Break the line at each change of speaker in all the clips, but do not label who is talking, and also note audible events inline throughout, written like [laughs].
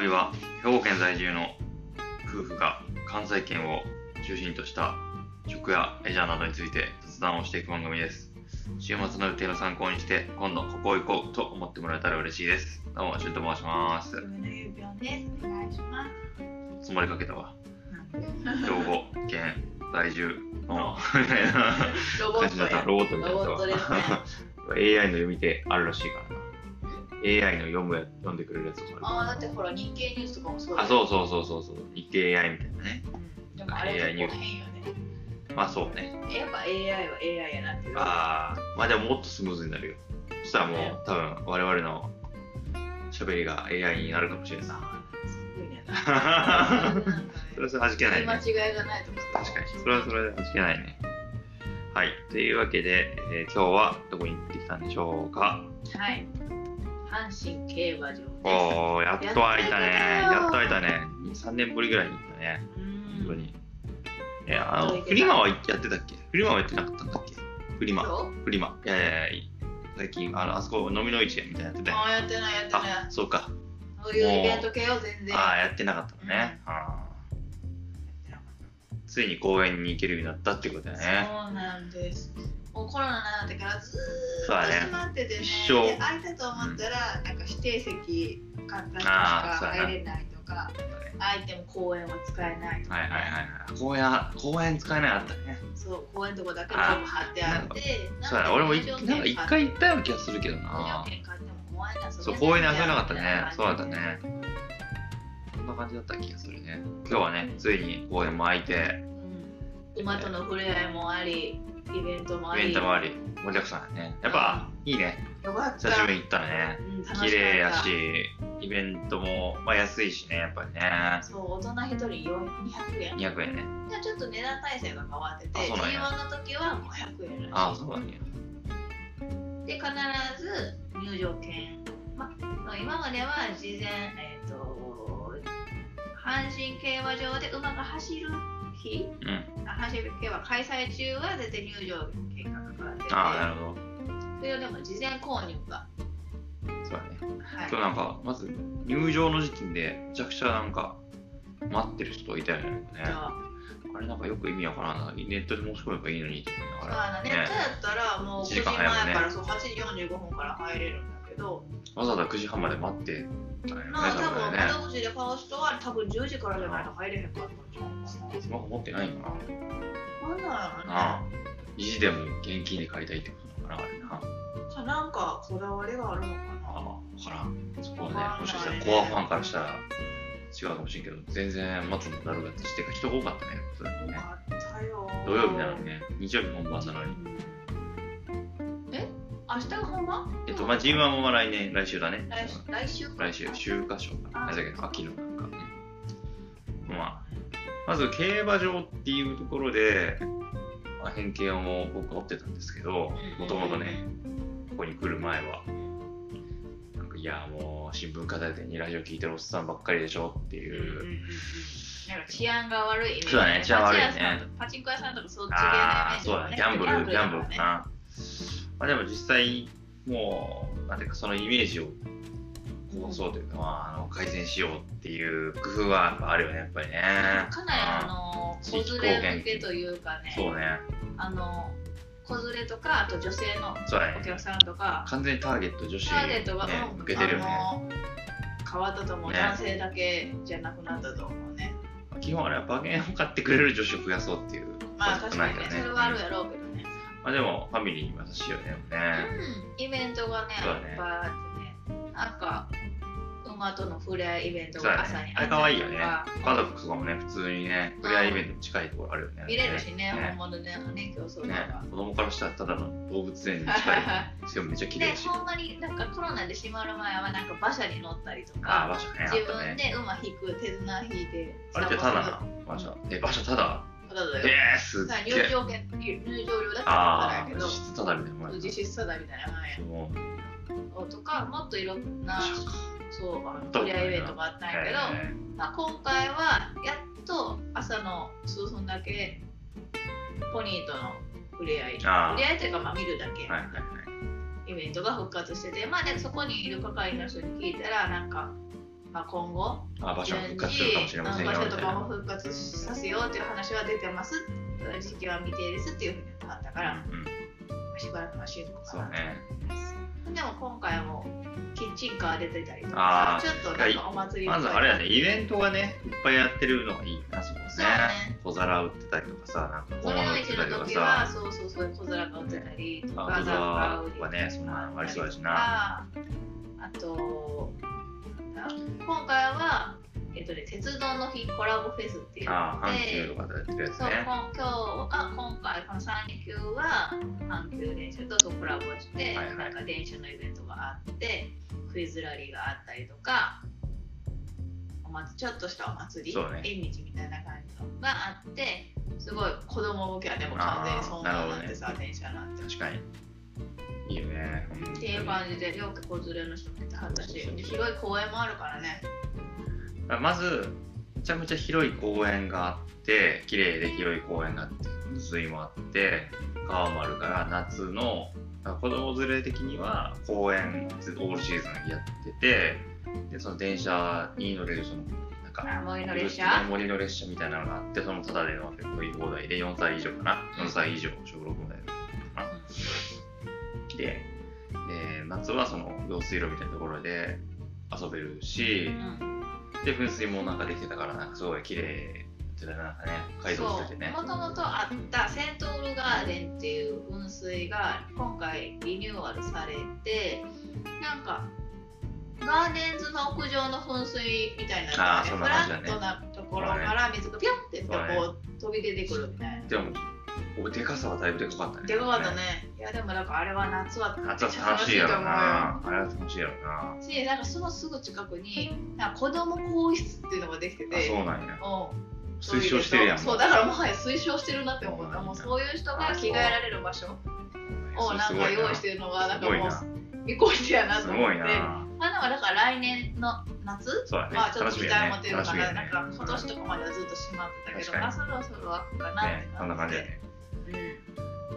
りは兵庫県在住の夫婦が関西圏を中心とした食やレジャーなどについて雑談をしていく番組です週末の予定の参考にして今度ここ行こうと思ってもらえたら嬉しいですどうもしゅんと申します
梅のゆうぴょんです。お願いします。
つまりかけたわ兵
ロ
庫県在住の
ボ
感
ッ
じ
ト
だった
や。
ロボットみたいな
ロボットですね
[laughs] AI の読み手あるらしいからな AI の読むや読んでくれるやつとかある
ああ、だってほら、日経ニュースとかもそうだ
あ、
よ
そうそうそうそうそう。日経 AI みたいなね。
うんでもあれ結構変よね。
まあそうね。
やっぱ AI は AI やなっていう。
ああ、まあでももっとスムーズになるよ。そしたらもう多分我々の喋りが AI になるかもしれない。
あ
[laughs]
ー、すごいね。
それはそれはじけない
間
ね。
違いがないと思う。
確かに。それはそれではじけないね。はい。というわけで、えー今日はどこに行ってきたんでしょうか。
はい。阪神競馬場です。
おお、やっと会えたね。
や
や
っ
っ
と
と会
会え
え
た
たね。3年ぶりぐらいに行ったね。
うん
本当に。えー、あ
やっと
の、
行けた
フリマはやってたっけフリマはやってなかったんだっけフリマ。
そう
フリマ、えー、最近あのあそこ飲みの市みたいなのやってたよ
ああ、やってない、やってない。
あそうか
そういうイベント系を全然。
ああやってなかったのね、あーついに公園に行けるようになったってことだね
そうなんです。もうコロナになってからず
そう
ー
だ
っと
ね
閉まっててね。
一生
で空いたと思ったら、なんか指定席簡単にしか
あーそうだな
入れないとか、空いても公園は使えないとか、
はいはいはいはい公園公園使えないのあったね
そう公園のとこだけ全部貼ってあって、
そうだ俺もい
入場券
なんか一
買っ
回行ったような気がするけど
入場
な
券買っても公園で遊べない
そう公園で遊べなかったねそうだったねこんな感じだった気がするね今日はねついに公園も空いて
うん馬との触れ合いもあり、イベントもあ
イ
り、
ベントもあり盛りだくさんだねやっぱいいね
よかった
久しぶりに行ったらね
うん楽しかった
綺麗やし、イベントも、まあ、安いしね、やっぱりね。
そう、大人一人200円。
200円ね。
じゃあちょっと値段体制が変わってて、
あそうなん
G1
や
の時は500円
あ
ら
あ、
し
そうだね。
い。で、必ず入場券。ま、今までは事前、えっ、と、阪神競馬場で馬が走る日、
うん。
あ阪神競馬開催中は絶対入場券がかかってて、
ああ、なるほど。
それよりも事前購入が。
そうだね。
はい
今日なんか、まず、入場の時点で、めちゃくちゃなんか、待ってる人いたよね。
じゃあ
あれなんかよく意味わからんな。ネットで申し込めばいいのにと思いな
そう
がら。
だねネットやったらもう9
一
時
時間
前
早いもんね
から、そう8時45分から入れるんだけど、
わざわざ9時半まで待ってたよね、
まあ多分
ね。
窓口で買う人は多分10時からじゃないと入れへんかったんちゃう
スマホ持ってないのかな。
かな。なんだろ
なあ。意地でも現金で買いたいってことなのかな、あれな。
うね。かなんかこだわりがあるのか
あ
な。
わからん。そこはね
わかんな、い
もしかしたらコアファンからしたら違うかもしれんけど、全然松野だろうがってしてか人が多かったね、それもね。
あったよー。
土曜日なのにね、日曜日本番なのに。
え明日が本番
えっと、まあ、G1 は来年、来週だね。
来週来週か
来週、秋華賞かな。
あ
何だっけど、秋のなんかね。まあ、まず競馬場っていうところで、まあ、変形をも僕持ってたんですけど、もともとね、ここに来る前は。なんかいや、もう新聞片手にラジオ聞いてるおっさんばっかりでしょって
うん
い
うんうん
う。
うんなんか治安が悪いイメージ
そうだね治安悪いね
パチンコ屋さんとパチンコ屋さんとかそっち系のイメ
ああ
ー
ー、
ジ
そう
だ
だ
よ
ね、ギャンブル、ギャンブル
だ
か
ね
な。まあ、でも実際、もう、なんていうか、そのイメージをこうそうというか、まあ、あの改善しようっていう工夫はやっぱあるよね、やっぱりね。
かなりあの子連れ向けというかね
そうね、
あの子連れとかあと女性の
そうだ
お
ね。
客さんとか
完全にターゲット女子
ターゲットが、
ね
うん
向けてるよね。
あの変わったと思う、
ね
男性だけじゃなくなったと思うね
基本あれは馬券を買ってくれる女子を増やそうっていう
まあ
こと
確か
な
に
い
ね
ら
それはあるやろうけどね、
まあでもファミリーに優しいよね。でもね
うん、イベントがね
そうだね
バーってねなんか馬との触れ合いイベント
そう
が
だ
朝
ね
に。
あれ
ったりと
可愛いよね。家
か
族とかもね、普通にね、プレイイベントに近いところあるよね。
見れるしね
ね
本物でね競争と
ね
か、
子供からしたらただの動物園に近い
[laughs]
しかもめっちゃ綺麗
で
だし
ほんまになんかコロナで閉まる前はなんか馬車に乗ったりと
ああ馬
か
車ねあ
自
った
分
ね
で馬引く手綱引いて
あれってただ
散
な馬車え馬車ただ
歩するただだよ
えー、すっ
だから
げ
入
え
場券入場料だから
ああ
だけど
実質ただみたいなもんや
実質ただみたいなもんや
なもう
とかもっといろんな
馬車か
そうあ
っ
の
たこと
プ
ないな
レイイベントがあったんやけど、
え
まあ、今回はやっと朝の数分だけポニーとの触れ合い
ーあ
触れ合いというかまあ見るだけ
あはいはいはい
イベントが復活しててまあでそこにいる係の人に聞いたらなんかまあ、今後
あ場所が復活するかもしれませんよ
場所
み
と
たい
か
な
も。復活させようという話は出てます時期は未定ですっていうふうになったから、ま
うん
あしばらくはしのか
そう
なと
ね。
思いますでも今回はもうキッチンカー出てたりと
あー
かちょっとなんかお祭り
まずあれや
ね
ね、イベントがね、いっぱいやってるのがいいな、そうね
そうね。
小皿売ってたりとかさ、なんか
そ
小
れ
物
の
売っ
一
てたりと
の
か
時は
さ、
そうそうそう小皿が売ってたりと
あ
か
小
雑
皿
貨売り
とかね、そんなのありそうやしな。
ああとなんだ今回は、えっとね、鉄道の日コラボフェスっていう
ああ、
の
阪急
で
とかでやってるやつ
そう
ね。
今今日あ今回この3級は阪急電車とコラボして、
はいはい
なんか電車のイベントがあってクイズラリーがあったりとかお祭ちょっとしたお祭り、
そうね
縁日みたいな感じのがあってすごい子供向けはでも完全にそんなのなんて
あ
さ、
ー
電車なんて。
確かに。いいよね。本当に
っていう感じで両家子連れの人もいてはったし広い公園もあるからね
まず、めちゃめちゃ広い公園があって、綺麗で広い公園があって、噴水もあって、川もあるから、夏の、だから子供連れ的には公園、オールシーズンやってて、で、その電車に乗れる、その、なんか、
森の列車
森の列車みたいなのがあって、そのタダで乗って乗り放題で、4歳以上かな。4歳以上、小6までかな。で、で夏はその用水路みたいなところで遊べるし
う、ん
で、噴水もなんかできてたから、なんかすごい綺麗ってたねなんかね、改造しててね
そ。うもともとあったセントールガーデンっていう噴水が今回リニューアルされてなんかガーデンズの屋上の噴水みたいな
あーそん
フ
な
ラ
感じだ
ッ
ね
トなところから水がピョンってこう飛び出てくるみたいな。
でも、おでかさはだいぶでかかったね。
でかかったね。いやでもなんかあれは夏は
夏は楽しいやろう
よ
な。あれは楽しいやろうな。
し、なんかそのすぐ近くに、なんか子供更衣室っていうのができて
あ、
て、
そうなんや。
うん
推奨してるやん。
そう、だからもはや推奨してるなって思った。もうそういう人が着替えられる場所をなんか用意してるのが、なんかもう、
す
見越してやな
す
と思っ
ご
て
い。な。
まあでもだから来年の夏
そうだね。
まあちょっ
楽
と
し
期
みや
待
ね
持てるか
楽しみ
ら、
や
な
ね
んか今年とかまではずっとしまってたけど、
うん
まあそろそろ開くかなって
ね、そんな感じだね。
じで。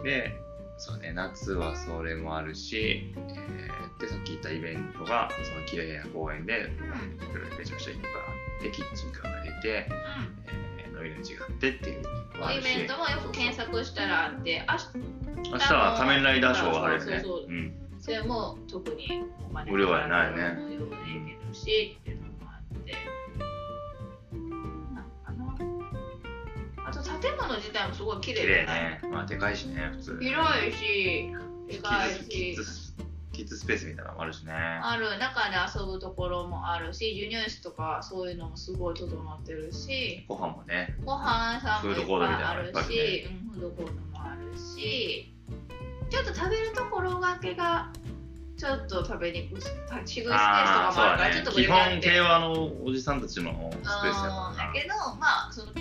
で、そうね、夏はそれもあるし、えーで、さっき言ったイベントが、その綺麗な公園で、
うん。うん。
めちゃくちゃいっぱいあって、キッチンカーが出て、えー、のりの違ってっていうのもあ
うん。イ
るし、
ベントもよく検索したらあって、あ
明日は仮面ライダーショーがあるよね。
そうそうそ
ん
それも特にお金
無料はないね
無料でいけるしっていうのもあってなんかなあと建物自体もすごい綺
綺
麗じ
麗
ゃない
ね。まあ、でかいしね、普通。
広いしでかい
キッ
し
ズキッズキッズスペースみたいなのもあるしね。
ある中で遊ぶところもあるし授乳室とかそういうのもすごい整ってるし
ご飯もね、
ご飯屋さんも
フード
いっぱいある
コートみたいなのがいっぱいある
しうんフードコートもあるしちょっと食べるところがけがちょっと食べにくい立ち食いスペースと
ああ
かもあるから、
ー
ちょ
そ
っ
う
と
だね。基
無理だ
本
って
平和のおじさんたちのスペースやも
うんん
な
だ。けどまあその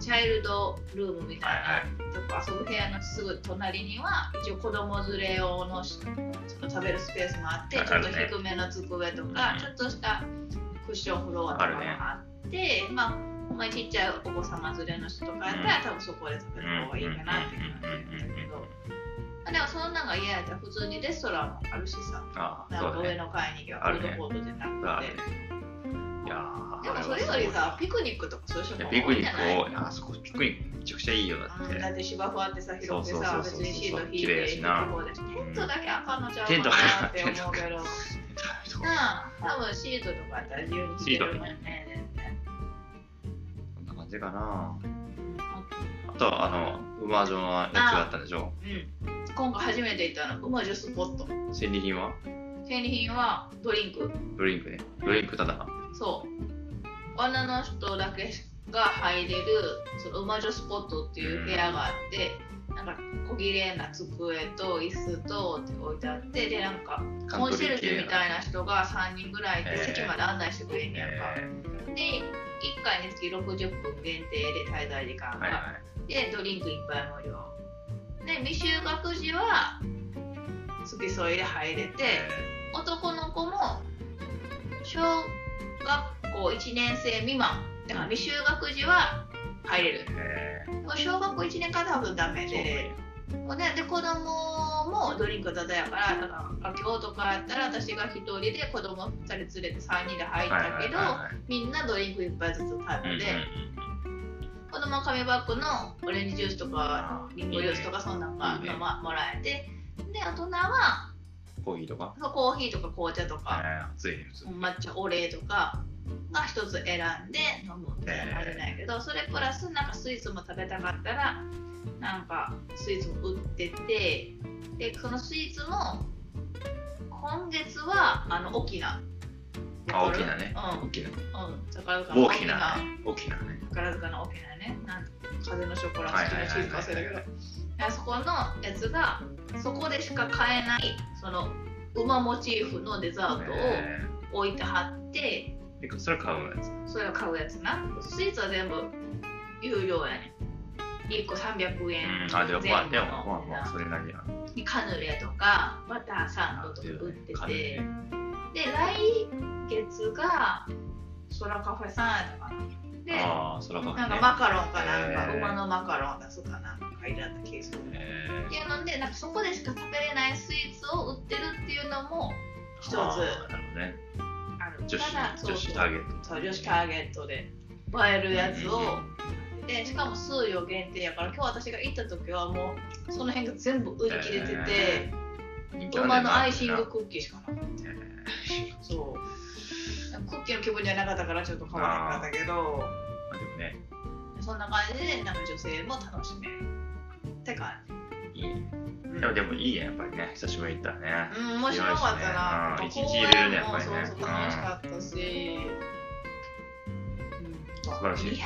チャイルドルームみたい
はい
なとか、遊ぶ部屋のすぐ隣には一応子供連れ用のしちょっと食べるスペースもあって、
あ
ちょっと
あるね
低めの机と
う
か
ん
ちょっとしたクッションフロアとかもあってまあほんまにちっちゃいお子様連れの人とかやったら、多分そこで食べる方がいいかなって感じだったけど、まあ、でもそんなんが嫌やったら普通にレストランもあるしさ
ああ、
なん
そ
か
うだ
上
ね。
の階に行け
あ
ばフ
るね
ードコートじゃなく
あ
て
る。ねいやー
でもそれよりさ、ピクニックとかそういう人
いや
も
ピ
多
ク
いん
ニ
じゃ
ックを、
ない
いやあそこピクニックめちゃくちゃいいよだっ。
うんだってて芝生あってさ、広くて
そ
さ
う、そうそうそう
別にシート引い
綺麗や
て
し
行
な
く方だし、テントだけあかんのちゃう
テント
かなって
テント
思うけど、なあ、多分シートとかやったら自由に引けるもんね、全然。
こんな感じかな。
う
あとは、あの、馬上のやつがあったでしょ。
ん、今回初めて行ったの、馬女スポット。
戦利品は
戦利品はドリンク。
ドリンクね。ドリンクただ。
そう。女の人だけが入れる、その馬女スポットっていう部屋があって、なんか小綺麗な机と椅子とって置いてあって、で、なんか、
カ
コ
ン
ン
ト
シ
リ
ェル
ー
ジュ
系
みたいな人が3人ぐらいい
え
て
ー
席まで案内してくれんねやんか、
え
で1回につき60分限定で滞在時間
ー
が、
はいは
でドリンク1杯無料で未就学児は付き添いで入れて
い。
男の子も小学校1年生未満だから未就学児は入れる
えー
でも小学校1年から多分ダメ
そうなん
で
や
ほんでで子供ももドリンクだだやからだから今日とかやったら私が1人で子供2人連れて3人で入ったけど、みんなドリンク1杯ずつ食べて、子供は紙バッグのオレンジジュースとかリンゴジュースとかそんなんが
いいね
飲まもらえてで大人は
コーヒーとか、
そうコーヒーとか紅茶と
え
か
ー熱いね普通に
抹茶オレとかが一つ選んで飲むみたいな感じなんやけどそれプラスなんかスイーツも食べたかったらなんかスイーツも売っててでそのスイーツも今月はあの沖縄
あ大きなね、
うん
大きな
うん宝塚の
大
沖
きな
縄
ね大きなね
宝塚の沖縄ねなん風のショコラ好
はい
き
はい
なチ
はい
ーズ
は
忘れたけど
い
あそこのやつがそこでしか買えないその馬モチーフのデザー
え
トを置いてはって
ーでそれ買うやつ
それを買うやつなスイーツは全部有料やね1個300円
うんあでもまあでもまあまあ
な
それなりや
カヌレとかバターサンドとか売っててで来月が空カフェさんやったかなで
ああそれは
なんかマカロンかなんか馬のマカロン出すかなんか入られたケース
えー
っていうのでなんかそこでしか食べれないスイーツを売ってるっていうのも一つ
あ
あ
ーなるほどね
る
女
ただ
子女子タ
そう
ーゲット
そう女子ターゲットで映えるやつ
う
を
ん
でしかも数量限定やから今日私が行った時はもうその辺が全部売り切れてて、
人気あるね
馬のアイシングクッキーしかなかった
えー
そうクッキーの気分じゃなかったからちょっと買わなかったけど
まあでもね
そんな感じでなんか女性も楽しめるって感じ
いいね
うん
でもでもいいねやっぱりね久しぶりに行ったらね
うん、面白かったな。
広いしねうん一日入れるねやっぱりね
そうそう、楽しかったし。うん
素晴らしい
200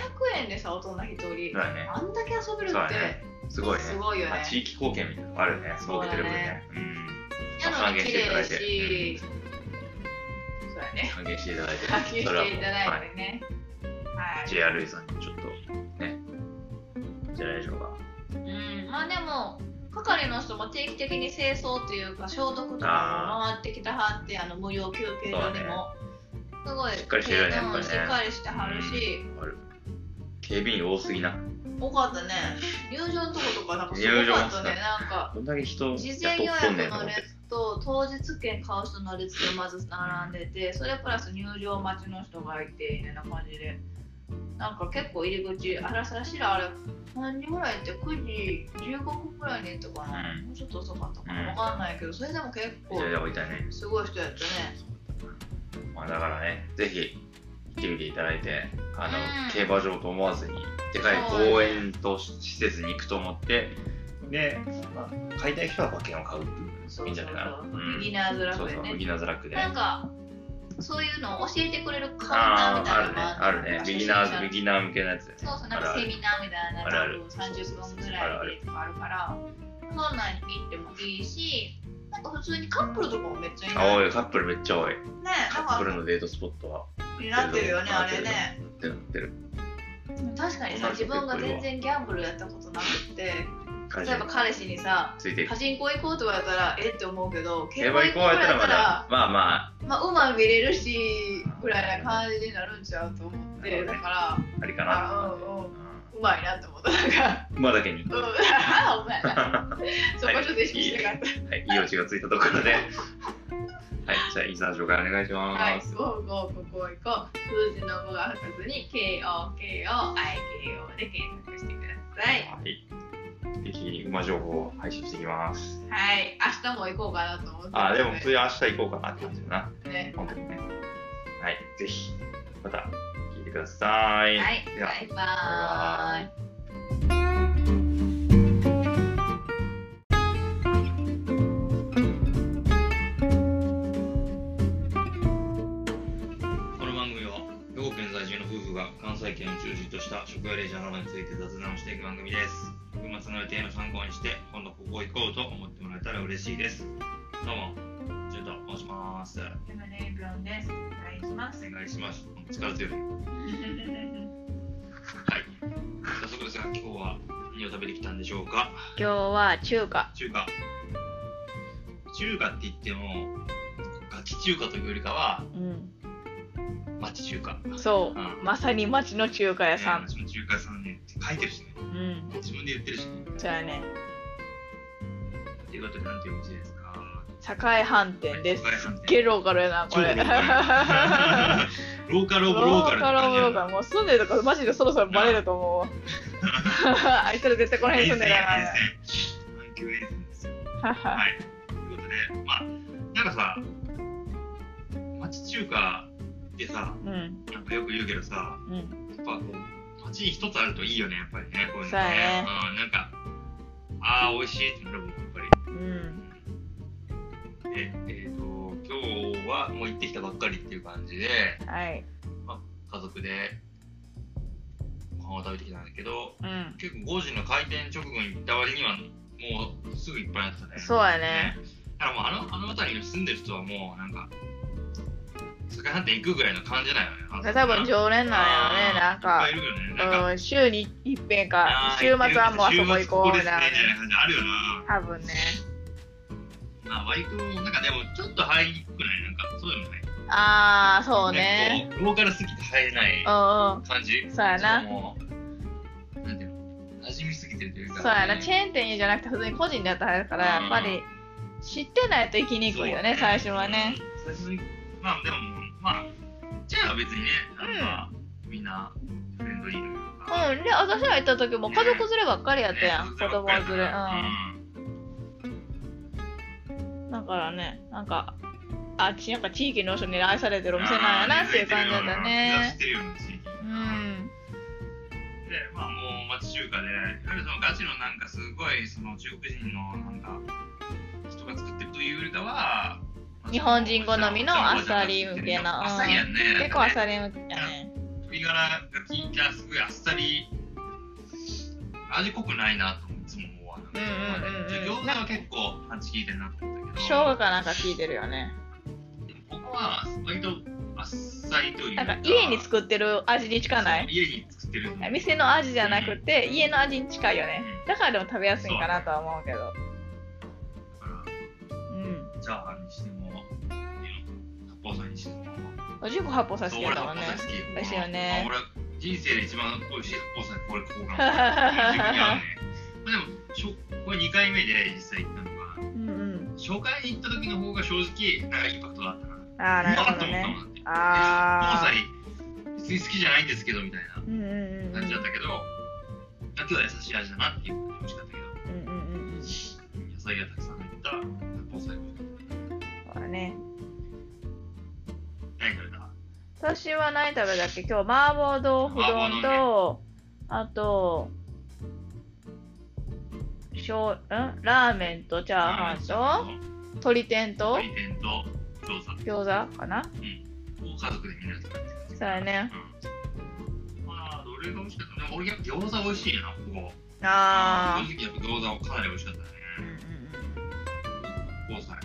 円でさ、大人一人、
そうだね
あんだけ遊べ
そ
るっ
うだ
て、
ねすごいね
すごいよね
あ地域貢献みたいなのあるね
そう
儲
だ
け
ね
てる分ねうん
宿も綺麗
還元して
し、そうやね。
還元していただいて
[laughs] 発揮してい
それ
ただ
はいもうはい
てね。はい。
JRA さんにちょっとねじゃないでしょうか
うん、まあでも、係の人も定期的に清掃っていうか、消毒とかも回ってきたはって、あの無料休憩所でも。すごい、
しっかりしてるよねやっぱりね
しっかりしてはるし、
ある警備員多すぎな
多かったね入場のとことかなんかすごかったねなんか
こんだけ人
事
やっ
前
と
予
っとんねん
約
と
の
思って
列と当日券買う人の列がまず並んでてそれプラス入場待ちの人がいてみたいな感じでなんか結構入り口あらさしらあれ何時ぐらいって9時15分ぐらいに行ったかな、
うん
もうちょっと遅かったかな、
うん
わかんないけどそれでも結構
いやいやいたね
すごい人やったね
まあだからねぜひ行ってみていただいてあの、
うん
競馬場と思わずにでかい公園と施設に行くと思ってで、まあ、買いたい人は馬券を買うっていうの
そ
がいいん
う
じ
そ
ゃ
う
ないかな
そう、
ん
ビギナーズラ
そ
ブ
う
で
そう
ね
ビギナーズラックで
なんかそういうのを教えてくれるカウンターみたいなの
あーあるねあるねビギナーズビ
ギ
ギナー向けのやつだよね
そうそうなんか
あるあ
セ
る
ミナーみたいな
あるある
のが多分30分ぐらいでとかあるからそんなんに行ってもいいしなんか普通にカップルとかもめっちゃいい
あ
ね
多いカップルめっちゃ多いカ
なん
ップル
か
のデートスポットは
になってるよね
な
あ
って
れ
る
ね
ってなってる
確かにさ自分が全然ギャンブルやったことなくて
感じ
例えば彼氏にさ
ついていく
パチンコ行こうとかやったらえって思うけど
競馬行こうやったらまだまあまあ
まあ、馬見れるしぐらいな感じになるんちゃうと思っ
な
て
るほど
だ
ね
から
ありかな
あうんうんうまいなと思ったなん [laughs] か
馬だけに
うんお前な
は
そこちょっと意識してなかった
い、いいオチがついたところで。はい、じゃあ、インスタの紹介お願いします。
はい5 5ここ行こう数字の5が2つに KOKOIKO で検索してください
はい。適宜馬情報を配信していきます。
はい明日も行こうかなと思って
あ、でも、普通に明日行こうかなって感じだな。
ね
本当にね。はい、ぜひ、また聞いてください。
はい
では
バイバーイ
この番組は兵庫県在住の夫婦が関西圏を中心とした食やレジャーなどについて雑談をしていく番組です週末の予定の参考にして今度ここ行こうと思ってもらえたら嬉しいですどうもジュンと申しますお
山根エブロンですお願いします
願いします力強いはい早速ですが今日は何を食べてきたんでしょうか
今日は中華
中華中華って言ってもガチ中華というよりかは
うん
町中華
そ
うん
うまさに町の中華屋さん
ね町の中華屋さんね書いてるしね
うん
自分で言ってるしね
そうやね
ということで、なんていうお店ですか
栄飯店です
栄飯店。
すっげえローカルやな、これ。
超ローカローカルオブロ
ロ
ーカルって
ーカ
感じ
ル
や
ローカルもう住んでるとこマジでそろそろバレると思うわ [laughs] あいつら絶対この辺住んでるから
沿
ね
線阪急沿線ですよ。
は
はい。ということで、まあ、なんかさ、町中華ってさ、
いうん
なんかよく言うけどさ、
うん
やっぱこう、町に一つあるといいよね、やっぱりね、こういうのね。
そうやね
うん、なんか、ああ、美味しいってなるもん、やっぱり。
うん
で、えっ、と、今日はもう行ってきたばっかりっていう感じで、
はい
家族でご飯を食べてきたんだけど、
うん
結構5時の開店直後に行った割にはもうすぐいっぱいになってたね
そうやね
だからもうあのあの辺りに住んでる人はもうなんか酒飯店行くぐらいの感じだよね
[laughs] 多分常連なんやろねなんか
いっぱいいるよねなんか、
うん、週に一遍
あ
か
ー
週末はもうあそこ行こ
週末ここ
うみ
です
たいな
ねみたいな
ね
感じあるよな
多分ね
まあ割となんかでもちょっと入りにくくないなんかそうでもない
ああそうね
なんかこうローカルすぎて入れない
うんうん
感じ
そうやな
もうなんていうの馴染みすぎてるというか
そうやなチェーン店じゃなくて普通に個人でやったらあれだからやっぱり知ってないと行きにくいよね
そう
最初はね。
最初にまあでもまあじゃあ別にねなんか、みんなフレンドリーというか。
うん、で私ら行った時も家族連ればっかりやったやん、子供連れ、うん、だからねなんかあちなんか地域の人に愛されて
う
るお店なんやなっていう感じだった
知っ
ね
てるような地域。
うん
でまあもう町中華でいわゆるそのガチのなんかすごいその中国人のなんか人が作ってるというよりかは。
日本人好みのあっさり向けなうん
あっさりやんね。
結構あさりやね
鶏ガラが効いたすごいあっさり味濃くないなといつも思わな
うんうんうんうん
餃子は結構パン
[laughs]
チ効いてるなと思ったけど
生姜かなんか効いてるよね
でもここは割とあっさりという
なんか家に
っ
作ってる味に近ない
家に作ってる
店の味じゃなくて家の味に近いよねだからでも食べやすいんかなとは思うけど
だから
うん
チャーハンにしても八宝菜にしても
十個発泡させ
そう
て
俺
たも
八
んね
宝菜好き
美味しいよね
まあ俺人生で一番美味しい八宝菜これここが自分に合うねまあでもしょこれ2回目で実際行ったのが
うんうん
紹介に行った時の方が正直なんかインパクトだったな。
ああなる
うわ
ほ
っと
ど
思ったも
ね
んだって。
ああ
関西別に好きじゃないんですけどみたいな
うんうんうんうん
感じだったけど、だけど優しい味だなっていう感じ美味しかったけど、
うんうんうんうんそ
野菜がたくさん入った防災も
うだね
何食べた？
私は何食べたっけ今日麻婆豆腐丼と、あとしょうんラーメンとチャーハンと鶏天と
鶏天と餃子
餃子かな
を家族でみんなで食べてた。
そうやね
うん。まあどれが美味しかったね。俺やっぱ餃子美味しいなここ。
ああ
正直やっぱ餃子かなり美味しかったね。
うんうんうん
防災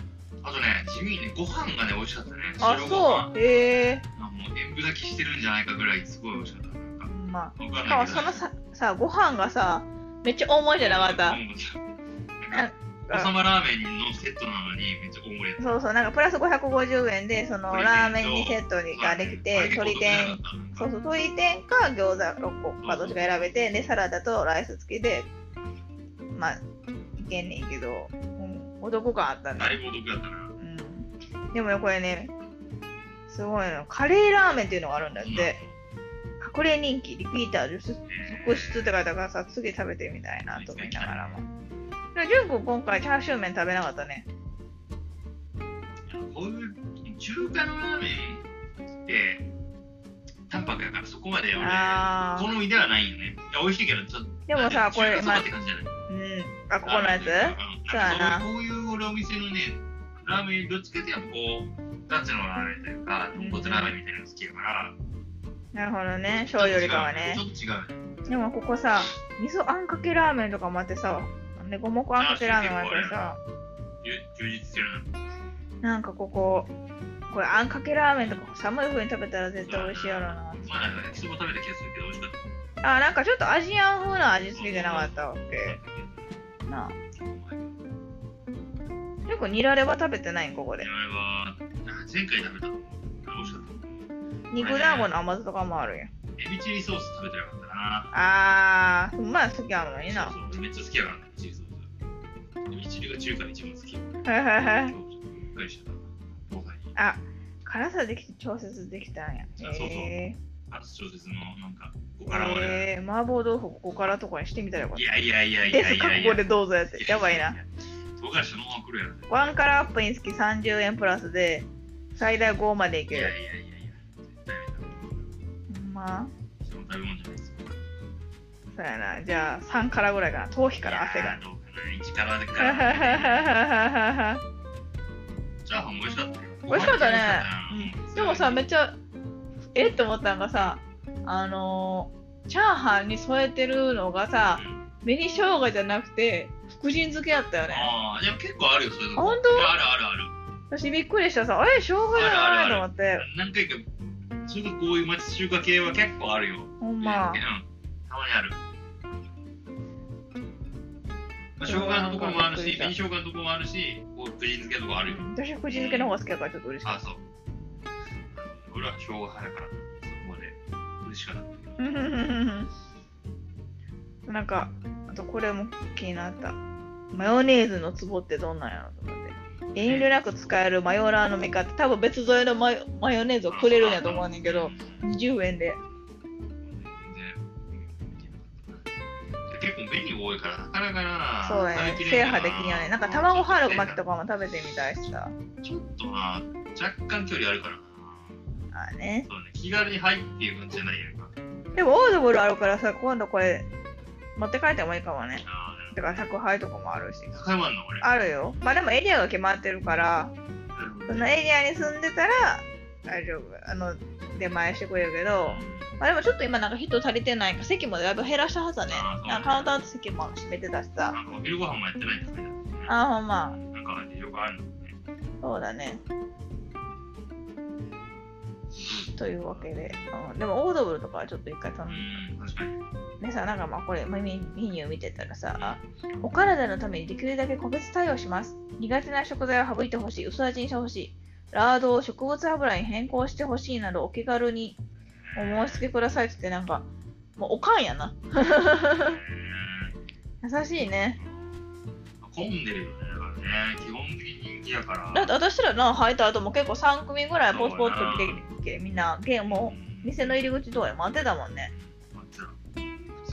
あとね地味にねご飯がね美味しかったね
あ
白ご飯
そうええ
あもう塩分炊きしてるんじゃないかぐらいすごい美味しかったなんか
ま
僕は
あしかもそのささご飯がさめっちゃ大盛りじゃなかった
なんかおさまラーメンのセットなのにめっちゃ大盛りやった
そうそう、なんかプラス550円で、そのラーメン2セットができて、鶏天、そうそう、鶏天か餃子6個かどっちか選べて、で、サラダとライス付きで、まあ、いけんねんけど、うん、お得感あったね
だ。いぶお得だったな
うん。でもね、これね、すごいの、カレーラーメンっていうのがあるんだって、隠れ人気、リピーター続出って書いてあるからさ、次食べてみたいなと思いながらも。で、純子今回チャーシュー麺食べなかったね。
こういう中華のラーメンって淡白やからそこまで俺
あー
好みではないよねいや美味しいけどちょっと
でもさ、こ
ま
れ、ま
あ
あ
って感じじゃない
うん、あ、ここのやつ
そう
そうやな
こういう俺お店のね、ラーメン、どっちかっていうとこう、ガチのラーメンというか、豚骨ラーメンみたいなの好きやから、
なるほどね、醤油よりかはね
ちょ。っと違うよね。
でもここさ、味噌あんかけラーメンとかもあってさ、で、五目あんかけラーメンもあってさ、
充充実してるな。
なんかここ、これあんかけラーメンとか寒い風に食べたら絶対美味しいやろうな。
まあなんか、焼きそば食べた気がするけど、美味しかった。
あ、なんかちょっとアジアン風な味付けじゃなかったわけ。なあ。結構ニラレバ食べてないんここで
で。あれは、あ前回食べたの、美味しかった。
肉団子の甘酢とかもあるやん。
エビチリソース食べてなかったな。
あー、まあ好きあるのにな。
そうそう、俺めっちゃ好きやからね、エビチリソース。でも一流が中華で一番好き。
はいはいは
今日ちょっと
い。
びっくりしたな東西に
あ、辛さできて調節できたんや。
そうそう
え
初小説のなんか
ー
5からまで、
えー麻婆豆腐ここからとかにしてみたらよかっ
いやいやいや
た。
い
で
や
す、
いや
覚
いや
悟でどうぞやって。やばいな。。
唐辛子のまま来るやろ。
ワンカラーアップにつき30円プラスで、最大5までい
い
け
やいや
る。
いやいや、絶対やめ
ほんま
た。その食べ物じゃないですよ。
そうやな。じゃあ、3からぐらいかな。頭皮から汗
い
が
や。ー。どうかな、一からでから。
[laughs] で
チャーハン美味しかったよ。
美味しかったね
うん
もさ、めっちゃ、えって思ったのがさ、あのーチャーハンに添えてるのがさ、
うん
紅生姜じゃなくて、福神漬けやったよね。
ああ、でも結構あるよ、そういうとこ
本当
いやあるあるある。
私びっくりしたさ、あれ、生姜じゃないと思って、
何回か、そういうこういう町中華系は結構あるよ。
ほんま
うん、。たまにある。まあ、生姜のところもあるし、紅生姜のところもあるし、こう、プリン漬けとかあるよ。
私は福神漬けの方が好きやからちょっと嬉しか
あ
っ、
そう。俺は生姜派だから、そこまで嬉しかったけど。
た。 [laughs] なんか、あとこれも気になった。マヨネーズのツボってどんなんやろと思って。遠慮なく使えるマヨラーの味方、多分別添えのマヨマヨネーズをくれるんやと思うねんけど、20円で。
全然うんできなかったな結構紅多いから、なかなかな、
そうやね
食。べきれ
制
んか
覇
ら
できんよね。なんか卵春巻きとかも食べてみたいしさ。
ちょっとな、若干距離あるからな。
あーね。
そうね、気軽に入っていう感じじゃないやんか。
でもオードブルあるからさ、今度これ持って帰ってもいいかもね。
ああ、
だから宅配とかもあるし。
高山の俺。
あるよ。まあでもエリアが決まってるから、そのエリアに住んでたら大丈夫。あの、出前してくれるけど、まあでもちょっと今なんか人足りてないから、席もだいぶ減らしたはずだね
あーそう。ね
なんかカウンターの席も閉めてたしさ。
なんかお昼ご飯もやってないんだね。
ああ、ほんま。
なんか事情があるのね。
そうだね。というわけで、うんでもオードブルとかはちょっと一回頼む。
うん、確かに。
ねさ、なんかまあこれメメメニュー見てたらさ、お体のためにできるだけ個別対応します。苦手な食材を省いてほしい、薄味にしてほしい、ラードを植物油に変更してほしいなどお気軽にお申し付けくださいって言ってなんか、もうおかんやな。 [laughs] 優しいね。
混んでるよね、だからね。基本的に人気やから。
だって私らの入った後も結構3組ぐらいポツポツ
そうや
来てみんな、ゲームを店の入り口とかで待ってたもんね。
待ってた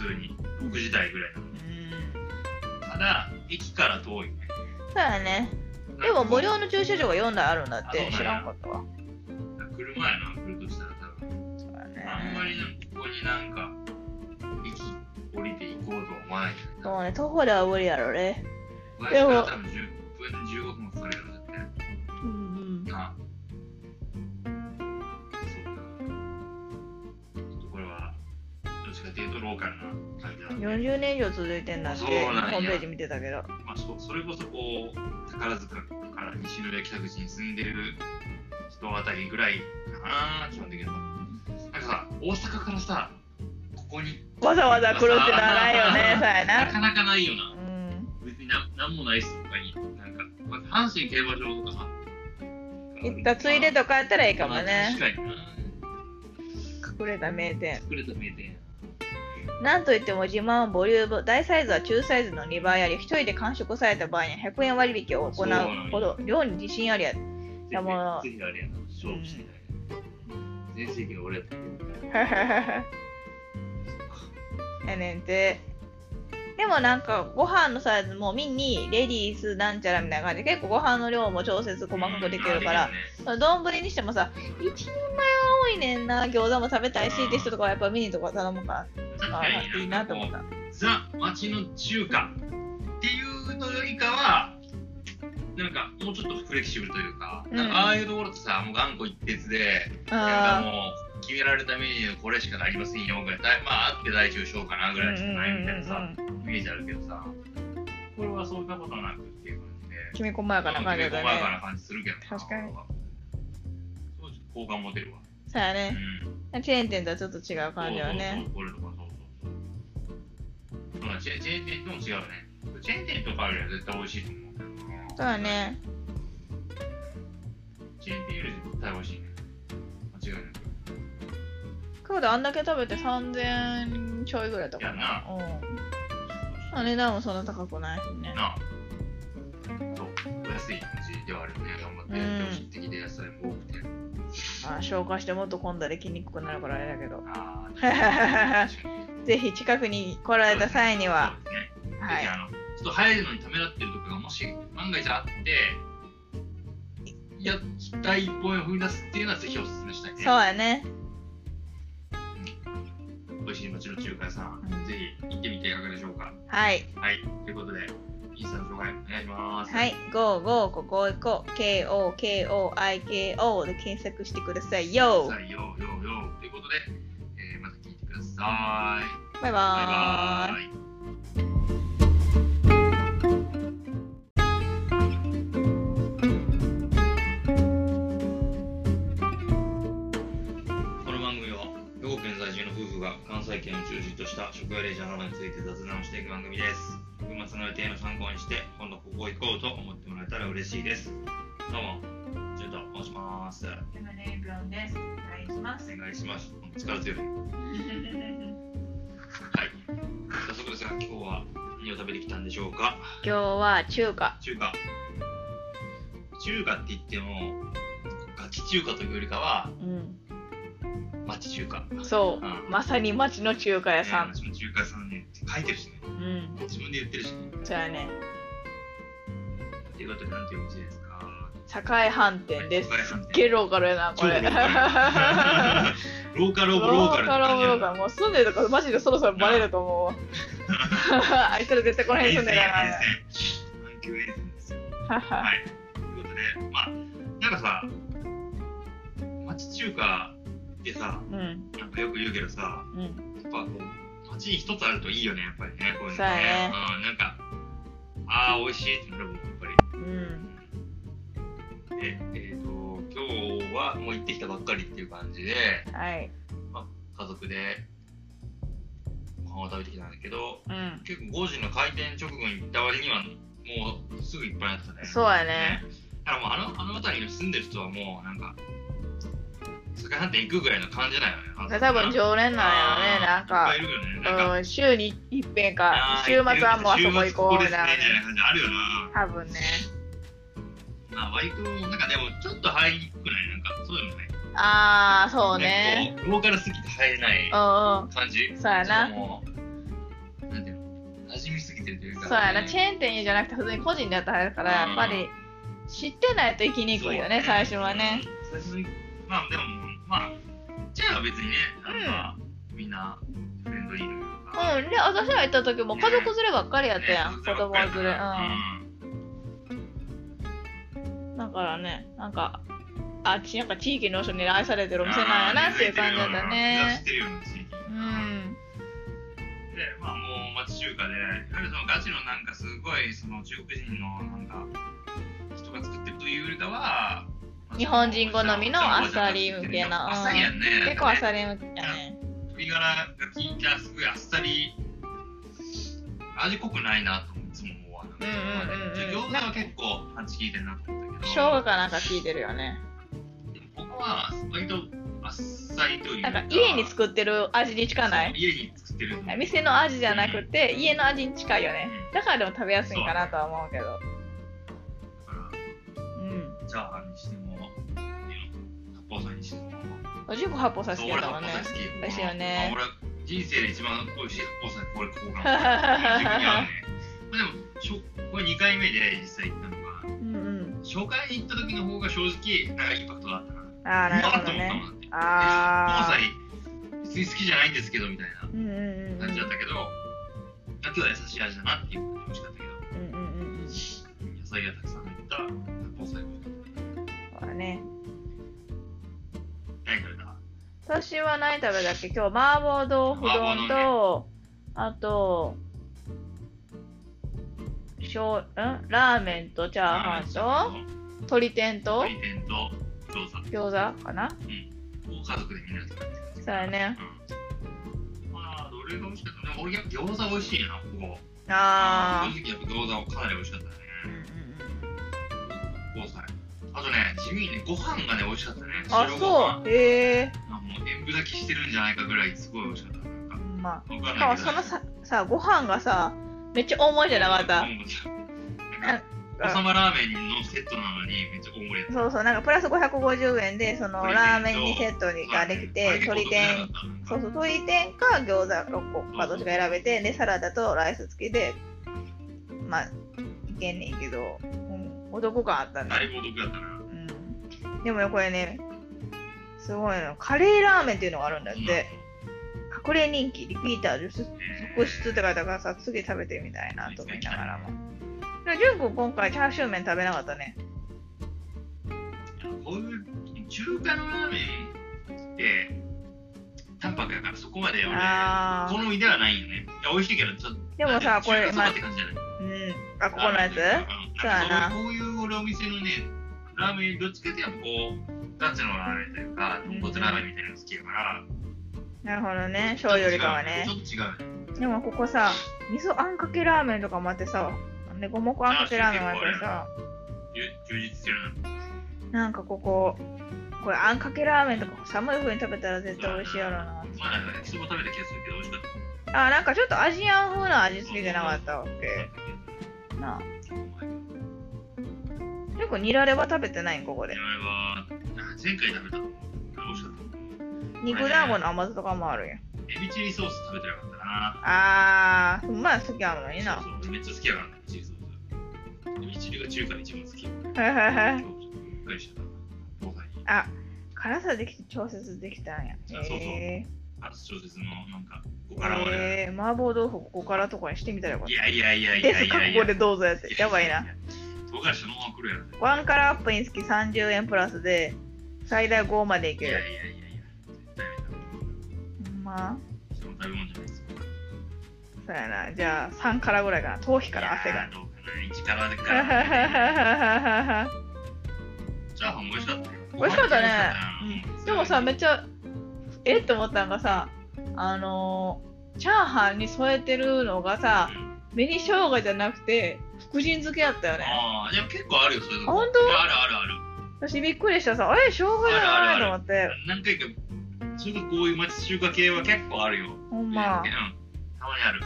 普通に6時台ぐらいなの
う
ね
ん。
ただ駅から遠いね
そうやね。でも無料の駐車場が4台あるんだって知らんかったわ。
車やな来るとしたら多分
そうやね。
あんまりなんかここになんか駅降りて行こうとは思わない
もうね、徒歩では無理やろね。
私から多分10分15分もかかるようになって
うん
なあそうかちょっとこれはどっちかっていうとローカルな感じな
うんん。
で
40年以上続いてんだって、
そ
ホ
うなんや
ームページ見てたけど。
まあ、そそれこそこう宝塚から西宮北口に住んでる人あたりぐらいかな基本的にはなんかさ大阪からさここに
わざわざ来るってのはないよ
[laughs]
ね、そうや
な
な。
かなかないよな
うん。
別になんなんもないっすとかになんか、まあ、阪神競馬場とかさ
行ったついでとかやったらいいかもね。
確かにな
隠れた名店。
作れた名店
なんといっても自慢はボリューム、大サイズは中サイズの2倍あり、一人で完食された場合には100円割引を行うほど、量に自信ありや。いやもう
ぜひあれやな勝負してない全盛期の俺やったけど
[laughs] やねんて。でもなんかご飯のサイズもミニ、レディース、なんちゃらみたいな感じで結構ご飯の量も調節細かくできるから
うん、
丼にしてもさ、1人前は多いねんな、餃子も食べたいしって人とかはやっぱミニとか頼むか
確
ら、
か
あ
に
いいなと思った。
ザ・町の中華っていうのよりかは、なんかもうちょっとフレキシブルというか、
うん
なんかああいうところってさ、もう頑固一徹で、なんか
あ
もう決められたメニューこれしかありませんよぐらい、だいまああって大中小かなぐ
ー
らいしかないみたいな
うんうん
さ
う、んうん
イメージあるけどさ、これはそんなことなくっていう感じで、
きめ細やかな感じだ
細やかな
ね。
感じするけどな、
確かに
俺はそうちょっと好感持てるわ。
そうや
う
ね。
ん
チェーン店とはちょっと違う感じよね。
そうそうそう。これとかそうそうそう。まあチェチェーン店とも違うね。チェーン店とかよりは絶対美味しいと思うけどな。
そうやね。
チェーン店より絶対美味しいね。間違いなく。
クールあんだけ食べて3000ちょいぐらいとか
いやな
うん。まあ値段もそんな高くないしね。
なあ。安い感じではあるよね。頑張って常識的で野菜も多くて。
まあ、消化してもっと混んだり筋肉くなるからあれだけど。
あー確かに
[laughs] ぜひ近くに来られた際には。
そうですね。ぜ
はい
ひあのちょっと入るのにためらってるとこがもし万が一あって、いや第一歩を踏み出すっていうのはぜひお勧めしたいね。
そうやね。
美味しい町の中華屋さん、
うん
ぜひ行ってみていかがでしょうか。
はい。
はい、ということで、インスタの紹介お願いします。
はい。GO!GO! ここ行こう。KOKOIKO で検索してくださいよ。
さあようようようということで、えーまた聞いてください。
バ
バイ
イバーイ
バ。イ。この番組は兵庫県在住の夫婦が関西圏を中心とした食やレジャーなどについて雑談をしていく番組です群馬の予定の参考にして今度ここ行こうと思ってもらえたら嬉しいですどうもちょっと申しますお
山根ブンです。お願いします。
願いします力強いはい早速ですが今日は何を食べてきたんでしょうか
今日は中華。
中華中華って言ってもガチ中華というよりかは
うん。
町中華
そうう。
ん
まさに町の中華屋さん。
私も中華屋さんねって書いてるしね
うん。
自分で言ってるしね
そうやね。
ということでなんていうお店ですか
境飯店です。
はい
すっげえローカルやな、これ。
超ローカローカルオブロ
ロ
ーカ
ー
ル
カルオブローカルもう住んでるとかマジでそろそろバレると思
[laughs]
うわあいつら絶対この辺住んでるか
や
らな
阪急沿線ですよ
は
はいということでまあなんかさ町中華ってさ
いうん
なんかよく言うけどさ
うん
やっぱこう町に一つあるといいよねやっぱりねこういうのね
そうやね
うん、なんかああ美味しいってなるもんやっぱり
うん
でえー、と今日はもう行ってきたばっかりっていう感じで
はい
家族でご飯を食べてきたんだけど
うん
結構5時の開店直後に行った割にはもうすぐいっぱいになってたね
そうやね
だからもうあのあの辺りに住んでる人はもうなんか酒飯店行くぐらいの感じだよねあ
多分常連なんやろねなん
い
か
っぱいいるよねなんか、
うん週に一遍か
あー
週末はもうあそこ行こうみ
週末ここです
たいな
ね
ね
みたいな感じあるよな
多分ね
まあ割となんかでもちょっと入りにくくないなんかそうでもない
ああそうね
なんかこうローカルすぎて入れない
うんうん
感じ
そうやな
もうなんていうの馴染みすぎてるというか
そうやなチェーン店じゃなくて普通に個人でやったらあれだからやっぱり知ってないと行きにくいよね
そう
最初はね
最初にまあでもまあじゃあ別にねなんか、みんなフレンドリーというか、
うんで私ら行った時も家族連ればっかりやったやん
ね
子供連れうん
うん
だからね、なんか、あっち、なんか地域の人に愛されてるお店なんやなっていう感じだった
知っ
ね。
てるような地域
うん。
でまあもう町中華でいわゆるそのガチのなんかすごいその中国人のなんか人が作ってるというよりかはまあ
日本人好みのあっさり向けな
あっさりやんね
結構あっ
り
さりやね。
鶏ガラが効いたすごいあっさり味濃くないなといつも思わな
うんうんうんうん
餃子は結構パンチ効いてるなと思ったけど
生姜かなんか効いてるよね。
でもここは割とあっさりという
なんか家に
っ
作ってる味に近ない
家に作ってるの
店の味じゃなくて、家の味に近いよね。だからでも食べやすいんかなとは思うけど。うん。
チャーハンにしても、八宝菜にしても、
おじゅうこ八宝菜
そう
好きだ
俺八宝
ったもんね。
菜好き。
美味し [laughs] いよね
まあ俺人生で一番美味しい八宝菜これここかな。自分に合うね。まあでもしょこれ二回目で実際行ったのが
うんうん。
紹介に行った時の方が正直なんかインパクトがあったな。
ああ、なる
うわ
ほど
ーっと思
ね。
ったもんだって。八
ああ。
宝菜別に好きじゃないんですけどみたいな
うんうんうんうん。
感じだったけど、だけど優しい味だなっていう感じ美味しかったけど、
うんうんうんうん。
野菜がたくさん入った八宝菜が美味しかった。
そうだね。
何食べた？
私は何食べたっけ今日麻婆豆腐丼
麻
と、あとしょうんラーメンとチャーハンと鶏天と
鶏天と餃子。
餃子かな
を家族でみんなで食べてる。
そうやね
うん。まあ、どれが美味しかったかな俺やっぱ餃子美味しいな、ここ。
あ
正直やっぱ餃子かなり美味しかったね。
ーうんうんうん
5歳。あとね、地味にね、ご飯がね、美味しかったね。
あ
白ご飯
そうへえ
あもう塩分炊きしてるんじゃないかぐらい、すごい美味しかった。なんか、
ま
僕は
あしかもそのささご飯がさめっちゃ重いじゃなかった
うんなんか
な
おさまラーメンのセットなのにめっちゃ大盛りやった。
そうそう、なんかプラス550円で、そのラーメン2セットにができて、鶏天、そうそう、鶏天か餃子6個かどっちか選べて、で、サラダとライス付きで、まあ、いけんねんけど、うん、お得感あったね。
だいぶお得やったな。
うん。でもね、これね、すごいの。カレーラーメンっていうのがあるんだって。隠れ人気、リピーター続出って書いてあるからさ、次食べてみたいなと思いながらも。でも、ジュン君今回チャーシュー麺食べなかったね。
こういう中華のラーメンって淡白やからそこまで俺
あー
好みではないよね。いや美味しいけどちょっと
でもさ、これ、
ま
ま
あ、
あ
っ、て感じじゃない。
うん、あ、ここのやつ
そ
そうやな
こういう俺お店のねラーメンどっちかっていうとこうガチのラーメンというか豚骨ラーメンみたいなの好きやから。
なるほどね、醤油よりかはね
ちょ。っと違うね。
でもここさ、味噌あんかけラーメンとかもあってさ、ね、五目あんかけラーメンもあってさ、
充充実してるな。
なんかここ、これあんかけラーメンとか寒い風に食べたら絶対美味しいやろうな。
まあなんか焼きそば食べた気がするけど美味しかった。
あ、なんかちょっとアジアン風な味付けじゃなかったわけ。なあ。よくニラレバ食べてないんここで
い。は前回食べたの美味しかった。
肉団子の甘酢とかもあるやん。
エビチリソース食べてなかったな。
あー、まあ好きあるのにな
そ。うそうめっちゃ好きやからね、チーズソース。ミチルが中華で一番好き。
はいはいはい。
びっくりしたな。後輩に。
あ、辛さできて調節できたんや。
そうそう
へ
初小説のなんか、
ー
ごからまで。
へー麻婆豆腐ここからとかにしてみたらよかっ
いやいやいや
た。
い
で
や
す、
いや
覚
いや。
悟でどうぞやって。やばいな。。
唐辛子のまま来るやろ。
ワンカラーアップにつき30円プラスで、最大5までい
い
け
やいや
る。
いやいや。絶対ダメ
ほんまあ、
だその食べ物じゃないです
そうやな。じゃあ、3からぐらいかな。頭皮から汗
い
が
や。どうかな。一からでから。
は [laughs]
チャーハンも美味しかったよ。
美味しかったね
うん
でもさ、めっちゃ、えって思ったのがさ、あのー、チャーハンに添えてるのがさ、紅生姜じゃなくて、福神漬けやったよね。
ああ、でも結構あるよ、そういうとこ
あ本当
いやあるあるある。
私びっくりしたさ、あれ、生姜じゃないと思って、
何回か、そういうこういう町中華系は結構あるよ。
ほん
う
ま
ん、。たまにある。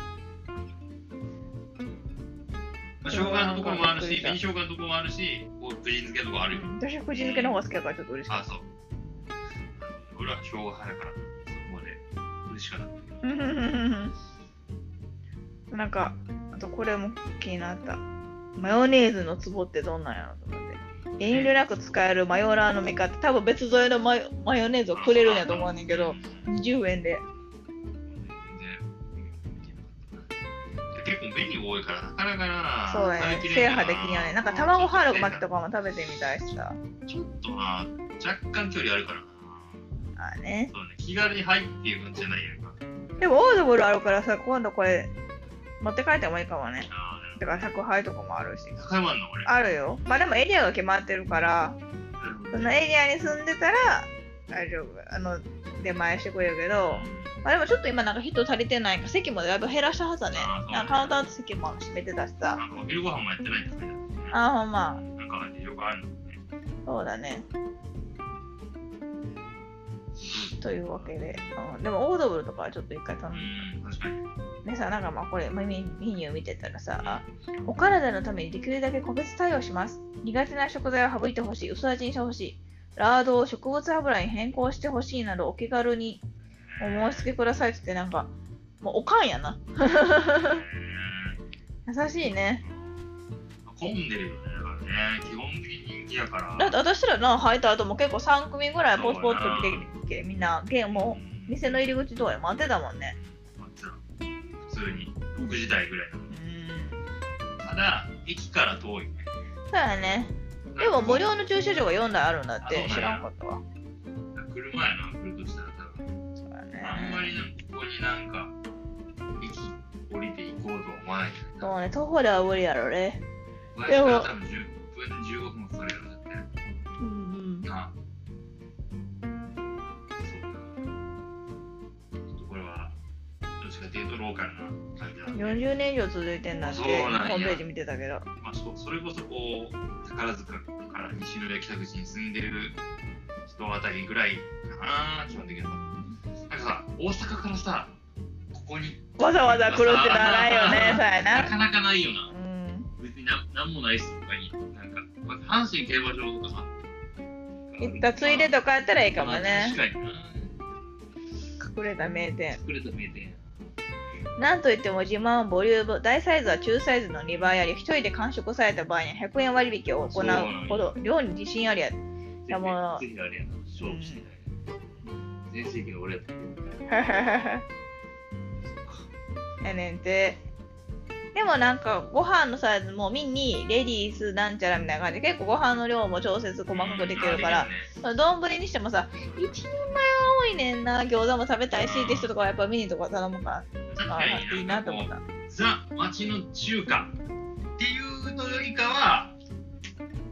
まあ、生姜のところもあるし、紅生姜のところもあるし、こう、プリン漬けのところあるよ。
私、福神漬けの方が好きだからちょっと嬉しか
あ、
った。
そう。俺は生姜派だから、そこまで嬉しかったけど。
うんうんうんうんなんか、あとこれも気になった。マヨネーズのツボってどんなんやろと思って。遠慮なく使えるマヨラーの味方、多分別添えのマヨマヨネーズをくれるんやと思うねんけど、20円で。
結構メニュー多いから、なかなかな、
そうだね
食べ。き
制
れん
覇
か
できんよね。なんか卵ハーロ巻きと
か。
かも食べてみたいしさ。
ちょっとな、若干距離あるからな。
ああね。
そうね、気軽に入っていう感じじゃないやんか。
でもオードブルあるからさ、今度これ持って帰ってもいいかもね。
あー
だから宅配とかもあるし。
高山の俺。
あるよ。まあでもエリアが決まってるから、そのエリアに住んでたら大丈夫。あの、出前してくれるけど、まあでもちょっと今なんか人足りてないから、席もだいぶ減らしたはずだね
あーそう。
なんかカウンターの席も閉めてたしさ。
なんかお昼ご飯もやってないとかね。
ああ、ほんま。
なんか事情があるのね。
そうだね。というわけで、うん、でもオードブルとかはちょっと一回頼む。
うん、確かに。
でさ、なんかまあこれメニューメニュー見てたらさ、あお体のためにできるだけ個別対応します。苦手な食材を省いてほしい、薄味にしてほしい、ラードを植物油に変更してほしいなどお気軽にお申し付けくださいって言ってなんか、もうおかんやな。優しいね。
混んでるよね、だからね。基本的に人気やから。
だって私らな、入った後も結構3組ぐらいポツポツ
そうやな
来てきて、みんな、ゲームを店の入り口とかで待ってたもんね。
まあつら普通に6時台ぐらいだ
う
もん
ん。
ただ、駅から遠いね。
そうやね。でも無料の駐車場が4台あるんだっ
あ
て
そ
知
うなんや
らんかったわ。
車やな、来るとしたら多分。
そうやね。
あんまりなんかここになんか、駅降りて行こうとは思わない。
そうね、徒歩では無理やろね。
私から多分10分、15分もかかるやろ、だって。
うん
あそうかちょっとこれはどっちかっていうとローカルな感じなんで、
40年以上続いてんだって、
そうなんや
ホームページ見てたけど。
まあ、そうそれこそこう宝塚から西宮北口に住んでる人あたりぐらいかな基本的にはなんかさ大阪からさここに
わざわざ来るってならないよね、そうや
な
な。
かなかないよな
うん。
別になんなんもないっすとかに阪神競馬場とかさ
行ったついでとかやったらいいかもね
確かにな
隠れた名店
作れた名店
なんといっても自慢はボリューム大サイズは中サイズの2倍あり1人で完食された場合には100円割引を行うほど量に自信ありや
や
やもう
次のあれやな勝負してない全盛期の俺やったけど
やねんてでもなんかご飯のサイズもミニレディースなんちゃらみたいな感じで結構ご飯の量も調節細かくできるから丼にしてもさ1人前は多いねんな餃子も食べたいしって人とかはやっぱミニとか頼むから
確
あ
か
ー
に
いいなと思った
ザ町の中華っていうのよりかは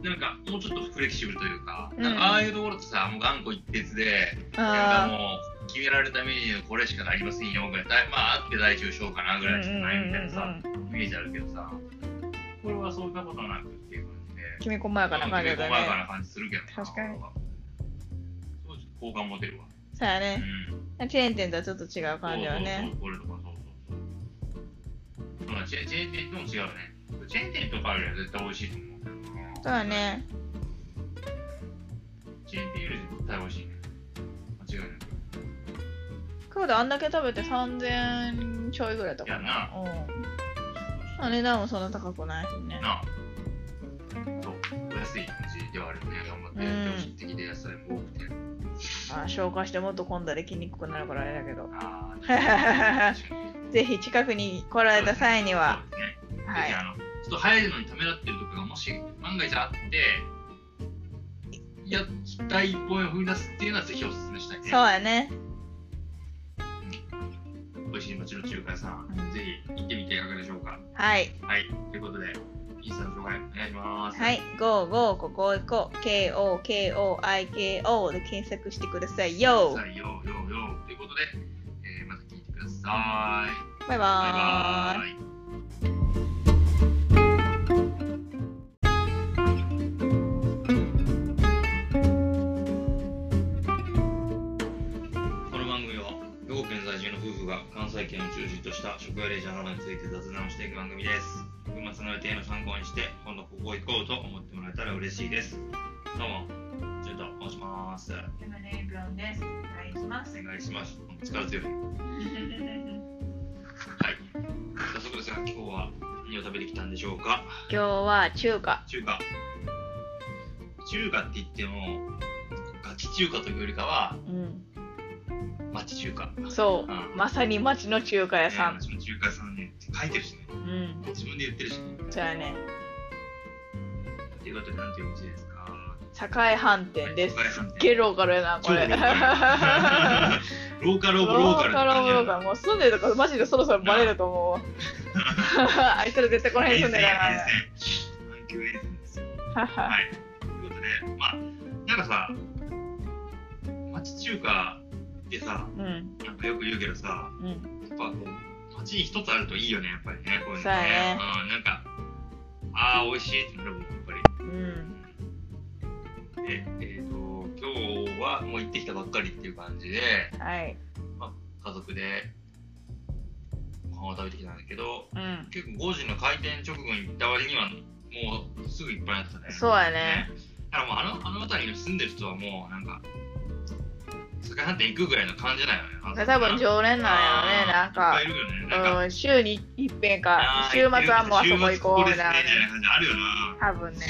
なんかもうちょっとフレキシブルというか,、
うん
なんかああいうところってさもう頑固一徹でなんか
あ
もう決められたメニューこれしかなりませんよぐらいだいまああって大中小かなぐ
ーうん
らいしかないみたいなさ、
うんうんうん
イメージあるけどさこれはそんなことなくっていう感じで
きめ細やかな感じ
きめ
だ
細やか
ね
な感じするけどな
確かに
そうちょっと好感持てるわ、
そうや
う
ね
ん
チェーン店とはちょっと違う感じよね
そうそうそうそう。俺とかそうそうそう。まあ、チェチェーン店とも違うね。チェーン店とかよりは絶対美味しいと思うけどな。
そうや。ね
チェーン店より絶対美味しいね。間違いない。
今日であんだけ食べて3000ちょいぐらいだったか
いやな
なうん値段もそんな高くないしね
なあ。そう。お安い感じではあるね。頑張って、
うん
良心的で野菜も多くて。
まあ消化してもっと混んだり筋肉くなるからあれだけど
ああ。
[laughs] ぜひ近くに来られた際には、
そうですね。
は
ぜひ
い、
あの、ちょっと入るのにためらってるとかがもし万が一あって、いや、第一歩を踏み出すっていうのはぜひお勧めしたいね。
そうやね
美味しい町の中華屋さん、
うん
ぜひ行ってみていかがでしょうか。
はい
はい、ということで、インスタの紹介お願いします。
はい、ゴーゴーここ行こう KOKOIKO で検索してくださいよ
さあ、ようようようということで、えーまた聞いてください。
バイバ
バイ
ーイ
バーイ。この番組は兵庫県在住の夫婦が関西圏を中心とした食やレジャーなどについて雑談をしていく番組です群馬の予定の参考にして今度ここ行こうと思ってもらえたら嬉しいですどうもちょっとお願いしますお
山根エブロンです。お願いします。
願いします力強いはい早速ですが今日は何を食べてきたんでしょうか
今日は中華
中華中華って言ってもガチ中華というよりかは
うん
町中華
そう
うん
まさに町の中華屋さん
町の中華屋さんね書いてるしね
うん
自分で言ってるしね
そうやね
ということで、なんていうお店ですか。
栄飯店です
栄飯店
ゲロからやなこれ
ロ
ロ
ーカル。ローカルオブローカル
ー
って
カ
感
ル
じ
ロ
や
ーカ
な。
ルもう住んでるとこマジでそろそろバレると思う
[laughs]
わあいつら絶対この辺住んでるからな
沿線や沿線阪急沿線ですよ。
は
はい。ということで、まあ、なんかさ、町中華ってさ、
いうん
なんかよく言うけどさ、
うん
やっぱこう、町に一つあるといいよね、やっぱりね、こういうのね。
そうやね
うん、なんか、ああ、美味しいってなるもん、やっぱり。
うん
で、えっ、と、今日はもう行ってきたばっかりっていう感じで、
はい
家族でご飯を食べてきたんだけど
うん
結構5時の開店直後に行った割にはもうすぐいっぱいあったね
そうやね
だからもうあのあの辺りに住んでる人はもうなんか酒飯店行くぐらいの感じなのよあの
多分常連なんやろねなんか
いっぱいいるよねなんか
うん、週に一遍か
あ、ー
週末はもうあそこ行こう
週末ここで
み
すね
たいな
みたいな
ね。
感じあるよな
多分ね。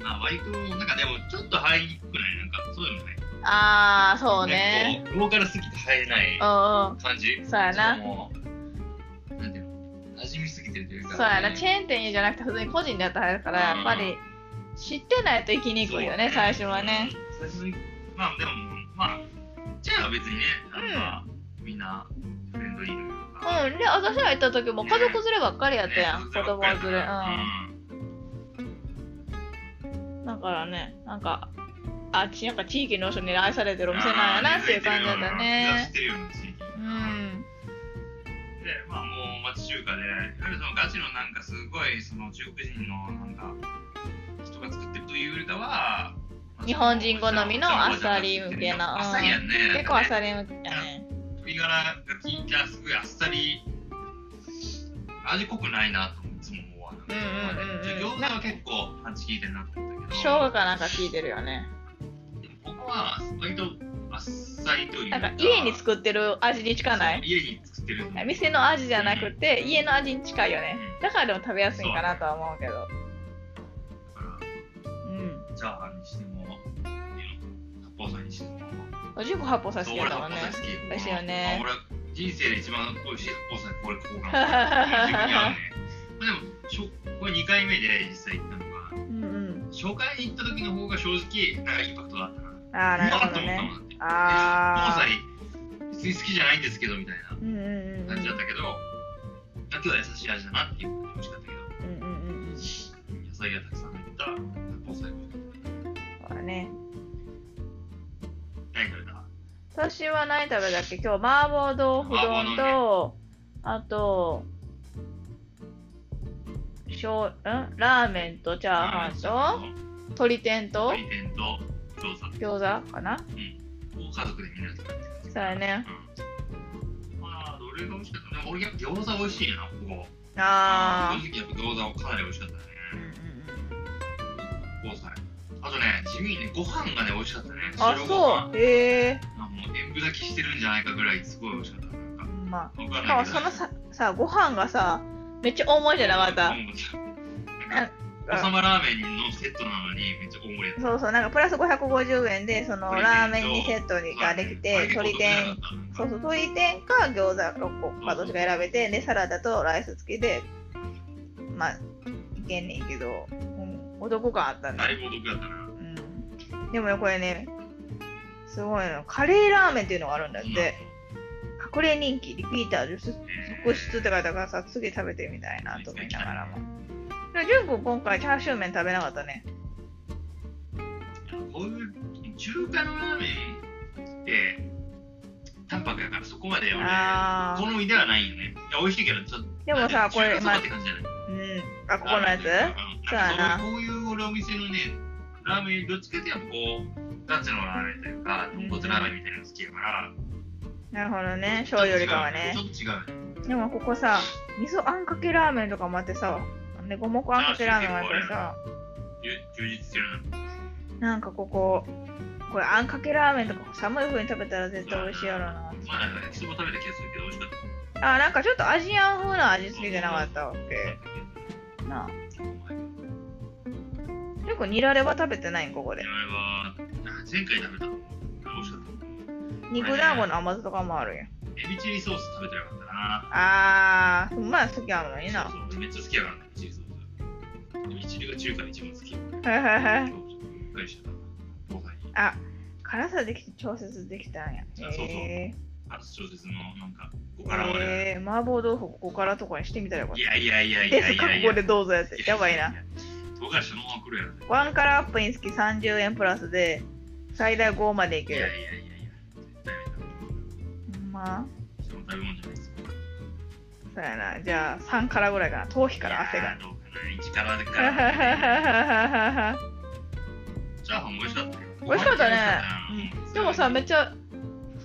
まあ割となんかでもちょっと入りにくくないなんかそういうのね
ああ、そう
な
ね。
んかこうローカルすぎて入れない
うんうん。
感じ
そうやな。
もうなんていうの馴染みすぎてるというか
そうやな。チェーン店じゃなくて、普通に個人で働くから、やっぱり知ってないと行きにくいよね、
そう
最初はね。。
最初にまあでも、まあ、じゃあ別にね、なんか、みんなフレンドリーというか。
うん。で、私ら行った時も家族連ればっかりやったやん、
ね
子供連れ。
うん。
うん。だからね、なんか、あちなんか地域の人に愛されてるお店なんやなっていう感じだった
あー
ね
知っ。てるような地域。
う
で、
ん。
まあもう町中華で、いわゆるそのガチのなんかすごい、その中国人のなんか、人が作ってるというよりかは、
日本人好みのあっさり向けな
あっさりやんね。
結構あっさり向きやね。
鶏ガラが効いたすごいあっさり味濃くないなといつも思うわなんうんうんうん、うん、餃子は結構パンチ効いてるなと思ったけど
生姜かなんか効いてるよね
ここは割とあっさりという
なんか家に作ってる味に近ない
家に作ってる
店の味じゃなくて、家の味に近いよね、だからでも食べやすいかなとは思うけど
うんチャーハンにしても八宝菜にしても
十個八宝菜好きだもんね美味しいよね、
まあ、俺人生で一番美味しい八宝菜これここが自分に合う [laughs] ねまあ、でもしょこれ2回目で実際行ったのが、うんうん、初回に行った時の方が正直なんかインパクトだったな
ああなるほどね
ああ別に好きじゃないんですけどみたいな感じだったけど、だけど優しい味だなっていう感じ美味しかったけど、うんうんうん、野菜がたくさん入った八宝菜も
そうだね
何食べた
私は何食べたっけ今日麻婆豆腐丼と、ね、あとしょうんラーメンとチャーハンと鶏天と
鶏天と餃
子餃子か
う
な
んご家族でみんなで食べて
そうやね、
うん、まあどれが美味しかったでも俺やっぱ餃子美味しいなここ
あ
あ正直やっぱ餃子かなり美味しかったねうんうんうんあとね地味にねご飯がね美味しかったね
あそうへえ
ー、あもう塩分炊きしてるんじゃないかぐらいすごい美味しかったなんか
まあしかもそのささご飯がさめっちゃ大盛りじゃなかった。
おさまラーメンのセットなのにめっちゃ大盛り
そうそう、なんかプラス550円で、そのラーメン2セットにができて、鶏天、そうそう、鶏天か餃子6個かどっちか選べて、で、サラダとライス付きで、まあ、いけんねんけど、うん、お得感あったね。
だいぶお得だったな。
うん。でもね、これね、すごいの。カレーラーメンっていうのがあるんだって。隠れ人気リピーター続出って書いたからさ次食べてみたいなと思いながらも純君今回チャーシュー麺食べなかったね
こういう中華のラーメンって淡白やからそこまで俺好みではないよねいや美味しいけどちょっと
でもさこれ
まあ、うんあ
ここのやつそうや
なこういう俺お店のねラーメンどっちかっていうとこうガチのラーメンというか豚骨ラーメンみたいなの好きやから、
なるほどね、醤油よりかはね。
ちょっと違
う。でもここさ、味噌あんかけラーメンとかもあってさ、ね、五目あんかけラーメンもあってさ、
充実してる
な。なんかここ、これあんかけラーメンとか寒い風に食べたら絶対美味しいやろうな。ま。
あなんか焼きそば食べた気がするけど美味しかった
あ、なんかちょっとアジアン風な味付けじゃなかったわけ。なあ。結構ニラレバ食べてないんここで。
ニラレバ、前回食べた。美味しかった。
肉団子の甘酢とかもあるやん。
エビチリソース食べてなかったな。
あー、まあ好きやもんねな。
そうそう、めっちゃ好きやからね、エビチリソース。エビチリが中華で一番好き。
はいはいはい。あ、辛さできて調節できたんや。
あそうそう。あと調節のなんか、ここから
えー、麻婆豆腐ここからとかにしてみたらよかった。
いやいやいやいやいや
いや。ここでどうぞやって。 [laughs] やばいな。
唐辛子のまま来るやろ。
ワンカラーアップにつき30円プラスで、最大5までいける。
いやいやいや。
ま
その食べ物じゃないですか。
そうやな。じゃあ3からぐらいかな。頭皮から汗が。
どうかな。1からでから、ね。
[laughs]
チャーハン美味しかったよ。
美味しかったね。うん、でもさ、めっちゃ、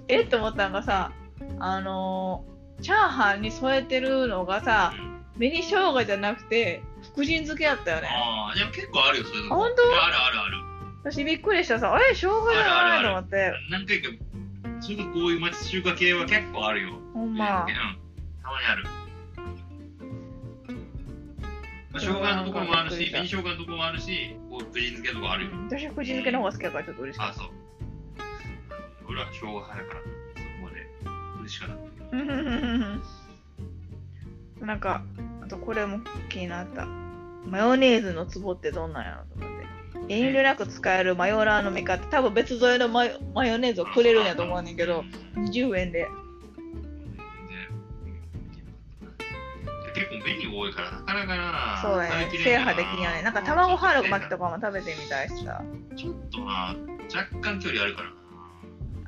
えって思ったのがさ、あのー、チャーハンに添えてるのがさ、紅生姜じゃなくて、福神漬けやったよね。
ああ、でも結 [laughs] 構あるよ、そういう
の。本当
あるあるある。
私びっくりしたさ、あれ生姜じゃないと思って。
何回かちょっとこういう町中華系は結構あるよ。
ほんま。うん、
たまにある。まあ、生姜のところもあるし、紅生姜のところもあるし、こう、くじ漬けとかあるよ。
私はくじ漬けの方が好きだからちょっと嬉しい。
あ、そう。俺は生姜派だから、そこまで嬉しかった
[laughs] 。なんか、あとこれも気になった。マヨネーズのツボってどんなんやろと思って。遠慮なく使えるマヨラーのメーカーって多分別添えのマヨマヨネーズをくれるんやと思うねんけど20円で
結構メニュー多いからなかなかな
そうやね制覇できんよねなんか卵ハーロ巻きとかも食べてみたいしさ
ちょっとな若干距離あるから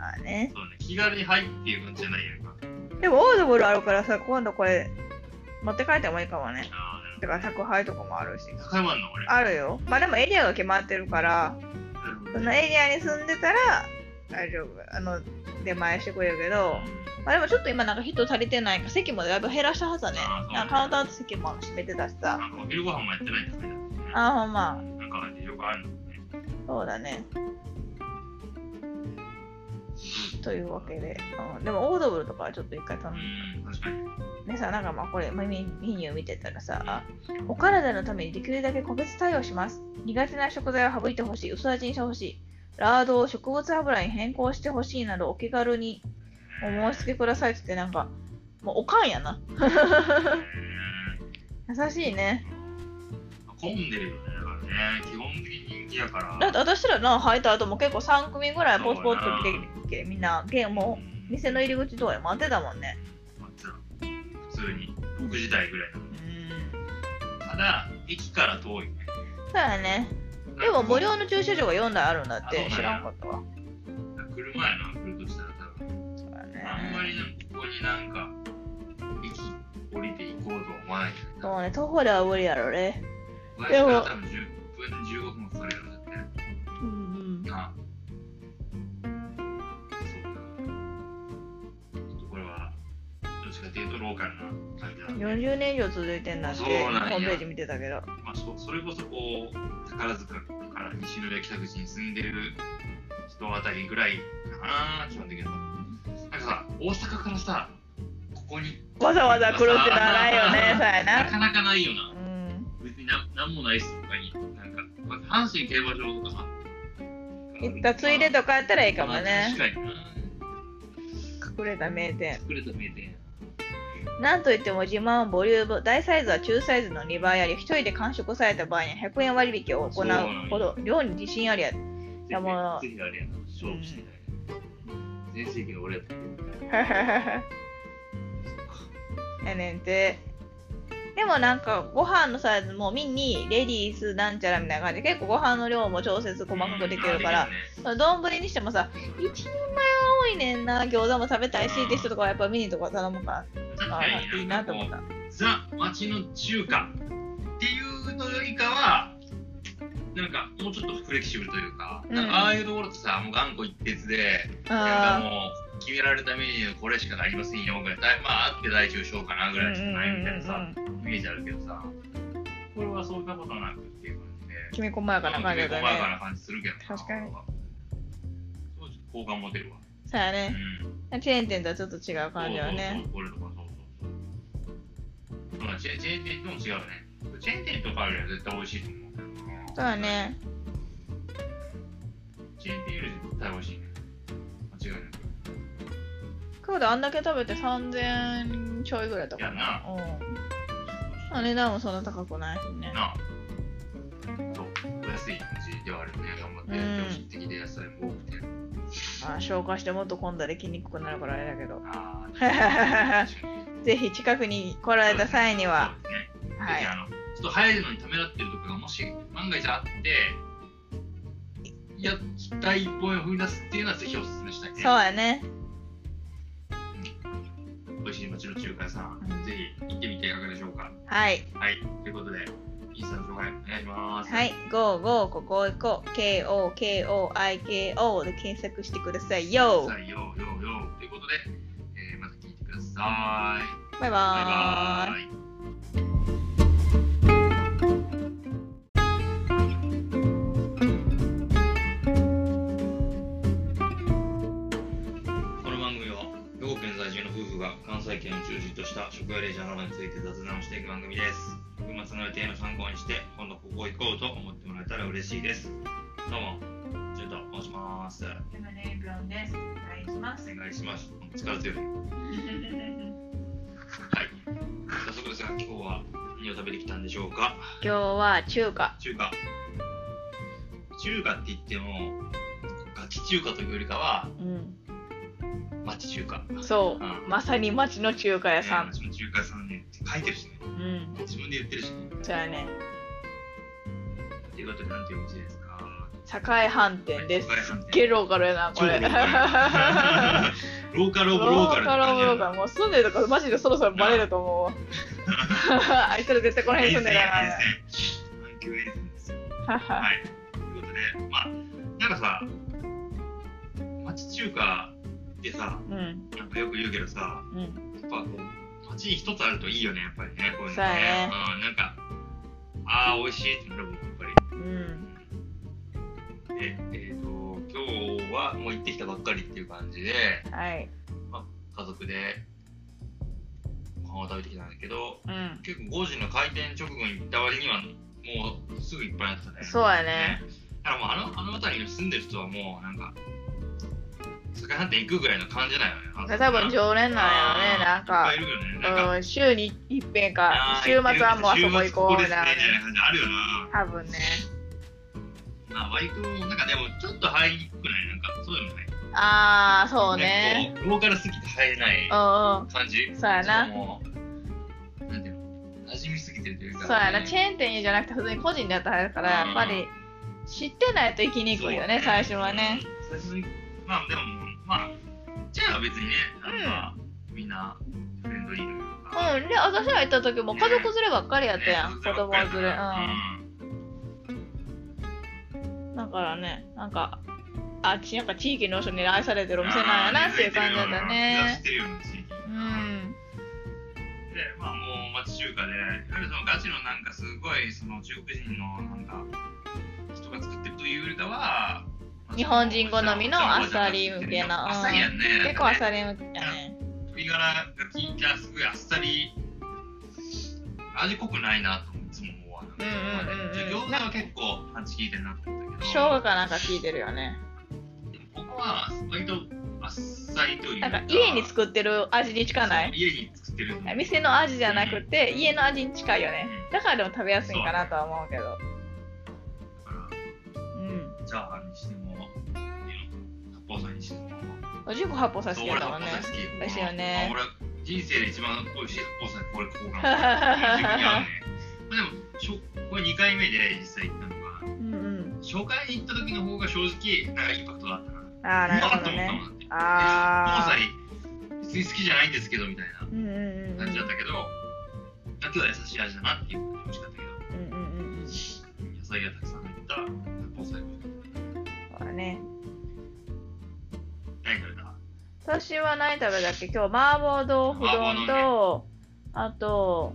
なあね
そうね気軽に入っていう感じじゃないやんか
でもオードブルあるからさ今度これ持って帰ってもいいかもねだから宅配とかもあるし。あるよ。まあでもエリアが決まってるから、そのエリアに住んでたら大丈夫。あの、出前してくれるけど、まあ、でもちょっと今なんか人足りてないから席もだいぶ減らしたはずだね
あーそうね
なんかカウンターの席も閉めてたしさ
なんかお昼ご飯もやってないんだけど、ね、
あーほんま
なんか事情があるんだね。
そうだねというわけで、うん、でもオードブルとかはちょっと一回頼む
うん、確かに。
でさなんかまあこれメニメニュー見てたらさあお体のためにできるだけ個別対応します苦手な食材を省いてほしい薄味にしてほしいラードを植物油に変更してほしいなどお気軽にお申し付けくださいって言ってなんかもうおかんやな優しいね
うん混んでるよね、だからね、基本的に人気やから。
だって私らの入った後も結構3組ぐらいポツポツって来てみんなゲームを
うん
店の入り口とかで待ってたもんね
まあつら普通に、6時台ぐらいだもんね。
うん
ただ、駅から遠いよね。
そうやねでも無料の駐車場が4台あるんだっ
あ
て
そう
知
な
ら
んや
んかったわ
車やな、来るとしたら多分。
そうやね
あんまりなんかここになんか、駅降りて行こうとは思わないけど、
そうね、徒歩では無理やろね。
前から多分10分、15分もかかるようになってる
うん
な。そうか。ちょっとこれは、どっちかっていうとローカルな感じだ
うん。
ね。
40年以上続いてんだって、
そ
ホ
うなんや
ームページ見てたけど。
まあ、そうそれこそこう宝塚から西の北口に住んでる人あたりぐらいかな基本的にはなんかさ大阪からさここに
わざわざ来るってのはないよね、そうや
[laughs] な
な。
かなかないよな
うん。
別になんなんもないっすとかになんか、まあ、阪神競馬場とかさ
行ったついでとかやったらいいかもね。
まあ確かにな
隠れた名店。
作れた名店や
なんといっても自慢はボリューム、大サイズは中サイズの2倍あり、一人で完食された場合には100円割引を行うほど、量に自信ありや。やもう
ぜひぜひあれやな勝負してない全盛期の俺やったけど
[laughs] やねんて。でもなんかご飯のサイズもミニ、レディース、なんちゃらみたいな感じで結構ご飯の量も調節細かくできるから、丼にしてもさ、1人前は多いねんな、餃子も食べたいしって人とかはやっぱミニとか頼むから、
確
あ
かに
いいなと思った。
ザ・町の中華っていうのよりかはなんかもうちょっとフレキシブルというか,、
うん
なんかああいうところってさもう頑固一徹でなんか
あ
もう決められたメニューこれしかありませんよぐらいだいまああって大中小かなぐ
ー
らいしかないみたいな
うんうん
さ
うんうん
イメージあるけどさこれはそんなことなくっていう感じで
きめ細やかな感じだ
細
ね。
やかな感じするけどな
確かに
そうちょっと好感持てるわ、
そうや
う
ね。
ん
チェーン店とはちょっと違う感じよね。。
そうそうそうこれとかそうそうそう。まあチェチェーン店とも違うね。チェーン店とかよりは絶対美味しいと思うけどな。
そうだ。ね。
チェーン店より絶対美味しいね。間違いなく。
クードあんだけ食べて3000ちょいぐらいだったかな。うん。まあ値段もそんな高くないしね。
なあ。そう。お安い感じではあるよね。頑張ってやってほしい的で野菜も多くて。
まあ、消化してもっと混んだら来にくくなるからあれだけど。
あ
[laughs]
あ。
ぜひ近くに来られた際には。
そうですね。
は
ぜひ
い。
あの、ちょっと入るのにためらってるとかがもし万が一あって、いや、第一歩を踏み出すっていうのはぜひお勧めしたいね。
そうやね。
美味しい町の中華屋さん、
うん
ぜひ行ってみていかがでしょうか。
はい。
はい、ということで、インスタの紹介お願いします。
はい。GO GO ここ行こう。KOKOIKO で検索してくださいよ
さ。あ、ようようようということで、えーまた聞いてください。
バ
バ
イ
イ
バーイ
バ。イ。この番組は兵庫県在住の夫婦が関西圏を中心とした食やレジャーなどについて雑談をしていく番組です。群馬の予定の参考にして、今度ここ行こうと思ってもらえたら嬉しいです。どうも、ちょっと申します。お
今ね、ブロンです。お願いします。
願いします。力強い。はい。早速ですが、今日は何を食べてきたんでしょうか。
今日は中華。
中華。中華って言っても、ガチ中華というよりかは、
うん。
町中華。
そうう。
ん
まさに町の中華屋さ
ね
ん。
町の中華屋さんね、書いてるしね。
うん。
自分で言ってるしね。
そうやね。
ということで、なんていうお店ですか。
栄飯店です
栄飯店。
すっげえローカルやな、こ
超ロ
れ。
ー
[laughs]
カル。ローカルオブローカルって感じや
ロー
な。
カルもう住んでるとこマジでそろそろバレると思う
[laughs]
わ [laughs] あいつら絶対この辺住んでるからな
沿線阪急沿線ですよ。
はは
はい。ということで、まあ、なんかさ、町中華ってさ、
うん
なんかよく言うけどさ、
うん
やっぱこう、街に一つあるといいよね、やっぱりね、こういうのね。
そうやね
うん、なんか、ああ、美味しいってなるもん、やっぱり。
うん
で、えっ、と、今日はもう行ってきたばっかりっていう感じで、
はい
家族でご飯を食べてきたんだけど、
うん
結構5時の開店直後に行った割には、もうすぐいっぱいになってたね。
そうやね。
だからもうあの、あの辺りに住んでる人はもう、なんか、酒飯店行くぐらいの感じだよね。あの
多分常連なんやろねなんか
いっぱいいるよね。なんか、
うん、週に一遍
あ
か
ー
週末はもうあそこ行こうみ
週末ここですねみたい
たいな
な感じあるよな。
多分ね
まあ、割と、なんかでも、ちょっと入りにくくないなんか、そういうのない。
ああそうね
なんかこうローカルすぎて入れない
うんうん
感じ。
そうやな
もうなんていうの馴染みすぎてるというか。
そうやなチェーン店じゃなくて普通に個人でやったらあれだからやっぱり知ってないと行きにくいよね
そう
最初はね。
最初にまあでもまあチェーンは別にねなんか、みんなフレンドリーというか。
うんで私が行った時も家族連ればっかりやったやん子供連れうんだからねなんかあちなんか地域の人に愛されてるお店なんやなっていう感じだった
知っ
ね
てるような地域。
うん
で、まあもう町中華で、いわゆるそのガチのなんかすごいその中国人のなんか人が作ってるというよりかは、まあ
日本人好みのあっさり向けなうん
あっさりやんね。
結構あっ
り。
さり向きやね
鶏ガラが効いたすごいあっさり味濃くないなといつも思わな
うんうんうんうん
餃子は結構パンチ効いてるなと思ったけど
生姜かなんか効いてるよね
でもここは割とあっさりという
なんか家に
っ
作ってる味に近ない
家に作ってる
店の味じゃなくて家の味に近いよねだからでも食べやすいんかなとは思うけど
だから
うん
チャーハンにしても八宝菜にしても
おじゅうこ八宝菜好き
そう
やっ
俺八
たもんね
宝菜好き
美味しいよね
まあ俺人生で一番美味しい八宝菜これここかな自分に合うねまあでもしょこれ2回目で実際行ったのが
うんうん
紹介に行った時の方が正直なんかインパクトだったな。
ああなる
あ
ほ
と
ど
思った
ね
もんだって。
ああ
東西別に好きじゃないんですけどみたいな
うんうんうんうん
感じだったけど、だけど優しい味だなっていう感じ美味しかったけど、
うんうんうんうんそ
野菜がたくさん入った防災も
うだね
何食べた？
私は何食べたっけ今日麻婆豆腐丼と、あと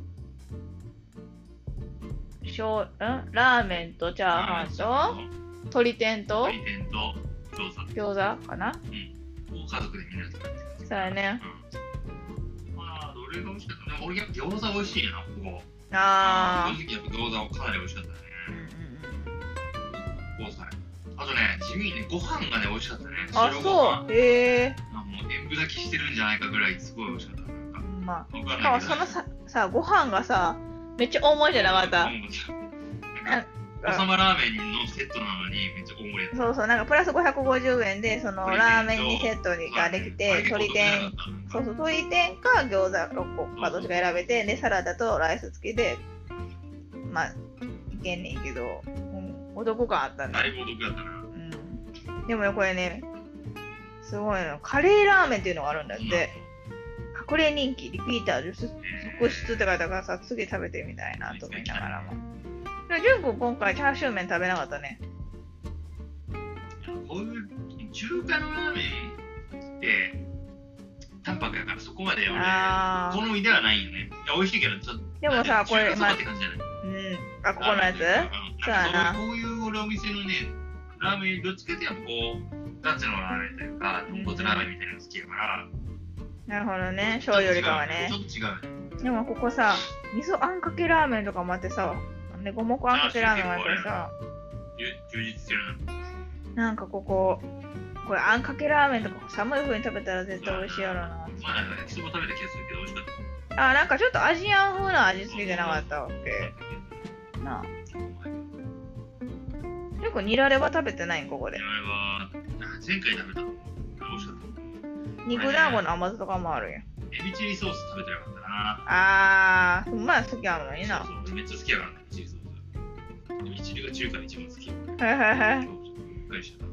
しょうんラーメンとチャーハンと鶏天と
鶏天と餃子
餃子かな
を家族でみんなで食べてた。
そうやね
うん。まあどれが美味しかったかな。俺やっぱ餃子美味しいなここ。
ああ
正直やっぱ餃子かなり美味しかったね。
うんうんうん
交際あとね地味にねご飯がね美味しかったね
あ
白ご飯
そうへえ
あもう塩分炊きしてるんじゃないかぐらいすごい美味しかったなんか
ま
僕
あ
は
しかもそのささご飯がさめっちゃ重いじゃなかった
なんかおさまラーメンのセットなのにめっちゃ大盛りやった
そうそう、なんかプラス550円で、そのラーメン2セットができて、鶏天、そうそう、鶏天か餃子6個かどっちか選べて、で、サラダとライス付きで、まあ、いけんねんけど、うん、お得感あったね。
だいぶお得だったな
うん。でもね、これね、すごいの、カレーラーメンっていうのがあるんだって、隠れ人気、リピーター続出って書いてあるからさ、次食べてみたいなと思いながらも。で、純子今回チャーシュー麺食べなかったね。
こういう中華のラーメンって淡白やからそこまで俺
あー
好みではないよねいや美味しいけどちょっと
でもさ、こ
ま
れ、ま
あ
あ
って感じじゃない
うん。あ、ここのやつ
そ
そうう
や
や
な
な
こういう俺お店のねラーメンどっちかっていうとこうガチのラーメンというか豚骨ラーメンみたいなの好きやから、
なるほどね。醤油よりかはね
ちょ。っと違うよね
でもここさ、味噌あんかけラーメンとかもあってさ、で、五目あんかけラーメンもあってさ、
充充実してるな
なんかここ、これあんかけラーメンとか寒い風に食べたら絶対美味しいやろうな。
まあなんか焼きそば食べた気がするけど美味しかった
あ、なんかちょっとアジアン風な味付けじゃなかったわけ。なあ。結構ニラレバ食べてないんここで
で。あれはあ前回食べたの美味しかった
肉団子の甘酢とかもあるやん。
エビチリソース食べてなかったな
あー、まあ好きなのに
そ
な。
うそうめっちゃ好きやからねエビチリソースエビチリが中華で一番好き
はいはい [laughs] はい。
今日ちょっとびっくりしたな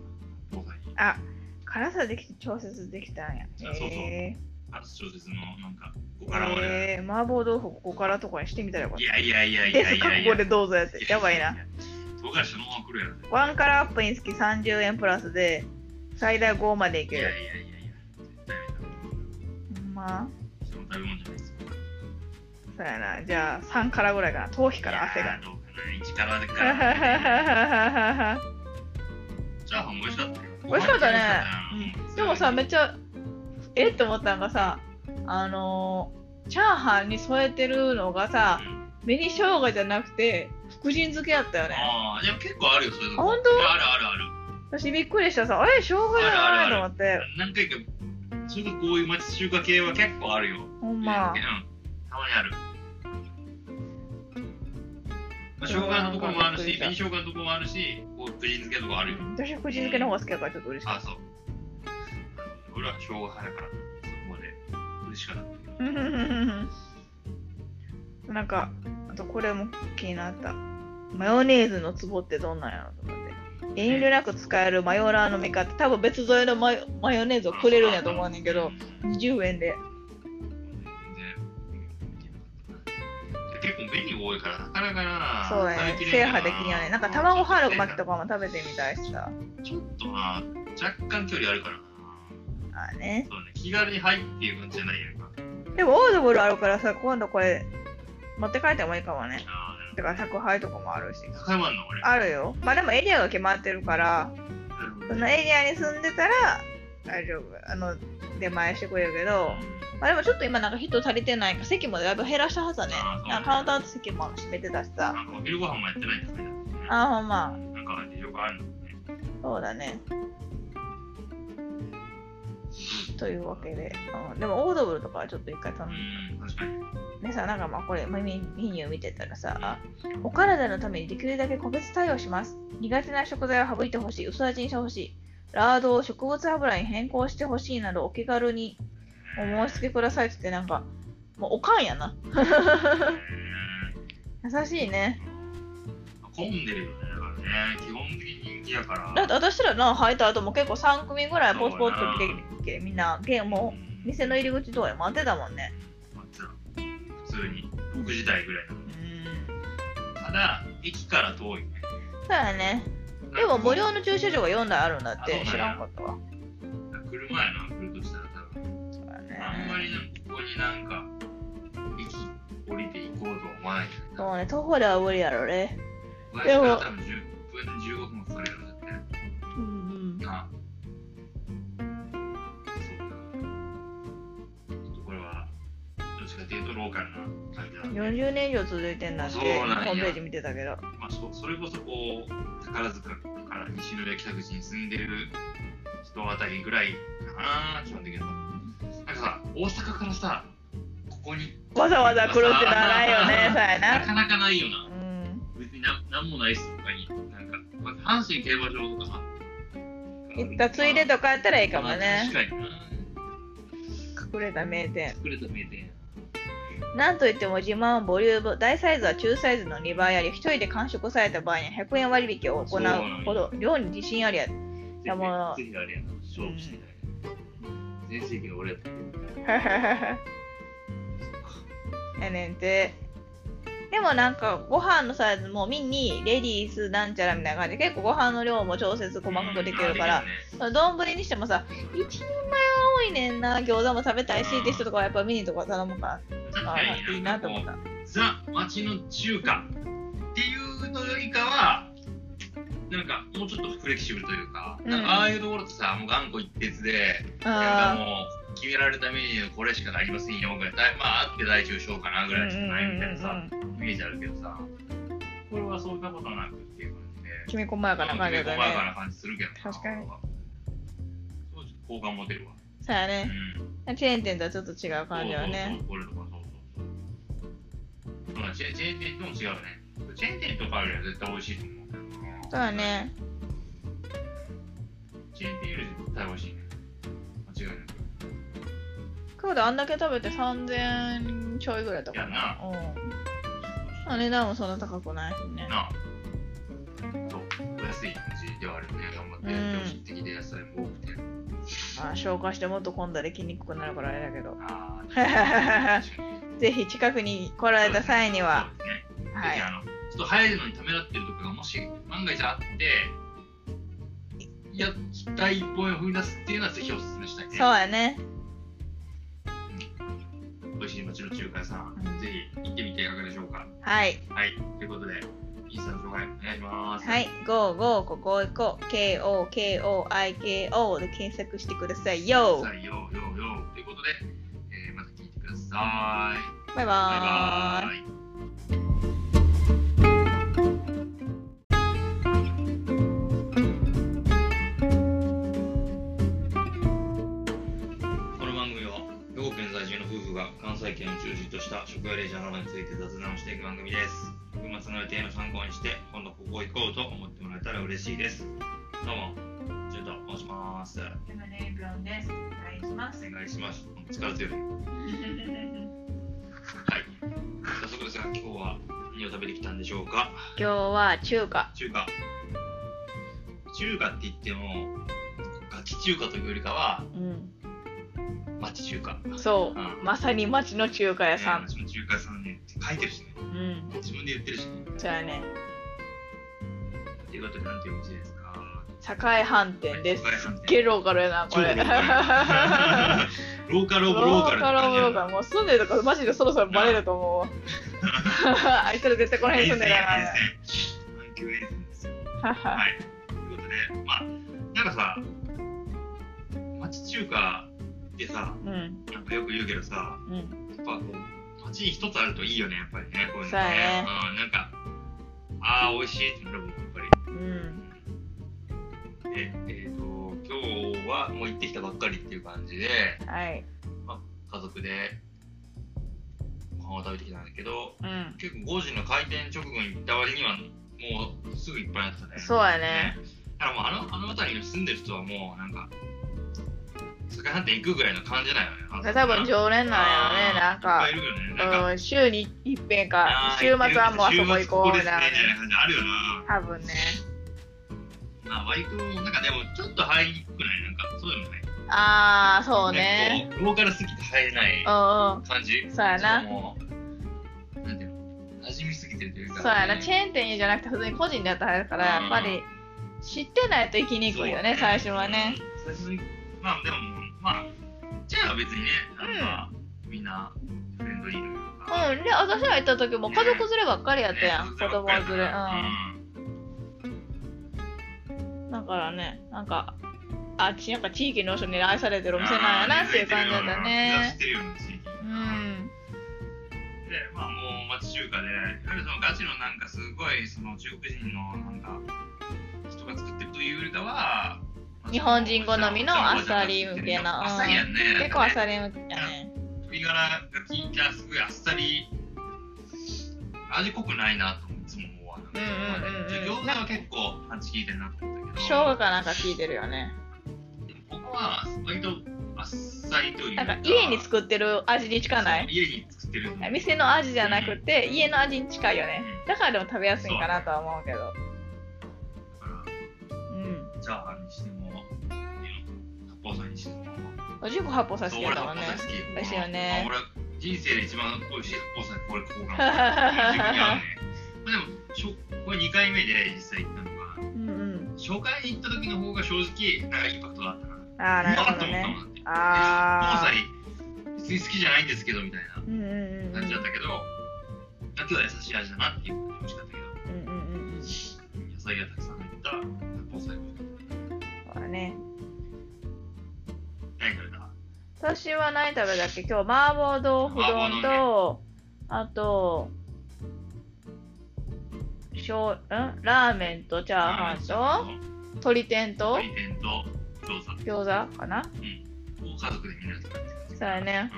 防災に
あ、辛さできて調節できたんや。
そうそう
へ
あと小説のなんか
ー
ごからまで、
へー麻婆豆腐ここからとかにしてみたらよかっ
い
た。
やいやいやい
で
や
す、
いや
[laughs] 覚
いや
悟でどうぞやって。やばいな。。
唐辛子そのまま来るやろ。
ワンカラーアップにつき30円プラスで、最大5までい
い
け
やいや
る。
いやいや。絶対
な
それも食べ物じゃないですか。
そうやなじゃあ3からぐらいかな頭皮から汗
いや
が
ーどうかな一からでチャーハン美味しかったよ。
[laughs] 美味しかったね
美味しかったな
でもさめっちゃえって思ったのがさあのーチャーハンに添えてるのがさ
うん
紅生姜じゃなくて福神漬けやったよね
ああ、でも結構あるよ、そういうの。
本当
いやあるあるある。
私びっくりしたさあれ生姜じゃないと思って
何回か、ちょっとこういう町中華系は結構あるよ。
ほん
う
ま
ん、たまにある。まあ、生姜のところもあるし、紅生姜のところもあるし、こう、プリン漬けとかあるよ。
私は福神漬けの方が好きやからちょっと嬉しか
あ
っ、
そう。俺は生姜派だから、そこまで嬉しかったんだけど。
た [laughs] なんかあとこれも気になったマヨネーズのツボってどんなんやろと思って遠慮なく使えるマヨラーの味方多分別添えのマヨマヨネーズをくれるんやと思うねんけど20円で
結構紅多いからなかなかな
そうやね
食べきれ
制
んかな
覇できんよねなんか卵春巻きとかも食べてみたいしさ
ちょっとな若干距離あるからな
あーね
そうね気軽に入っていう感じじゃないやんか
でもオードブルあるからさ今度これ持って帰ってもいいかもね
あー
だから宅配とかもあるし
高山の俺
あるよまあでもエリアが決まってるからそのエリアに住んでたら大丈夫あの出前してくれるけどまあでもちょっと今なんか人足りてないから席もだいぶ減らしたはずだね
あーそう
なんかカウンターの席も閉めてたしさ
なんかお昼ご飯もやってないんだね
ああほんま
なんか事情があるのね
そうだねというわけで、うん、でもオードブルとかはちょっと一回頼
う
ん
ん確かに
でさなんかまあこれメメメニュー見てたらさお体のためにできるだけ個別対応します苦手な食材を省いてほしい薄味にしてほしいラードを植物油に変更してほしいなどお気軽にお申し付けくださいって言ってなんかもうおかんやな優しいね
混んでるよねだからね基本的に人気やから
だって私らの入った後も結構3組ぐらいポツポツ
そうや
来てみんなゲームを店の入り口通り待ってたもんね
待ってた普通に6時台ぐらいなの
う
ね
ん
ただ駅から遠いね
そうやねでも無料の駐車場が4台あるんだって知らんかったわ
車やな来るとしたら多分
そうやね
あんまりなんかここになんか駅降りて行こうとは思わない
もうね、徒歩では無理やろね。
でも多分10分15分もかかるようになって
うん
なそうかちょっとこれはどっちかっていうとローカルな感じな
うんん。
で
40年以上続いてんだって、
そ
ホ
うなんや
ームページ見てたけど。
まあ、そそれこそこう宝塚から西宮北口に住んでる人あたりぐらいかな基本的にはなんかさ大阪からさここに
わざわざ来るってのはない
[laughs]
よね、そうや
な
な。
かなかないよな
うん。
別になんなんもないっすとかになんか、まあ、阪神競馬場とかさ
行ったついでとかやったらいいかもね。
確かにな
隠れた名店。
作れた名店
なんといっても自慢はボリューム、大サイズは中サイズの2倍あり、一人で完食された場合に100円割引を行うほど、量に自信ありや。いやもう
ぜひあれやな勝負してない全盛期の俺やったけど
[laughs] やねんて。でもなんかご飯のサイズもミニ、レディース、なんちゃらみたいな感じで結構ご飯の量も調節細かくできるから
うん、
丼にしてもさ、1人前は多いねんな、餃子も食べたいしって人とかはやっぱミニとか頼むか
確
ら、
かに
いいなと思った。
ザ・町の中華っていうのよりかはなんかもうちょっとフレキシブルというか,、
うん
なんかああいうところってさもう頑固一徹でなんか
あ
もう決められたメニューこれしかありませんよぐらいだいまああって大中小かなぐ
ー
らいしかないみたいな
うんうん
さ
うんうん
イメージあるけどさこれはそんなことなくっていう感じで
きめ細やかな感じ
きめ
だ
細やかな
ね。
感じするけどな
確かに
俺はそうちょっと好感持てるわ、
そうや
うん
ね。チェーン店とはちょっと違う感じよね。
そうそうそうこれとかそうそうそう。まあチェチェーン店とも違うね。チェーン店とかよりは絶対美味しいと思うけどな。
そうやね。
チェーン店より絶対美味しいね。間違いな
クールあんだけ食べて3000ちょいぐらいだったかな。うん。まあ
く。
値段もそんな高くないしね。
なあ。そう。お安い感じではあるね。頑張って
うん
やってほしい的で野菜も多くて。
まあ、消化してもっと混んだりきにくくなるからあれだけど。
ああ。確
[laughs]
かに
ぜひ近くに来られた際には。。
そうですね
は
ぜひあのちょっと入るのにためらってるとかがもし万が一あって、いや、第一歩を踏み出すっていうのはぜひお勧めしたい
い。
ね。
そうやね。
うんの中華屋さん、
うん
ぜひ行ってみていかがでしょうか。
はい。
はい、ということで、インスタの紹介お願いします。
はい。GO GO ここ行こう。KO KO IKO で検索してくださいよ。
さあようようようということで、えーまた聞いてください。
バイ
バイ
バーイ
バ。イ。この番組は兵庫県在住の夫婦が関西圏を中心とした食やレジャーなどについて雑談をしていく番組です。群馬の予定の参考にして今度ここ行こうと思ってもらえたら嬉しいです。どうも、ちょっと申します。お
今ね、ブロンです。お願いします。
願いします。力強い。はい。早速ですが、今日は何を食べてきたんでしょうか。
今日は中華。
中華。中華って言っても、ガチ中華というよりかは、
うん。
町中華。
そうう。
ん
まさに町の中華屋さん。
私も中華屋さんね、って書いてるしね。
うん。
自分で言ってるしね。
そうやね。
ということで、なんていうお店ですか。
栄飯店です
栄飯。
す
店
っげえローカルやな、こ
超ロ
れ。
ーカル。ローカルオブロ
ロ
ーカルっ
ー
て
カル
感じ
ロ
や
ーカ
な。
ルもう住んでるとこマジでそろそろバレると思う
[laughs]
わあいつら絶対この辺住んでるや
沿線沿線阪急沿線ですよ。
なは
はい。ということで、まあ、なんかさ、町中華ってさ、
うん
なんかよく言うけどさ、
うん
やっぱこう、町に一つあるといいよね、やっぱりね、こういうのね。
そうやね
うん、なんか、ああ、美味しいってなるもん、やっぱり。
うん
で、えー、と今日はもう行ってきたばっかりっていう感じで
はい
家族でご飯を食べてきたんだけど
うん
結構5時の開店直後に行った割にはもうすぐいっぱいになってたね
そうやね
だからもうあのあの辺りに住んでる人はもうなんか酒飯店行くぐらいの感じだよねあ
[laughs] 多分常連なんやろねなん
いっぱいい
か
るよねなんか、
うん週に一遍か
あー
週末はもうあそこ行こうみ
週末ここです
たいな
ねみたいな感じあるよな
多分ね
まあ割となんかでもちょっと入りにくくないなんかそうでもない
ああそうね
なんかこうローカルすぎて入れない
うんうん
感じ
そうやな
もうなんていうの馴染みすぎてるというか
そうやなチェーン店じゃなくて普通に個人でやったらあれだからやっぱり知ってないと行きにくいよね
そう
最初はね
最初にまあでもまあじゃあ別にねなんか、みんなフレンドリーというか、
うんで私ら行った時も家族連ればっかりやったや
ね
ん子供連れうん
うん
だからね、なんか、あっち、なんか地域の人に愛されてるお店なんやなっていう感じだった
あー根
ね。
付いてるような気がしてるよう
う
な地域
ん。
でまあもう町中華でいわゆるそのガチのなんかすごいその中国人のなんか人が作ってるというよりかはまあ
日本人好みのあっさり向けな
あっさりやんね
結構あっ
り
さりやね。
鶏ガラが効いたすごいあっさり味濃くないなといつも思わな
うんうんうんうん
餃子は結構パンチ効いてるなと思ったけど
生姜かなんか効いてるよね。
ここは割とあっさりという
なんか家に作ってる味に近ない
家に作ってるの
店の味じゃなくて、家の味に近いよね。だからでも食べやすいんかなとは思うけど。うん。
チャーハンにしても、八宝菜にしても、
おじゅうこ八宝さして
俺
た
八
もん
宝
ね。
菜好き。
美味しいよね
まあ俺人生で一番美味しい八宝菜これここか
[laughs]
な。自分に合うね。まあでもしょこれ二回目で実際行ったのが
うんうん。
紹介に行った時の方が正直なんかインパクトだったな。
ああ、なる
うわ
ほ
っ
ど
と思ったもん
ね。
だって。八
ああ。
宝菜別に好きじゃないんですけどみたいな
うんうんうんうん。
感じだったけど、だけど優しい味だなっていう感じ美味しかったけど、
うんうんうん。
野菜がたくさん入った八宝菜美味しかった。
そうだね。
何食べた？
私は何食べたっけ今日麻婆豆腐丼
麻
と、あとしょうんラーメンとチャーハンと鶏天と
鶏天と餃子
餃子かな
を家族でみんなで食べてる
そうやね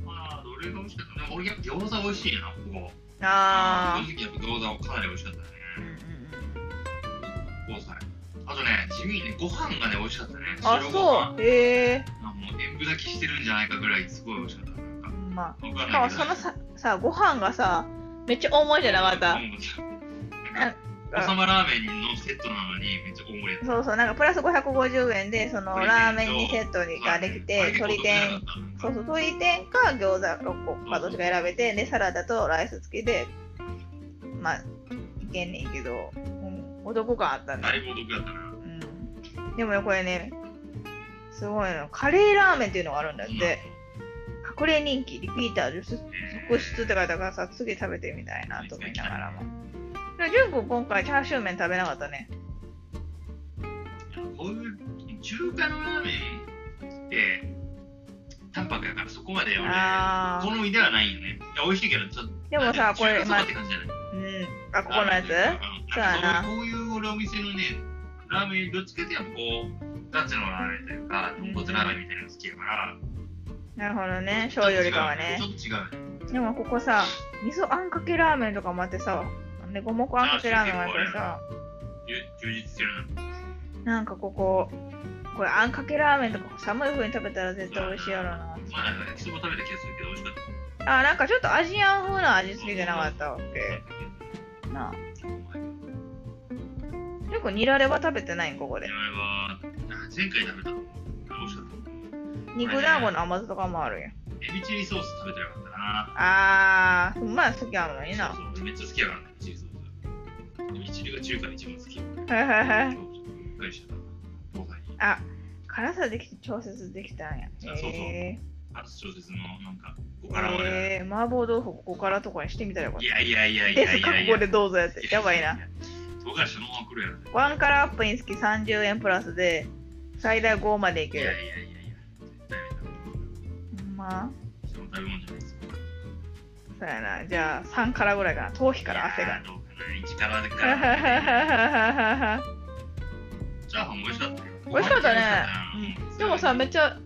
うんまあどれが美味しかったかな俺やっぱ餃子美味しいなここ
あ
正直やっぱ餃子かなり美味しかったね
ーうんうんうん
5歳あとね地味にねご飯がね美味しかったね
あ
白ご飯
そうへえ
あもう塩分炊きしてるんじゃないかぐらいすごい美味しかったなんか
ま
僕は
あしかもそのささご飯がさめっちゃ重いじゃなかった
なんかおさまラーメンのセットなのにめっちゃ大盛りやった
そうそうなんかプラス550円でその
鶏天と
ラーメン2セットにができて鶏天そうそう、鶏天か餃子6個かどっちか選べて、で、サラダとライス付きで、まあ、いけんねんけど、うん、お得感あった
だい
ね。
ぶお得だったな
うん。でもね、これね、すごいの。カレーラーメンっていうのがあるんだって。これ人気リピーター続出って書いてあるからさ次食べてみたいなと思いながらもでも純君今回チャーシュー麺食べなかったね
こういう中華のラーメンって淡白やからそこまで
あ
俺
ー
好みではないよねいや美味しいけどちょっと
でもさこ
ま
れま
あ
あ
って感じじゃない
うんあここのやつ
そ
そうやな
こういう俺お店のねラーメンどっちかっていうとこうガチのラーメンというか豚骨ラーメンみたいなの好きやから
なるほどね醤油よりかはね
ちょっと違うね
でもここさ味噌あんかけラーメンとかもあってさで五目あんかけラーメンもあってさ
充充実してるな
なんかこここれあんかけラーメンとか寒い風に食べたら絶対美味しいやろうな
まあなんか焼きそば食べた気がするけど美味しかった
あなんかちょっとアジアン風な味付けじゃなかったわけなあよくニラレバ食べてないんここで
我々はあ前回食べたの美味しかった
肉団子の甘酢とかもあるやん
エビチリソース食べてなかったな
あーまあ好きやもんいいな
そうそうめっちゃ好きやからねエビチリソースエビチリが中華で一番好き
はいはいは
び
い
っくりしたな東西に
あ辛さできて調節できたんや
そうそう
へ
初小説のなんか
え
ごからまで
へえ麻婆豆腐ここからとかにしてみたらよかっ
いやいやいや
た
い
で
や
す
い
覚
やい
悟
や
でどうぞやってやばいな
唐辛子のまま来るやろ
ワンカラーアップにつき30円プラスで最大5までい
い
け
やいや
る
いやいや絶対ダメ
ほんま
だその食べ物じゃないです
そうやなじゃあ3からぐらいかな頭皮から汗
いや
が
ーどうかな一からでか
[laughs]
ら
は
チャーハンも美味しかったよ
美味しか
美味しか
ったね
ったな
でもさめっちゃ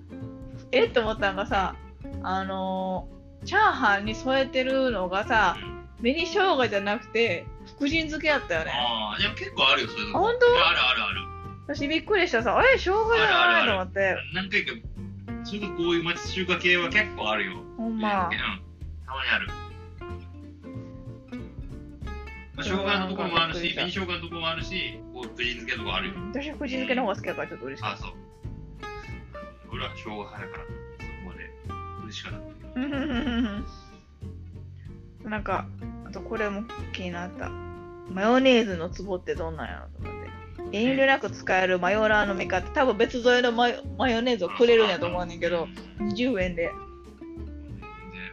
えって思ったのがさあのーチャーハンに添えてるのがさ
うん
紅生姜じゃなくて福神漬けやったよね
ああでも結構あるよそういうとこ
あ本当
いやあるあるある
私びっくりしたさあれ生姜じゃないと思って
何回かそういうこういう町中華系は結構あるよ
ほんま
うんたまにあるまあ、生姜のところもあるし、紅生姜のところもあるし、こう、プリン漬けのところあるよ。
私福神漬けの方が好きやからちょっと嬉しか
あ、
っ
そう。俺は生姜派だから、そこまで嬉しかった。
たなんかあとこれも気になったマヨネーズのツボってどんなんやろと思って遠慮なく使えるマヨラーの味方多分別添えのマヨマヨネーズをくれるんやと思うねんけど
うん
20円で
全然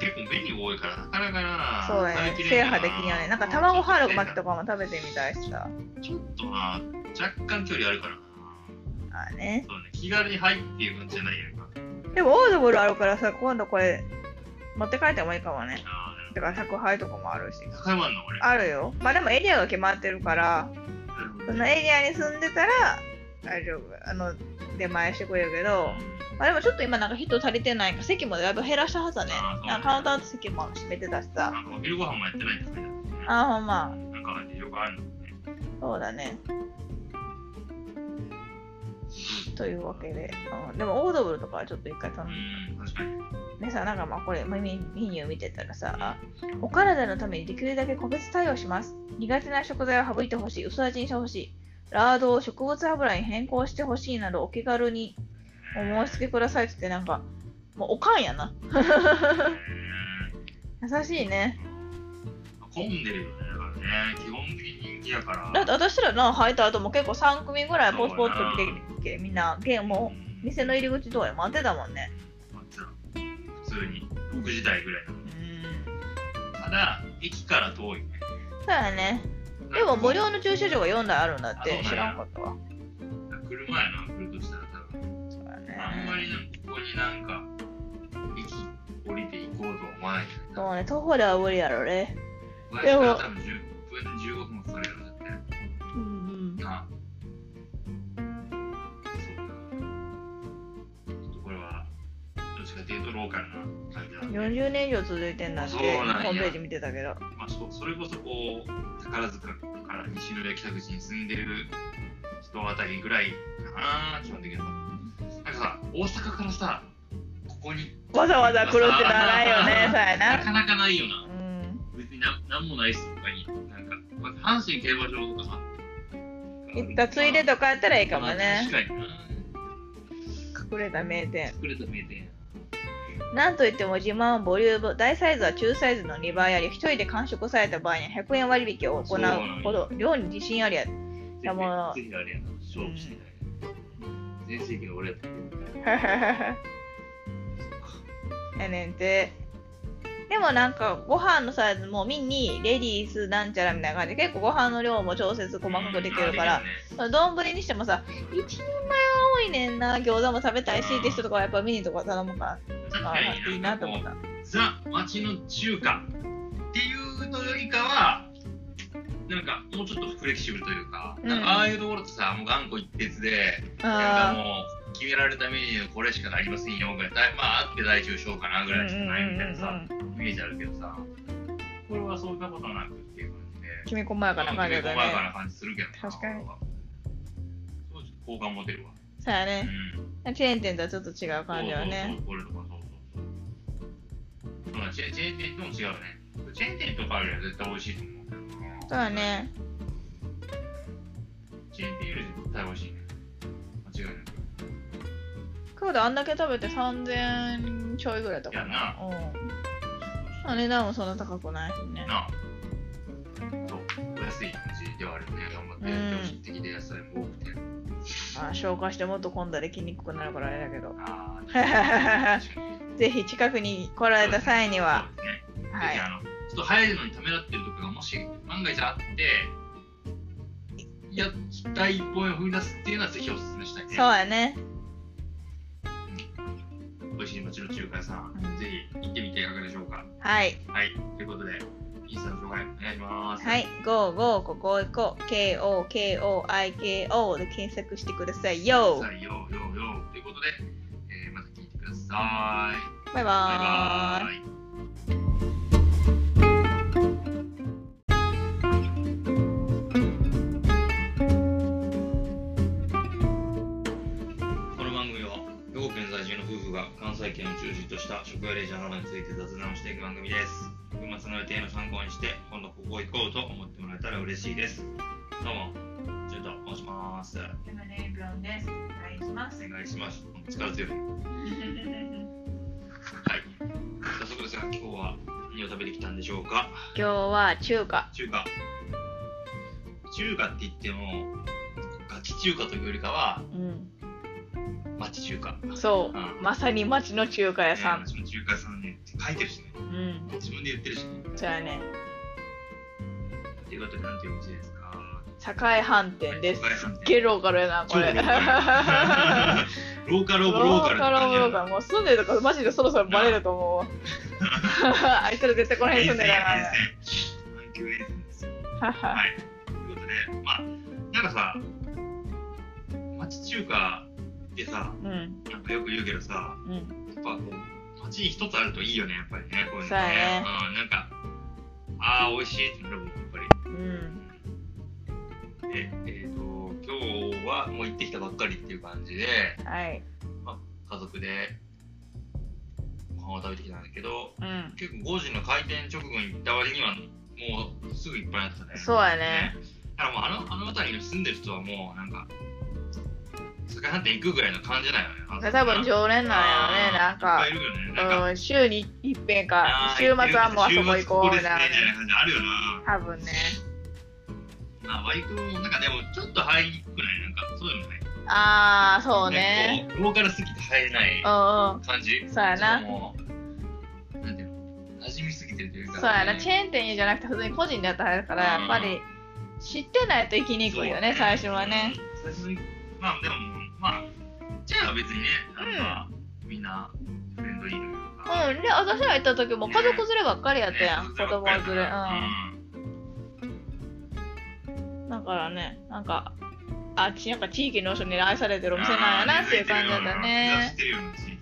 結構メニュー多いから、なかなかな、
そうだね
食べき
制
れんよ
覇できんよねなんか卵ハーロ巻きとかも食べてみたいしさ
ちょっとな、若干距離あるからな。
ああね
そうね、気軽に入っていう感じじゃないやんか。
でもオードブルあるからさ今度これ持って帰ってもいいかもね
あー
だから宅配とかもあるし
高山の俺。
あるよまあでもエリアが決まってるから
なるほ
そ
ど
のエリアに住んでたら大丈夫あの出前してくれるけどまあでもちょっと今なんか人足りてないから席もだいぶ減らしたはずだね
あーそう
なんかカウンターの席も閉めてたしさ
なんかお昼ご飯もやってないんだね。
あーほんま
なんか事情があるのね。
そうだねというわけで、うん、でもオードブルとかはちょっと一回頼んで
うん、確かに。
ねさなんかまあこれメニューメニュー見てたらさあお体のためにできるだけ個別対応します苦手な食材を省いてほしい薄味にしてほしいラードを植物油に変更してほしいなどお気軽にお申し付けくださいって言ってなんかもうおかんやな優しいね
混んでるよね、だからね。基本的に人気やから。
だって私らの入った後も結構3組ぐらいポツポツ
そうやな
来てきてみんなゲームを店の入り口とかで待ってたもんね
まあ普通に6時台ぐらいなの
うん
ただ駅から遠いね
そうやねでも無料の駐車場が4台あるんだっ
あ
て
そ
知
うなんや
らんかったわ
車やな来るとしたら多分
そうやね
あんまりなんかここになんか駅降りて行こうとは思わない
そうね、徒歩では無理やろね。
私から多分10分15分もかかるやろだって
うん
なそうかちょっとこれはどっちかっていうとローカルな感じなんで
40年以上続いてんだって、
そ
ホ
うなんや
ームページ見てたけど。
まあ、そそれこそこう宝塚から西宮北口に住んでる人あたりぐらいかな基本的にはなんかさ大阪からさここに
わざわざ来るってならんよね、そうや
な
な。
かなかないよな
うん。
別になんなんもないっすとかになんか、まあ、阪神競馬場とかさ
行ったついでとかやったらいいかもね。
まあ確かにな
隠れた名店。
作れた名店
なんといっても自慢はボリューム、大サイズは中サイズの2倍あり、一人で完食された場合には100円割引を行うほど、量に自信ありや。やもう
ぜひぜひあれやな勝負してない全盛期の俺やったけど
ははははやねんて。でもなんかご飯のサイズもミニ、レディース、なんちゃらみたいな感じで結構ご飯の量も調節細かくできるから、丼にしてもさ、1人前は多いねんな、餃子も食べたいしって人とかはやっぱミニとか頼むから、
確
あ
か
ー
に
いいなと思った。
ザ町の中華っていうのよりかはなんかもうちょっとフレキシブルというか,、
うん
なんかああいうところってさもう頑固一徹でなんか
あ
もう決められたメニューこれしかなりませんよぐらいだいまああって大中小かなぐ
ーう
ら
ん
いしかないみたいなさ、
うんうんうん
イメージあるけどさこれはそういったことなくっていう感じで
きめ細やかな感じ
きめ
だ
細やか
ね。
な感じするけどな
確かに
そうちょっと好感持てるわ、
そうや
う
ね。
ん
チェーン店とはちょっと違う感じはね。
そうそうそう。これとかそうそうそう。まあ、チェチェーン店とも違うね。チェーン店とかよりは絶対美味しいと思うけどな。
そうや。ね。
チェーン店より絶対美味しいね。間違いなく。
今日であんだけ食べて3000ちょいぐらいだったかな。うん。値段もそんな高くないしね。
なあ。そう。お安い感じではあるね。頑張ってやってほしい的で野菜も多くて。
まあ、消化してもっと混んだり筋肉くなるからあれだけど。
あ
[laughs]
あ。
確ぜひ近くに来られた際には。
そうですね。
は
ぜひあのちょっと入るのにためらってるとこがもし万が一あっていや第一歩を踏み出すっていうのはぜひおすすめしたい
い。
ね
そうやね。
美味しい町の中華屋さん、
うん
ぜひ行ってみていかがでしょうか
はい。
はいということでインスタの紹介お願いします
はい。GO GO ここ行こう。KO KO IKO で検索してくださいよ
さ。あようようようということで、えーまた聞いてください
バイバ
バイ
ーイ
バ。イこの番組は兵庫県在住の夫婦が関西圏を中心とした食やレジャーなどについて雑談をしていく番組です群馬その予定の参考にして今度ここ行こうと思ってもらえたら嬉しいですどうもちょっと申しますお
山根くんです。お願いします。
願いします力強いはい早速ですが今日は何を食べてきたんでしょうか
今日は中華。
中華中華って言ってもガチ中華というよりかは
うん。
町中華
そう
う。ん
まさに町の中華屋さん。
町の中華屋さんね書いてるしね
うん。
自分で言ってるしね
そうやね。
ということで何ていうお店ですか
境飯店です
栄飯店。
ゲロガルやな、これ。 [laughs]
超ローカルローカルオブローカルって感じ
ロ
や
ーカ
な
ルもう住んでるとこマジでそろそろバレると思う。
[laughs]
あいつら絶対この辺住んでるから
沿
な。
線阪急沿線ですよはいということでまあなんかさ町中華ってさ
うん
なんかよく言うけどさ
うん
やっぱこう街に一つあるといいよねやっぱりねこういうのね
そうやね
うん、なんかああ美味しいってなるもんやっぱり
うん
でえっ、と今日はもう行ってきたばっかりっていう感じで
はい
家族でご飯を食べてきたんだけど
うん
結構5時の開店直後に行った割にはもうすぐいっぱいあったね
そうやね
だからもうあのあの辺りに住んでる人はもうなんか酒飯店行くぐらいの感じなのよあの
多分常連なんやろねなん
いっぱいい
か
るよねなんか
うん週に一遍か
あー
週末はもうあそこ行こう
週末
みたいな
ここですねみたいな
ね
感じあるよな。
多分ね
まあ、割と、なんかでも、ちょっと入りにくくないなんか、そうでもない。
ああそう
な
ね
んかこう。ローカルすぎて入れない
うんうん
感じ。
そうやな
もうなんていうの馴染みすぎてるというか。
そうやなチェーン店じゃなくて普通に個人でやったらあれだからやっぱり知ってないと行きにくいよね
そう
最初はね。
最初にまあ、でも、まあ、じゃあ別にね、あの、
うん
まあみんな、フレンドリーというか。
うんで私ら行った時も家族連ればっかりやったやん子供連れうん
う
だからね、なんか、あちなんか地域の人に愛されてるお店なんやなっていう感じだった
知っ
ね。
てるような地域。
うん。
で、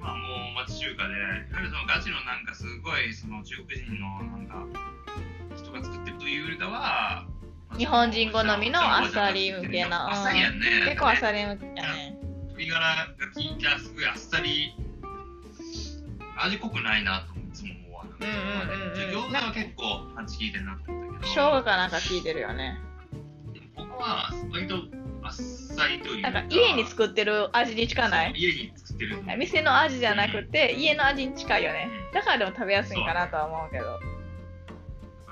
まあ、もう町中華で、いわゆるそのガチのなんかすごいその中国人のなんか人が作ってるというよりかは、まあ
日本人好みのあっさり向けな
あっさりやんね。
結構あっ
り。
さり向きやね。
鶏ガラが効いたすごいあっさり、味濃くないなといつも思うわ。
うんうんうんうん
餃子は結構パンチ効いてるなと思ったけど、
生姜かなんか効いてるよね。
でもここは割とあっさりという
なんか家に
っ
作ってる味に近ない
家に作ってる。
店の味じゃなくて家の味に近いよね。だからでも食べやすいんかなとは思うけど。
だか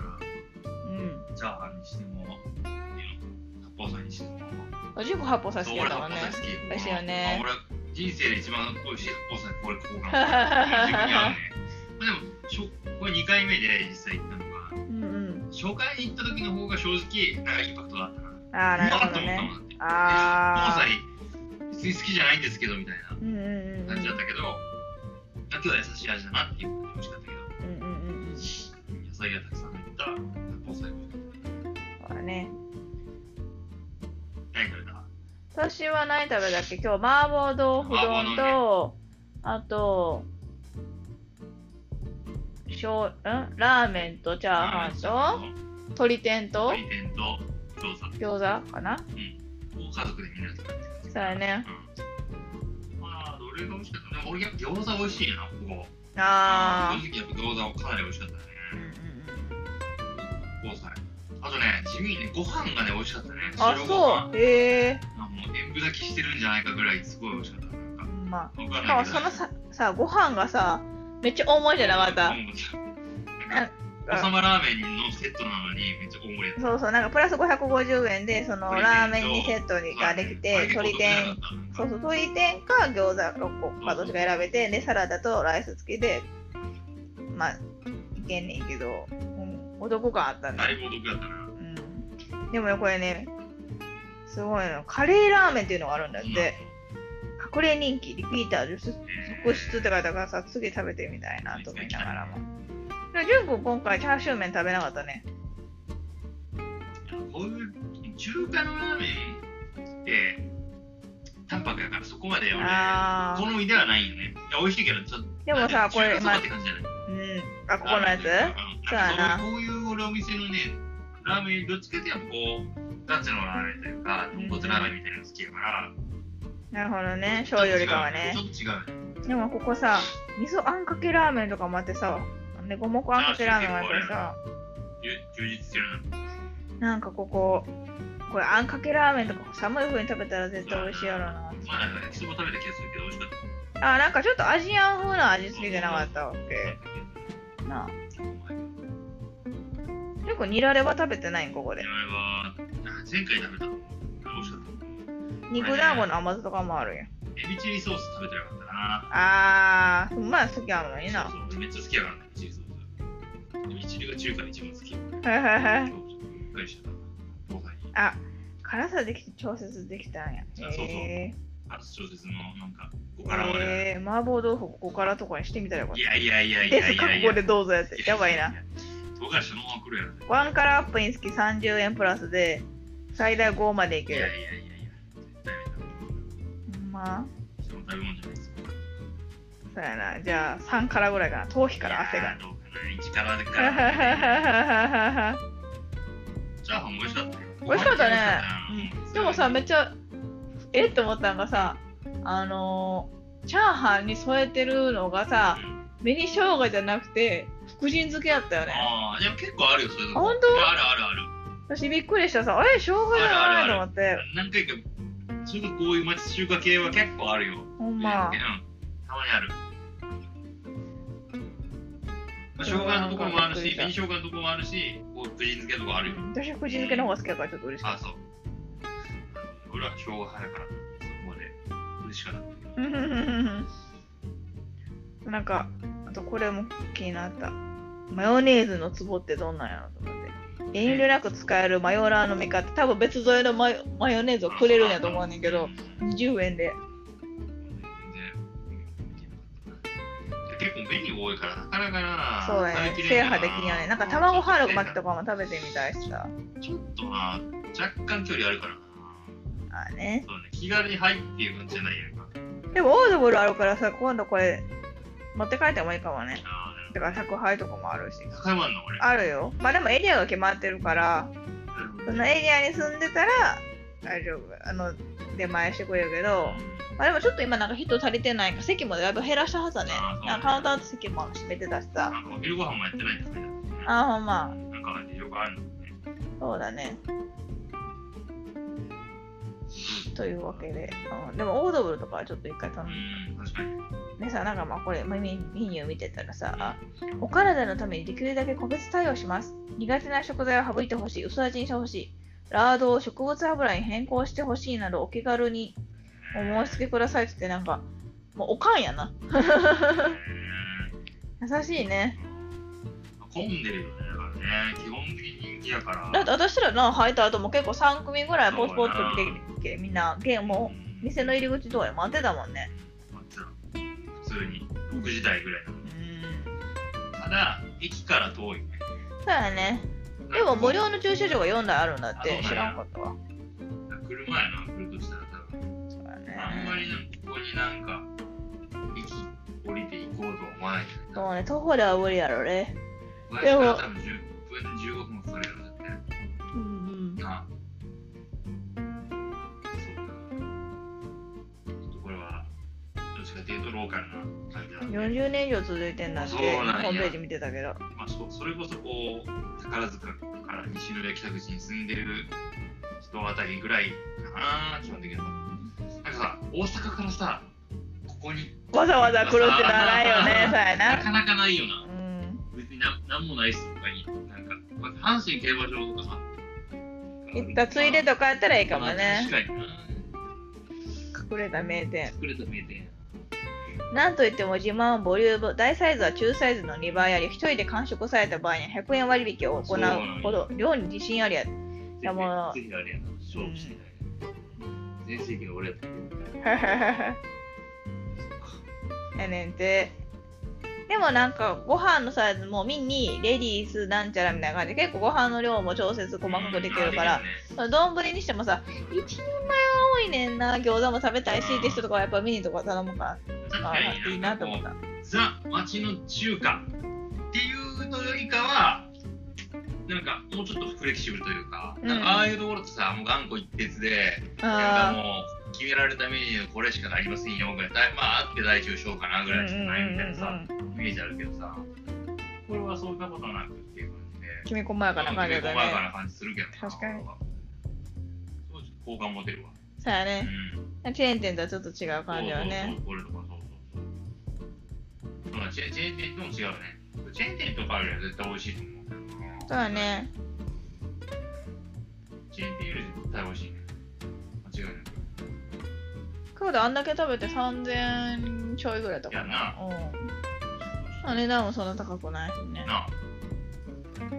ら
うん。
チャーハンにしても、八宝菜にしても。
おじゅうこ八宝菜好き
そう
や
俺
っ
八
たもんね
宝。菜好き。
美味しいよね
まあ俺人生で一番美味しい発酵祭これここ [laughs] が自分に合うね、まあ、でもしょこれ2回目で実際行ったのが
うんうん
初回に行った時の方が正直なんかインパクトだったな
ああなるほど
う
ね
わっと思ったもんだっ
ああ
て発酵祭別に好きじゃないんですけどみたいな
うんうんうん
感じだったけどだけど優しい味だなっていう感じが美味しかったけど
うんうんうんうん
野菜がたくさん入った発酵祭も
そうだね
何食べた
私は何食べたっけ今日麻婆豆腐丼と、あとしょうんラーメンとチャーハンと鶏天と
鶏天と餃子
餃子かな
を家族でみんなで食べてる
そうやね
うんまあどれが美味しかったでも俺やっぱ餃子美味しいなここ
あ
正直やっぱ餃子はかなり美味しかったね
ーうんうんうん
交際あとね地味にねご飯がね美味しかったね
あ
白ご飯
そうへえ
あもう塩分炊きしてるんじゃないかぐらいすごい美味しかったなんか
ま
僕
あしかも
は
そのささご飯がさめっちゃ重いじゃなかった
なんかおさまラーメンのセットなのにめっちゃ大盛りだった
そうそうなんかプラス550円でそのラーメン2セットにができて鶏天そうそう鶏天か餃子6個かどっちか選べてでサラダとライス付きでまあいけんねんけど、うん、お得感あったね
だいぶお得だったな
うん、でもねこれねすごいのカレーラーメンっていうのがあるんだって隠れ人気リピーター続出って書いたからさ次食べてみたいなと思いながらもでも純くん今回チャーシュー麺食べなかったね
こういう中華のラーメンって淡白だからそこまで俺
あー
好みではないよねいや美味しいけどちょっと
でもさこれ
中華そ
ま
ば
あ
って感じじゃない
うんあここのやつそうやな
こういう俺お店のね、ラーメン、どっちかっていうとこう、ガチのラーメンというか、豚骨ラーメンみたいなの好きやから、
なるほどね醤油よりかはね
ちょっと違うね。
でもここさ味噌あんかけラーメンとかもあってさね五目あんかけラーメンもあってさ
充充実してるな。
なんかこここれあんかけラーメンとか寒い風に食べたら絶対美味しいやろうな
まあなんか焼きそば食べた気がするけど、美味しかっ
あなんかちょっとアジアン風な味付けじゃなかったわけなあ
た。
よくニラレバ食べてないんここ
あれ
で
は、前回食べたと思う。美味しかった。
肉団子の甘酢とかもあるやん
エビチリソース食べてなかったな。
あーまあ好きあるのにな
そうそう、めっちゃ好きやからね、エビチリソース。エビチリが中華で一番好き。
はいはいはい
今日ちょっとびっくりしたな。後輩に。
あ辛さできて調節できたんや
そうそう
へ
あと小説のなんか、ここ
ー
からまで。
へー麻婆豆腐ここからとかにしてみたらよかっ
いやいやいや
た
い
で
や
す
いや
覚
いや
悟でどうぞやってやばいな。
唐辛子のまま来るやろ。
ワンカラーアップにつき30円プラスで最大5までい
い
け
やいや
る
いやいや。絶対やめ
ほんまあ
た人の食べ物じゃないですか。
そうやなじゃあ3からぐらいかな頭皮から汗
いや
が
ーどうかな。一
[laughs]
からでから。
で
チャーハンも美味しかったよ。
美味しかった
ご
ね
飯も美味しかったな
もさめっちゃえって思ったのがさあのーチャーハンに添えてるのがさ
うん
紅生姜じゃなくて福神漬けやったよね
ああ、でも結構あるよ、そういうの。
あ本当
いやあるあるある。
私びっくりしたさあれ生姜じゃないと思って
何回か、そういうこういう町中華系は結構あるよ。
ほん
うん、たま
ま
にある。まあ、生姜のところもあるし、紅生姜のところもあるし、こう、プリン漬けのところあるよ。
私福神漬けの方が好きだからちょっと嬉しか
あ
っ、
そう。俺は生姜派だから、そこまで嬉しかった。
たなんかあとこれも気になったマヨネーズのツボってどんなんやろと思って遠慮なく使えるマヨラーの味方多分別添えのマヨマヨネーズをくれるんやと思うねんけど20円で
結構メニュー多いから、なかなかな、
そうだね。制覇できんよね。なんか卵春巻きとかも食べてみたいしさ。
ちょっとな、若干距離あるからな。
あーね。
そうね、気軽に入っていう感じじゃないやんか。
でもオードブルあるからさ、今度これ持って帰ってもいいかもね。
ああ、
だから宅配とかもあるし。
高山の俺。
あるよ。まあでもエリアが決まってるから、そのエリアに住んでたら大丈夫。あの、出前してくれるけど、まあでもちょっと今なんか人足りてないから席もだいぶ減らしたはずだね
あーそう。ね
なんかカウンターの席も閉めてたしさ。
なんかお昼ご飯もやってないんだけど。
ああ、ほんま。
なんか事情があるのね。
そうだね。というわけで、うん、でもオードブルとかはちょっと一回頼む。
うん、確かに。
でさ、なんかまあこれメニメニュー見てたらさ、あお体のためにできるだけ個別対応します。苦手な食材を省いてほしい、薄味にしてほしい、ラードを植物油に変更してほしいなどお気軽にお申し付けくださいって言って、なんか、もうおかんやな。優しいね。
混んでるよね、だからね。基本的に人気やから。
だって私らな、入った後も結構3組ぐらいポツポツって来てきて、みんな、ゲームを店の入り口とかで待ってたもんね。
まあつら普通に、6時台ぐらいだもんね。ただ、駅から遠いね。
そうやね。でも無料の駐車場が4台あるんだって知らんかったわ。
車やな、来るとしたら多分。
そうやね。
あんまりなんかここになんか、駅降りて行こうとは思わないけど。
そうね、徒歩では無理やろね。
バイクから多分10分、15分もかかるやろ、だって。
うん
なあ。そうか。ちょっとこれは、どっちかっていうとローカルな感じだ
うん。
ね。
40年以上続いてんだって、ホ
そうなんや
ームページ見てたけど。
まあ、そうそれこそこう宝塚から西宮北口に住んでる人あたりぐらいかな基本的にはなんかさ大阪からさここに
わざわざ来るってのはない
[laughs]
よね、そうや
な
な。
かなかないよな
うん。
別になんなんもないっすとかになんか、まあ、阪神競馬場とかさ
行ったついでとかやったらいいかもね。
まあ確かにな
隠れた名店。
作れた名店や
なんといっても自慢はボリューム、大サイズは中サイズの2倍あり、一人で完食された場合には100円割引を行うほど、量に自信ありや。やもう
ぜひぜひあれやな勝負してない全盛期の俺やったけど
[laughs] やねんて。でもなんかご飯のサイズもミニ、レディース、なんちゃらみたいな感じで結構ご飯の量も調節細かくできるから、丼にしてもさ、1人前は多いねんな、餃子も食べたいしって人とかはやっぱミニとか頼むから、
確
あ
かに
いいなと思った。
ザ町の中華っていうのよりかはなんかもうちょっとフレキシブルというか,、
うん
なんかああいうところってさもう頑固一徹でなんか
あ
もう決められたメニューこれしかありませんよぐらいだいまああって大中小かなぐ
ー
らいしかないみたいな
うんうん
さ
うんうん
イメージあるけどさこれはそういったことなくっていう感じで
きめ細やかな感じだ
細
ね。
やかな感じするけどな
確かに
そうちょっと好感持てるわ、
そうや
う
ね。
ん
チェーン店とはちょっと違う感じよね。
そうそうそう。これとかそうそうそう。まあチェチェーン店とも違うね。チェーン店とかよりは絶対美味しいと思うけどな。
そうだ。ね。
チェーン店より絶対美味しいね。間違いなく。
クールあんだけ食べて3000ちょいぐらいだったかな。うん。まあ値段もそんな高くないしね。
なあ。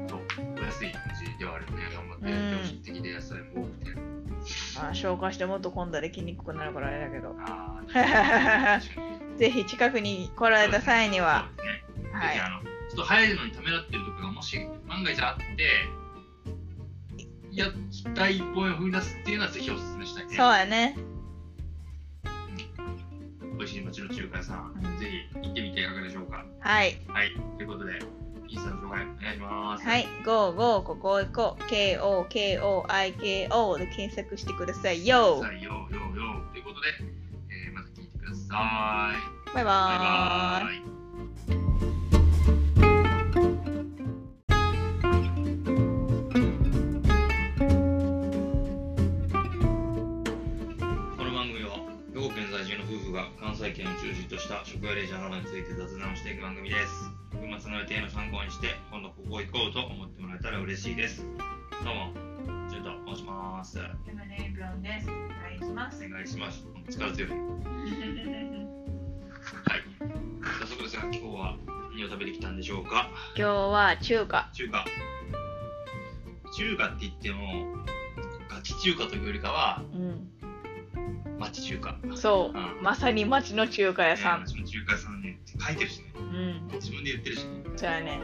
そう。お安い感じではあるよね。頑張ってやってほしい的で野菜も多くて。
まあ、消化してもっと混んだり筋肉くなるからあれだけど。
あ
[laughs]
あ。
ぜひ近くに来られた際には。
そうですね。
は
ぜひ
い。
あの、ちょっと入るのにためらってるとかがもし万が一あって、いや、第一歩を踏み出すっていうのはぜひお勧めしたいね。
そうやね。
美味しい町の中華屋さん、ぜひ行ってみていかがでしょうか。
はい。
はい、ということで、インスタの紹介お願いします。
はい。GO GO ここ行こう。KOKOIKO で検索してくださいよ
さ。あ、ようようようということで、えーまた聞いてください。バ
バイ
イ
バーイ
バ。イ。この番組は兵庫県在住の夫婦が関西圏を中心とした食やレジャーなどについて雑談をしていく番組です。群馬つの予定の参考にして、今度ここ行こうと思ってもらえたら嬉しいです。どうも、ちょっと申します。お
今ね、ブロンです。お願いします。
願いします。力強い。はい。早速ですが、今日は何を食べてきたんでしょうか。
今日は中華。
中華。中華って言っても、ガチ中華というよりかは、
うん。
町中華。
そうう。
ん
まさに町の中華屋さん。
町の中華屋さんね、書いてるしね。
うん。
自分で言ってるしね。
そうやね。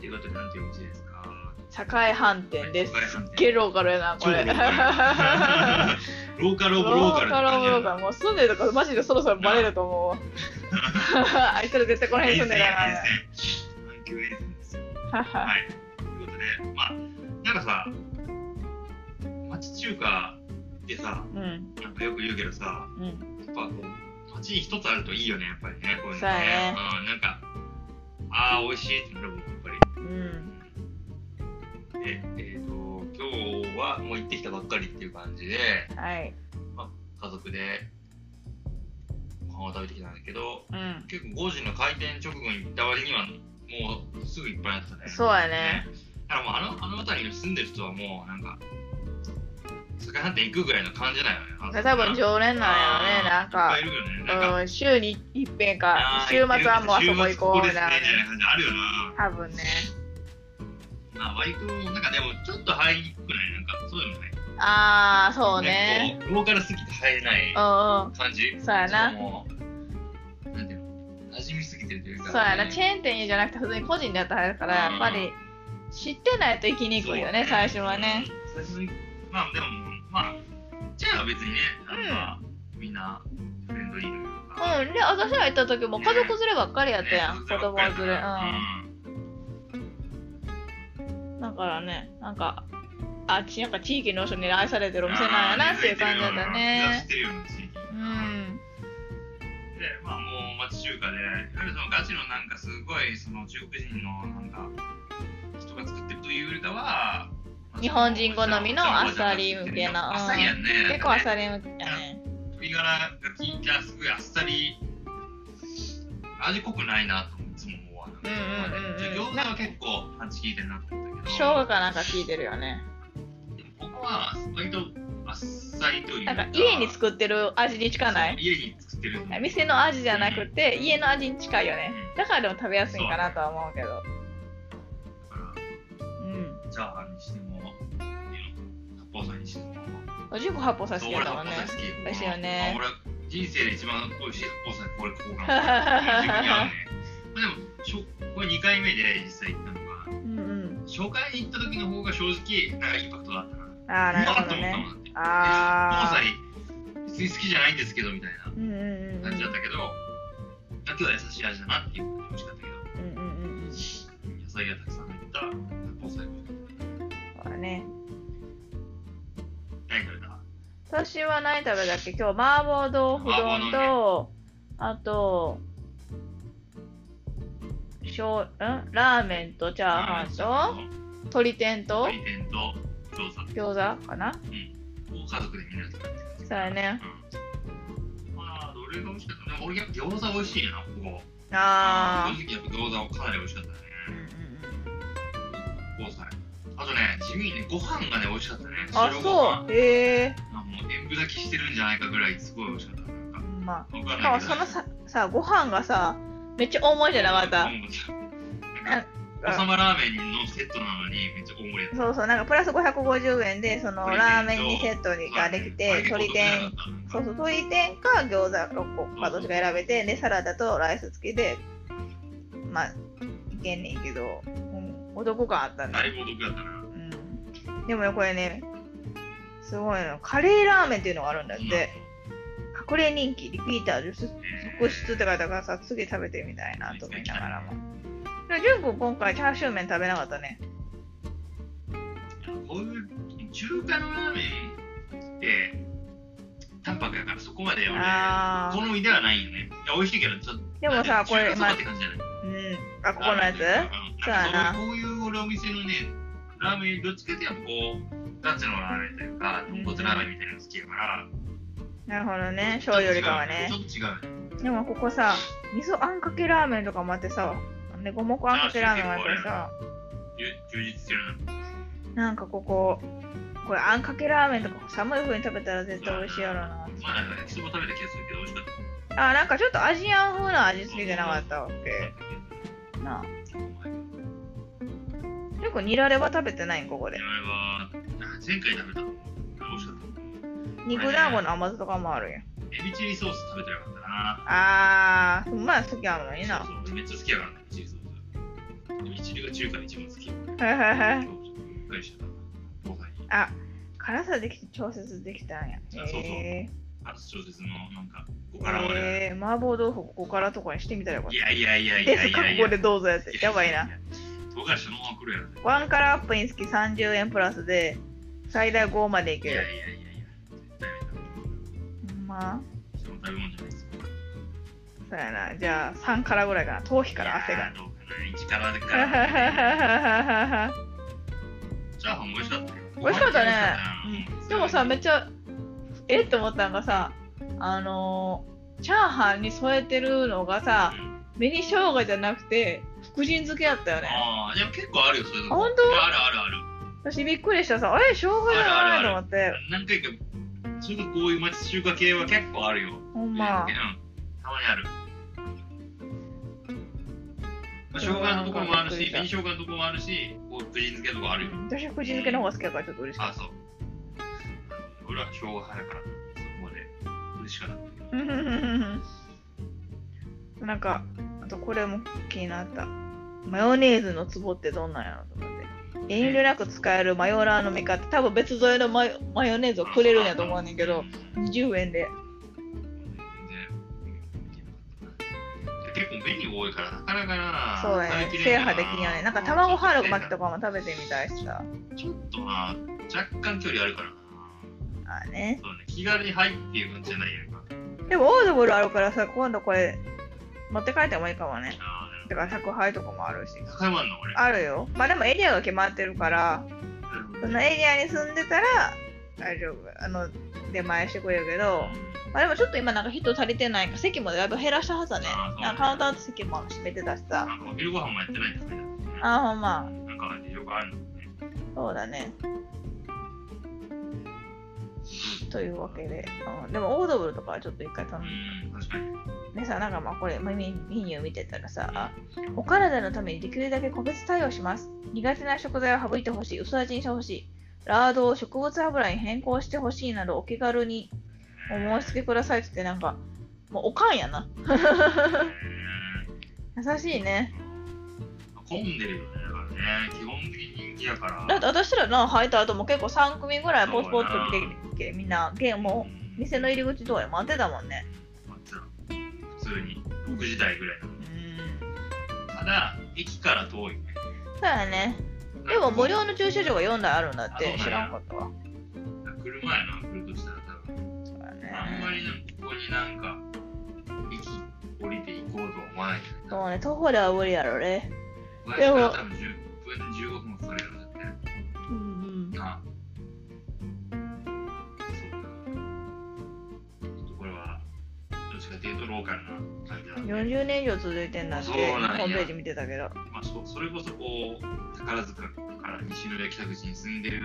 ということで、なんていうお店です
[laughs]
か
栄飯店です
栄飯店。
すっげえローカルやな、これ。
超ローカローカルオブロ
ロ
ーカルっ
ー
て
カ
感じや
ルもローカ
な
ルもう住んでるとかマジでそろそろバレると思うわ [laughs] あいつら絶対この辺住んでるから
沿線沿線阪急沿線ですよ
な
はいということでまあなんかさ町中華ってさ
うん
なんかよく言うけどさ
うん
やっぱこう町に一つあるといいよねやっぱりねこういうのね
そうやね
うん、なんかああ美味しいってなるもんやっぱり
うん
でえっ、と今日はもう行ってきたばっかりっていう感じで
はい
家族でご飯を食べてきたんだけど
うん
結構5時の開店直後に行った割にはもうすぐいっぱいになってたね
そうやね
だからもうあのあの辺りに住んでる人はもうなんか酒飯店行くぐらいの感じだよね。
多分常連なんやろ
あー
ね、なんか
いっぱいい。るよね。なんか
うん、週に一遍か
あ、ー
週末はもうあそこ行こうみ
週末ここですねみ
たい
たいな
な。
感じあるよな。
多分ね。
まあ、バイクも、なんかでも、ちょっと入りにくくないなんか、そうでもない。
ああ、そう
な
ね。
んかこう。ローカルすぎて入れない
うんうん。
感じ。
そうやな。
もうなんていうの馴染みすぎてるというか。
そうやな、チェーン店じゃなくて普通に個人でやったらあれだから、やっぱり知ってないと行きにくいよね、
そう
最初はね。。
最初に、まあでも、まあ、チェーンは別にね、なんか、みんなフレンドリーというか。
うん、で、私が行った時も家族連ればっかりやったやん、子供連れ。うん。だからね、なんか、あ、ちなんか地域の人に愛されてるお店なんやなっていう感じだった
知っ
ね。
てるような地域。
うん。
で、まあもう町中華で、いわゆるそのガチのなんかすごいその中国人のなんか人が作ってるというよりかは、まあ
日本人好みのあっさり向けなうん
あっさりやんね。
結構あっ
り。
さり向きやね。
鶏ガラが効いたすごいあっさり、味濃くないなといつも思わな
うんうんうんうん
餃子は結構パンチ効いてるなと思ったけど、
生姜かなんか効いてるよね。
でもここは割とあっさりという
なんか家に
っ
作ってる味に近ない
家に作ってる。
店の味じゃなくて家の味に近いよねだからでも食べやすいんかなとは思うけどうん
チャーハンにしても、八方菜にしても。
十個八方さして
俺
たもん
八
ね
宝菜好き。
美味しいよね
まあ俺人生で一番美味しい八宝菜これここ [laughs] かな。自分に合うね。まあでもしょこれ二回目で実際行ったのが
うんうん
紹介に行った時の方が正直なんかインパクトだったな。
ああなる
[laughs] あ
ほ
っと
ど
思った
ね
もんだって。
ああ
八宝菜別に好きじゃないんですけどみたい
うんうんうんうん
な感じだったけど、今日は優しい味だなっていう感じで美味しかったけど、
うんうんうん
野菜がたくさん入った八宝菜も美味しかっ
そうだね
た。何食べた？
私は何食べたっけ今日麻婆豆腐丼とあとしょうんラーメンとチャーハンと鶏天と
鶏天と餃子
餃子かな
を家族でみんなで食べてる
そうやね
うんまあどれが美味しかったかな俺やっぱ餃子美味しいなここ
あ
正直やっぱ餃子かなり美味しかった
あうん
ね
うんうん
交際あとね地味にねご飯がね美味しかったね
あ、
白ご
そ
飯
う。へえ
あもう塩分炊きしてるんじゃないかぐらいすごい美味しかったなんか
ま
僕
あ、
は
しかもそのさ、さ、ご飯がさ、めっちゃ大盛りじゃなかっ
う
た。
んなんかおさまラーメンのセットなのにめっちゃ大盛りやった
そうそう、なんかプラス550円で、そのラーメン2セットができて、鶏天、そうそう、鶏天か餃子6個かどっちか選べて、で、サラダとライス付きで、まあ、いけんねんけど、うん、お得感あったね。
だいぶお得だったな
うん。でもね、これね、すごいの。カレーラーメンっていうのがあるんだって。隠れ人気、リピーター続続出って書いてあるからさ、次食べてみたいなと思いながらも。で、純君今回チャーシュー麺食べなかったね。
こういう中華のラーメンって淡白やからそこまでよね
あー
好みではないよねいや美味しいけどちょっと
でもさ、こ
ま
れ、ま
あ
あ、
って感じじゃない
うん、あ、ここのやつ
そう
そうやな
こういう俺お店のねラーメンどっちかっていうとこうガチのラーメンというか豚骨ラーメンみたいなの好きやから
なるほどね、醤油よりかはね
ちょ。っと違うよね
でもここさ、味噌あんかけラーメンとかもあってさ、で、五目あんかけラーメンもあってさ、
充充実してるな
なんかここ、これあんかけラーメンとか寒い風に食べたら絶対美味しいやろうな。
まあなんか焼きそば食べた気がするけど美味しかった
あ、なんかちょっとアジアン風な味付けじゃなかったわけ。なあ。結構ニラレバ食べてないんここで
あれ。はあ前回食べたの美味しかった
肉団子の甘さとかもあるやん。
エビチリソース食べてなかったな
あー、まあ好きなのにな。
そうそうめっちゃ好きやからね、チーズソース。でも一流が中華で一番好き。
はいはいは
今日
い。
ちょっとびっくりしたな。後輩に。
あ、辛さできて調節できたんや。
そうそう
へ
あと小説のなんか、
ー
ごからまで。
へー麻婆豆腐ここからとかにしてみたらよかっ
いやいやいや
た。
い
で
や
す、
いや
覚
いや
悟。でどうぞやつ。やばいな。。
唐辛子そのまま来るやろ。
ワンカラーアップにつき30円プラスで、最大5までい
い
け
やいやい
る。
やいや。絶対ダメ
ほんまあ、
だその食べ物じゃないですか。
そうやな。じゃあ3からぐらいかな。頭皮から汗
いや
が
ー。どうかな。一からで
[laughs]
から。
で
チャーハンも美味しかったよ。
美味しかったね
美味しかったな
もさめっちゃえって思ったのがさあのーチャーハンに添えてるのがさ
うん
紅生姜じゃなくて福神漬けやったよね
ああ、でも結構あるよ、そういうの。
本当
いやあるあるある。
私びっくりしたさあれ生姜じゃないと思って
何回か、そういうこういう町中華系は結構あるよ。
ほんま
うん、たまにある。まあ、生姜のところもあるし、紅生姜のところもあるし、こう、くじ漬けとかあるよ。
私はくじ漬けの方が好きだからちょっと嬉しか
あ
っ、
そう。俺は生姜派だから、そこまで嬉しかったんだけど。
た [laughs] なんかあとこれも気になったマヨネーズのツボってどんなんやろと思って遠慮なく使えるマヨラーの味方多分別添えのマヨマヨネーズをくれるんやと思うねんけど20円で
結構紅多いから、なかなかな、
そうやね
食べきれ
制
んか
覇
ら
できんやねなんか卵ハーロ巻きとかも食べてみたいしさ
ちょっとな、若干距離あるからな。
あーね
そうね、気軽に入っていう感じじゃないやんか。
でもオードブルあるからさ今度これ持って帰ってもいいかもね
ああ、
だから宅配とかもあるし
高山の俺。
あるよまあでもエリアが決まってるからそのエリアに住んでたら大丈夫あの出前してくれるけどまあでもちょっと今なんか人足りてないから席もだいぶ減らしたはずだね
あーそう
なんかカウンターの席も閉めてたしさ
なんかお昼ご飯もやってないんだね。
ああほんま
なんか事情があるのね。
そうだねというわけで、うん、でもオードブルとかはちょっと一回頼む
うん、確かに。
ねさなんかまあこれメメメニュー見てたらさあお体のためにできるだけ個別対応します苦手な食材を省いてほしい薄味にしてほしいラードを植物油に変更してほしいなどお気軽にお申し付けくださいって言ってなんかもうおかんやな優しいね
混んでるよね、だからね。基本的に人気やから。
だって私らの入った後も結構3組ぐらいポツポツ
そうや
来てみんなゲームを店の入り口とかで待ってたもんね
普通に6時台ぐらい。
うん
ただ、駅から遠いね。
そうやねでも無料の駐車場が4台あるんだって知らんかったわ
車やな、来るとしたら多分。
そうやね
あんまりなんかここになんか、駅降りて行こうとは思わない。
そうね、徒歩では無理やろね。
私から多分10分、15分かかるようになって。
うん
あそうか。ちょっとこれは、どっちかっていうとローカルな感じな
うんん。
で、
40年以上続いてんだって、
そ
ホ
うなんや
ームページ見てたけど。
まあ、そそれこそこう、宝塚から西の北口に住んでる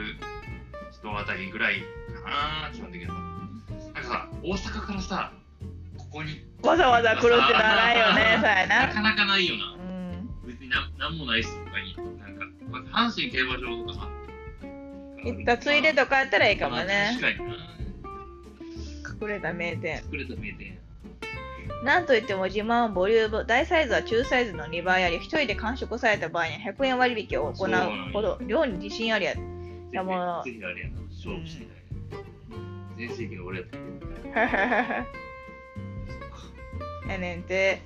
人あたりぐらいかな、基本的には。なんかさ、大阪からさ、ここに、
わざわざ来るってのはないよね、そうや
な
な。
かなかないよな。
うん。
別になんなんもないし、他に。なんか、まず阪神競馬場とかさ。
行ったついでとかやったらいいかもね。
まあ確かにな。
隠れた名店。
作れた名店。
なんといっても自慢はボリューム、大サイズは中サイズの2倍あり、一人で完食された場合に100円割引を行うほど、量に自信ありや。いやもう
ぜひあれやな、勝負してない。全盛期の俺やったけど。
やねんて。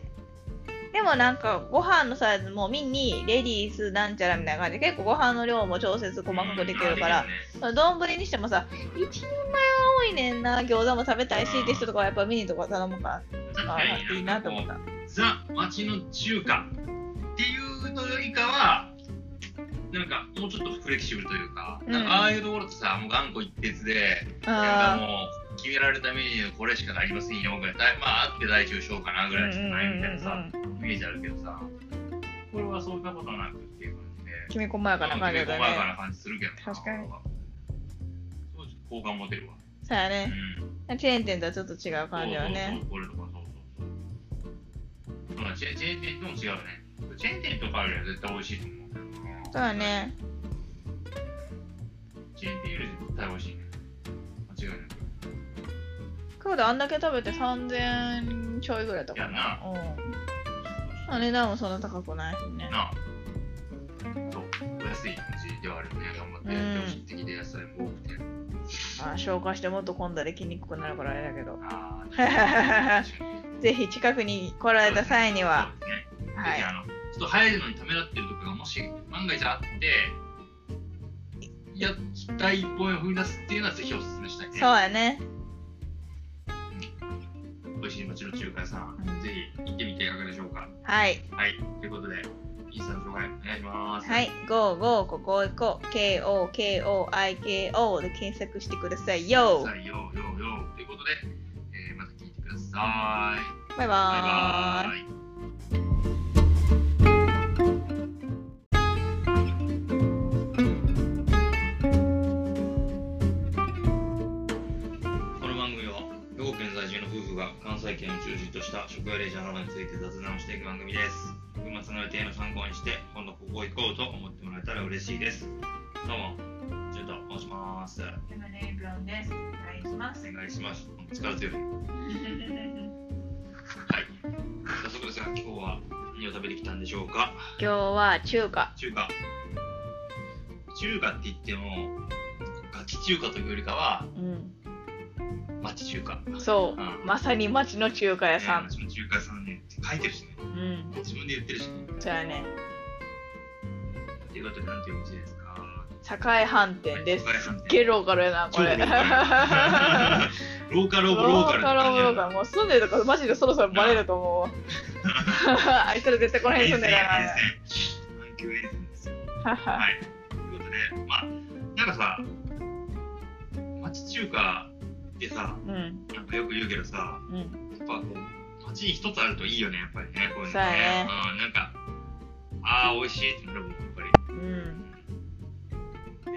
でもなんかご飯のサイズもミニ、レディース、なんちゃらみたいな感じで結構ご飯の量も調節細かくできるから、丼にしてもさ、1人前は多いねんな、餃子も食べたいしって人とかはやっぱミニとか頼むから、
確
あ
かに
ーいいなと思った。
ザ・町の中華っていうのよりかは、なんかもうちょっとフレキシブルというか、
うん
なんかああいうところってさ、もう頑固一徹で、なんか
あ
もう決められたメニューこれしかありませんよぐらい、だいまああって大中小かなぐ
ー
らいしかないみたいな
うんうん
さ
う、んうん
イメージあるけどさ、これはそんなことなくっていう感じで。
きめ細やかな感じだ
細
ね
や。かな感じするけどな
確かに
そうちょっと好感持てるわ。
そうや
うん
ね。。チェーン店とはちょっと違う感じよ
そう
ね。
そうそうこれとかそうそうそう。まあチェチェーン店とも違うね。チェーン店とかよりは絶対美味しいと思うけどな。
そうやね。
チェーン店より絶対美味しいね。間違いなく。
クーであんだけ食べて3000ちょいぐらいだったかな。うん。まあ値段もそんな高くないしね。
なあ。そう。お安い感じではあるよね。頑張ってやってほしい的で野菜も多くて。
まあ、消化してもっと混んだり筋肉くなるからあれだけど。
あ
[laughs]
あ。確かに
ぜひ近くに来られた際には。
そうですね。
は
ぜひ
い。
あのちょっと入るのにためらってるとかがもし万が一あっていや第一歩を踏み出すっていうのはぜひおすすめしたいね
そうやね。
美味しい町の中華屋さん、
うん
ぜひ行ってみていかがでしょうか
はい。
はいということでインスタの紹介お願いします
はい。GO!GO! ここ行こう。KOKOIKO で検索してくださいよ
さ。あよーよーよーということで、えーまた聞いてください
バ
バイ
イバーイ
バ。ーイした食やレジャーなどについて雑談をしていく番組です文末の予定の参考にして今度ここ行こうと思ってもらえたら嬉しいですどうもちょっと申しますお
レムレイブロンです。お願いします。
願いします力強いはい早速ですが今日は何を食べてきたんでしょうか
今日は中華。
中華中華って言ってもガチ中華というよりかは
うん。
町中華
そうう。
ん
まさに町の中華屋さん。
私も中華屋さんねって書いてるしね
うん。
自分で言ってるしね
そうやね。
ということでなんていうお店ですか
栄飯店です
栄飯。
す
店
っげえローカルやな、こ
超ロ
れ。
ーカルローカルオブロ
ロ
ーカルっ
ー
て
カル
感じ
ロ
や
ーカ
な
ル。もう住んでるとこ、マジでそろそろバレると思う
[laughs]
わ。あいつら絶対この辺住んでるやな。
遠征遠征遠征ですよはいということでまあなんかさ町中華ってさ
うん。
なんかよく言うけどさ
うん。
やっぱこう町に一つあるといいよねやっぱりねこういうのね
そうやね
うん、なんかああ美味しいってなるもんやっぱり
うん。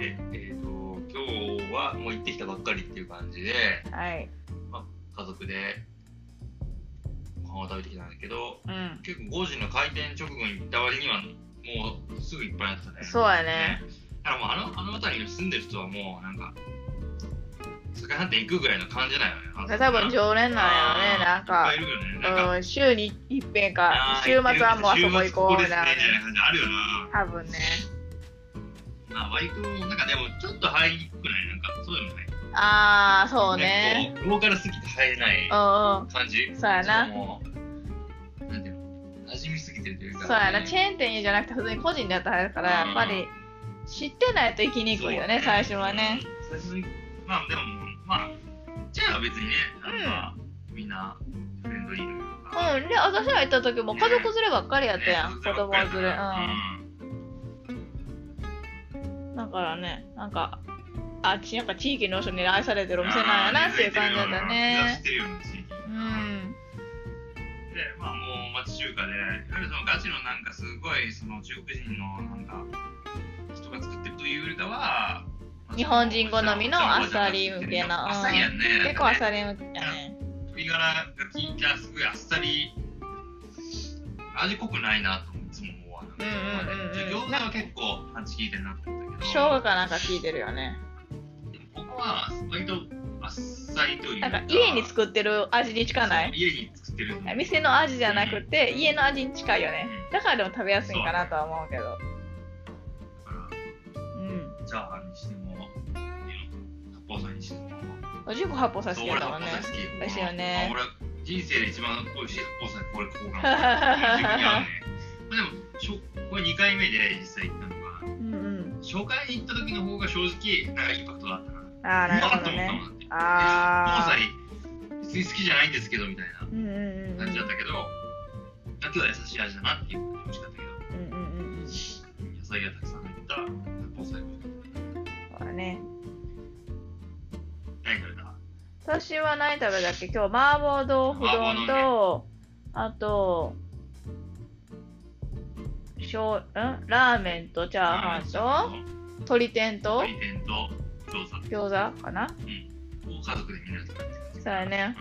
で、えー、と今日はもう行ってきたばっかりっていう感じで
はい。
家族でご飯を食べてきたんだけど
うん。
結構5時の開店直後に行った割にはもうすぐいっぱいになってたね
そうやね。
だからもうあのあの辺りに住んでる人はもうなんか酒飯店行くぐらいの感じだよねあ
多分常連なんやろね。なん
いっぱ
か
いい、るよねなんか、
うん、週に一遍か
あ、ー
週末はもうあそこ行こうみたいな
週末ここですねみたいな感じあるよな
多分ね。
まあ割となんかでもちょっと入りにくくないなんかそうでもない
あー、そうね。
なんかこうローカルすぎて入れない
うんうん。
感じ
そうやな。
もうなんていうの馴染みすぎてるというか
そうやな。チェーン店じゃなくて、普通に個人でやったらあれだから、やっぱり、知ってないと行きにくいよね、
そう
最初はね。。
最初にまあでもまあじゃあ別にね、なんかみんなフレンドリーというか。
うん。で、私ら行った時も家族連ればっかりやったやん。
ね
子供連れ。う
うん
ん。だからね、なんか、あっち、やっぱ地域の人に愛されてるお店なんやなっていう感じだった
出し
ね。
てるような地域。
うん。
で、まあもう町中華で、いわゆるそのガチのなんかすごいその中国人のなんか人が作ってるというよりかは、まあ
日本人好みのあっさり向けな
あっさりやんね。
結構あっ
り。
さり向きやね。
鶏ガラが効いたすごいあっさり味濃くないなといつも思わな
うんうんうんうん
餃子は結構パンチ効いてるなと思ったけど
生姜かなんか効いてるよね。
でもここは割とあっさりという
なんか家に
っ
作ってる味に近ない
家に作ってるの
店の味じゃなくて家の味に近いよね。だからでも食べやすいんかなとは思うけど。うん。
チャーハンにしても八宝菜にしても
おじいこ八宝菜好
そう
きや
俺
ったも
八
んね
宝。菜好き
美味しいよね
まあ俺人生で一番美味しい八宝菜これここかな自分に合うねまあでもしょこれ2回目で実際行ったのが
うんう
紹介に行った時の方が正直なんかインパクトだったな。
ん。ああ、なるほど
うわーっと
ね
思。ったもんだって。
ああ。
東西別に好きじゃないんですけどみたいな
うんうんうんうん。
感じだったけど、だけど優しい味だなっていう感じが美味しかったけ
うんうんうん。
ど、野菜がたくさん入った防災も
そうだね。
何食べた
私は何食べたっけ今日麻婆豆腐丼
麻
と、あと、しょう、んラーメンとチャーハンと、鶏天と
鶏天と餃子
餃子か
を
な
家族でみんなで食べてた。
そうやね。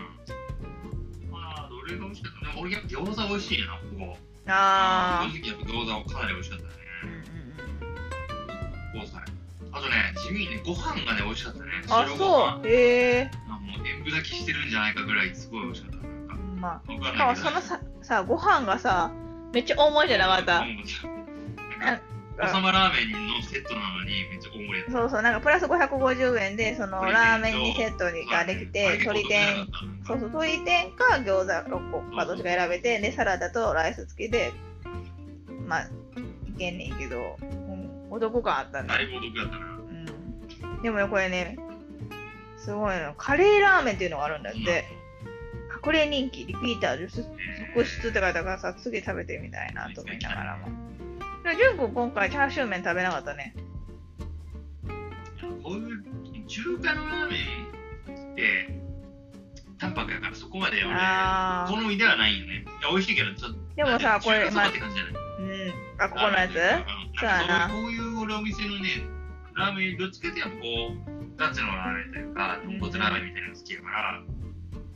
うんまあ、どれが美味しかったかな俺やっぱ餃子美味しいな、ここ。
あ
正直やっぱ餃子かなり美味しかったね。
あ。うんうんうん
交際あとね地味にねご飯がね美味しかったね
あ、
白ご飯
そう。ええ
あもう塩分炊きしてるんじゃないかぐらいすごい美味しかったなんか
ま
僕は
あ。しかもそのさ、さ、ご飯がさ、めっちゃ大盛りじゃなかった。
なんかおさまラーメンのセットなのにめっちゃ大盛りやった
そうそう、なんかプラス550円で、そのラーメン2セットにができて、鶏天、そうそう、鶏天か餃子6個かどっちか選べて、で、サラダとライス付きで、まあ、いけんねんけど、うん、お得感あった
だい
ね。
ぶお得だったな
うん。でもね、これね、すごいの。カレーラーメンっていうのがあるんだって。隠れ人気、リピーター続
うん
出って書いてあるからさ、次食べてみたいなと思いながらも。でも、ジュン君今回チャーシュー麺食べなかったね。
こういう中華のラーメンって淡白やからそこまで俺
あー。
好みではないよねいや美味しいけどちょっと
でもさ、こ
中華
れ、
そば
まあ
っ、て感じじゃない
うん。あ、ここのやつそうやな
こういう俺お店のね、ラーメン、どっちかっていうとこう、ガチのラーメンというか、豚骨ラーメンみたいなの好きやから、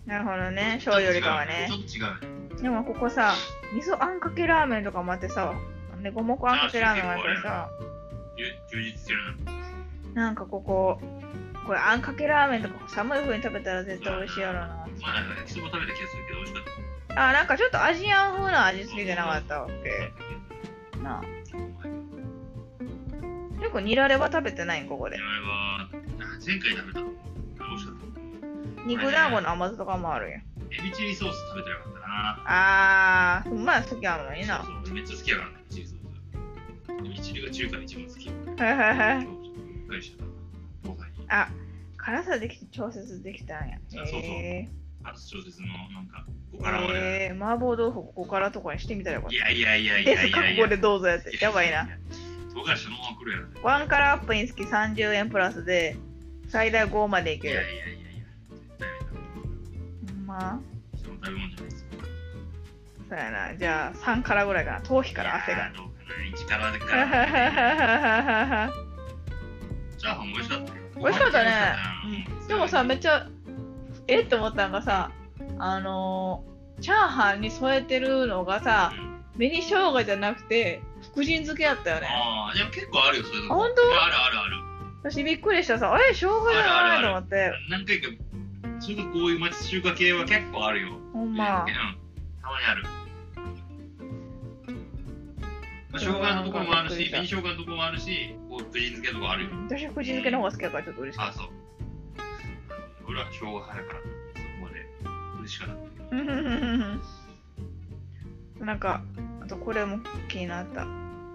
なるほどね。醤油よりかはね
ちょ。っと違うね。
でもここさ味噌あんかけラーメンとかもあってさで五目あんかけラーメンもあってさ
充充実してるな
なんかこここれあんかけラーメンとか寒い風に食べたら絶対美味しいやろうな
まあなんか焼きそば食べた気がするけど美味しかった
あなんかちょっとアジアン風な味付けじゃなかったわけなあ結構ニラレバ食べてないんここで
我々はあ前回食べたの美味しかった
肉団子の甘酢とかもあるやん
エビチリソース食べてなかったな
あーまあ好きやもんいいな
そうそうめっちゃ好きやからねエビチリソースエビチリが中華で一番好き
はいはいはい
びっくりした後輩に
あ辛さできて調節できたんや
そうそう
へ
初小説のなんか
え
ごからまで
へえ麻婆豆腐ここからとかにしてみたらよかっ
いやいやいや
た
い
で
や
す
い
覚
やい
悟
や
でどうぞやってやばいな
唐辛子のまま来るやろ
ワンカラーアップにつき30円プラスで最大5までい
い
け
やいや
る
いやいや絶対ダメ
ほんま
だその食べ物じゃないです
そうやなじゃあ3からぐらいかな頭皮から汗
いや
が
ーどうかな一からだか
ははは
ら
は [laughs] はは
チャーハンも美味しかったよ
美味しか
美味しか
ったね
ったな
でもさめっちゃえって思ったのがさあのーチャーハンに添えてるのがさ
うん
紅生姜じゃなくて福神漬けやったよね
ああでも結構あるよそういうの
あ本当
いやあるあるある
私びっくりしたさあれ生姜じゃないと思って
何回かそういうこういう町中華系は結構あるよ
ほんま
うんたまにあるまあ、生姜のところもあるし、紅生姜のところもあるし、こう、プリン漬けのところあるよ。
私福神漬けの方が好きだからちょっと嬉しか
あ、
っ
そう。俺は生姜派だから、そこまで嬉しかった。
たなんかあとこれも気になった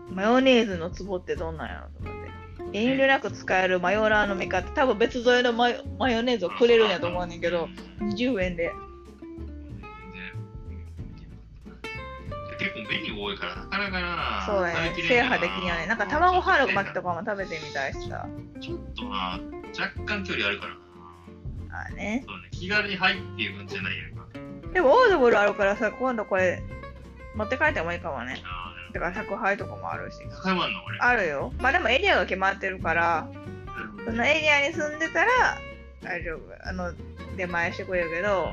マヨネーズのツボってどんなんやろと思って遠慮なく使えるマヨラーの味方多分別添えのマヨマヨネーズをくれるんやと思うねんけど
うん
20円で
結構メニュー多いから、なかなかな、
そうだね
食べき
制
れんよ
覇できんよねなんか卵ハーロ巻きとかも食べてみたいしさ
ちょっとな、若干距離あるからな。
ああね
そうね、気軽に入っていう感じじゃないやんか。
でもオードブルあるからさ今度これ持って帰ってもいいかもね
あ
だから宅配とかもあるし
ー高山の俺。
あるよまあでもエリアが決まってるからそのエリアに住んでたら大丈夫あの出前してくれるけど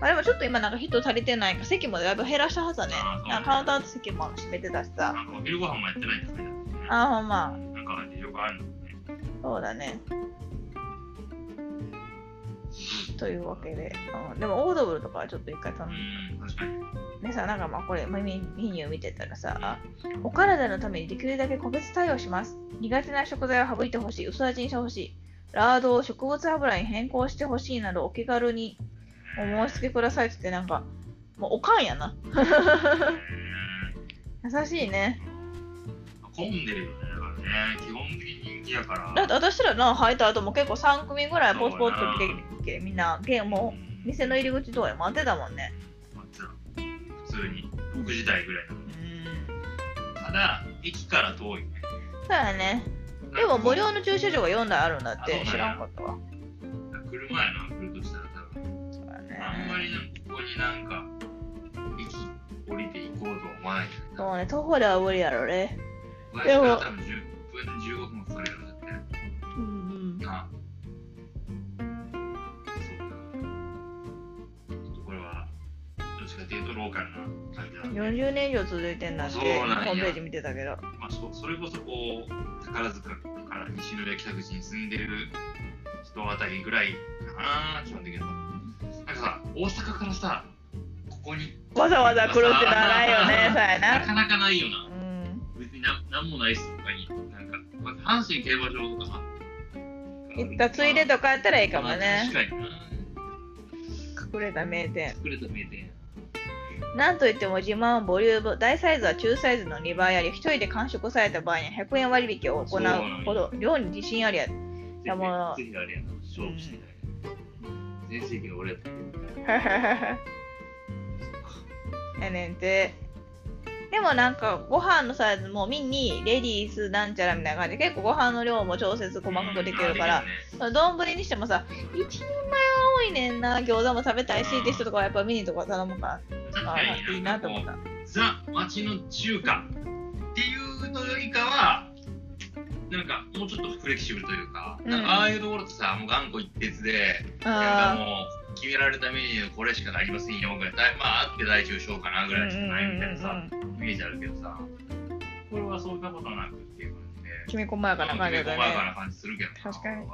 まあでもちょっと今なんか人足りてないから席もだいぶ減らしたはずだね
あーそう
なんかカウンターの席も閉めてたしさ
なんかお昼ご飯もやってないんだね。
あーほんま
なんか事情があるのね。
そうだねというわけで、うん、でもオードブルとかはちょっと一回頼んで
うん、確かに。
でさ、なんかまあこれメニューメニュー見てたらさ、お体のためにできるだけ個別対応します。苦手な食材を省いてほしい、薄味にしてほしい、ラードを植物油に変更してほしいなどお気軽にお申し付けくださいって言ってなんか、もうおかんやな。優しいね。
混んでるよね、だからね。基本的に人気やから。
だって私らな、入った後も結構3組ぐらいポツポツ
そうやな
来てきて、みんな、ゲームを店の入り口とかで待ってたもんね。
まあ普通に6時台ぐらいな
う
の
ん。
ただ駅から遠いね
そうやね。でも無料の駐車場が4台あるんだっ
あそうなん
て
や
知らんかったわ。
車やな来るとしたら多分
そうやね。
あんまりなんかここになんか駅降りて行こうとは思わない
そうね、徒歩では無理やろね。
私から多分10分15分もかかるようになって
うん
あそうかちょっとこれはどっちかっていうとローカルな感じな
うんん。
で
40年以上続いてんだって、
そう
ホ
なんや
ームページ見てたけど。
まあ、そそれこそこう宝塚から西の北口に住んでる人あたりぐらいかな基本的にはなんかさ大阪からさここに
わざわざ来るってならんよね、そうや
な
な。
かなかないよな
うん。
別になんなんもないっすとかになんかまあ阪神競馬場とかさ
行ったついでとかやったらいいかもね。
確かにな
隠れた名店。
作れた名店
なんといっても自慢はボリューム、大サイズは中サイズの2倍あり、一人で完食された場合には100円割引を行うほど、量に自信ありや。やもう
ぜひあれやな勝負していたい全盛期の俺やったけど
やねんて。でもなんかご飯のサイズもミニ、レディース、なんちゃらみたいな感じで結構ご飯の量も調節細かくできるから
うん、
その丼にしてもさ、1人前は多いねんな、餃子も食べたいしって人とかはやっぱミニとか頼むか
確
ら、あ
かに
いいなと思った。
ザ・町の中華っていうのよりかは
なんかもうちょっとフレキシブルというか,、
うん
なんかああいうところってさもう頑固一徹でなんか
あ
もう決められたメニューこれしかなりませんよぐらいだいまああって大中小かな
あ
ぐらいしかないみたいなさ、
うんうんうんうん
イメージあるけどさこれはそんなことなくっていう感じで
きめ細やかな感じ
細
だ
や
ね
かな感じするけどな
確かに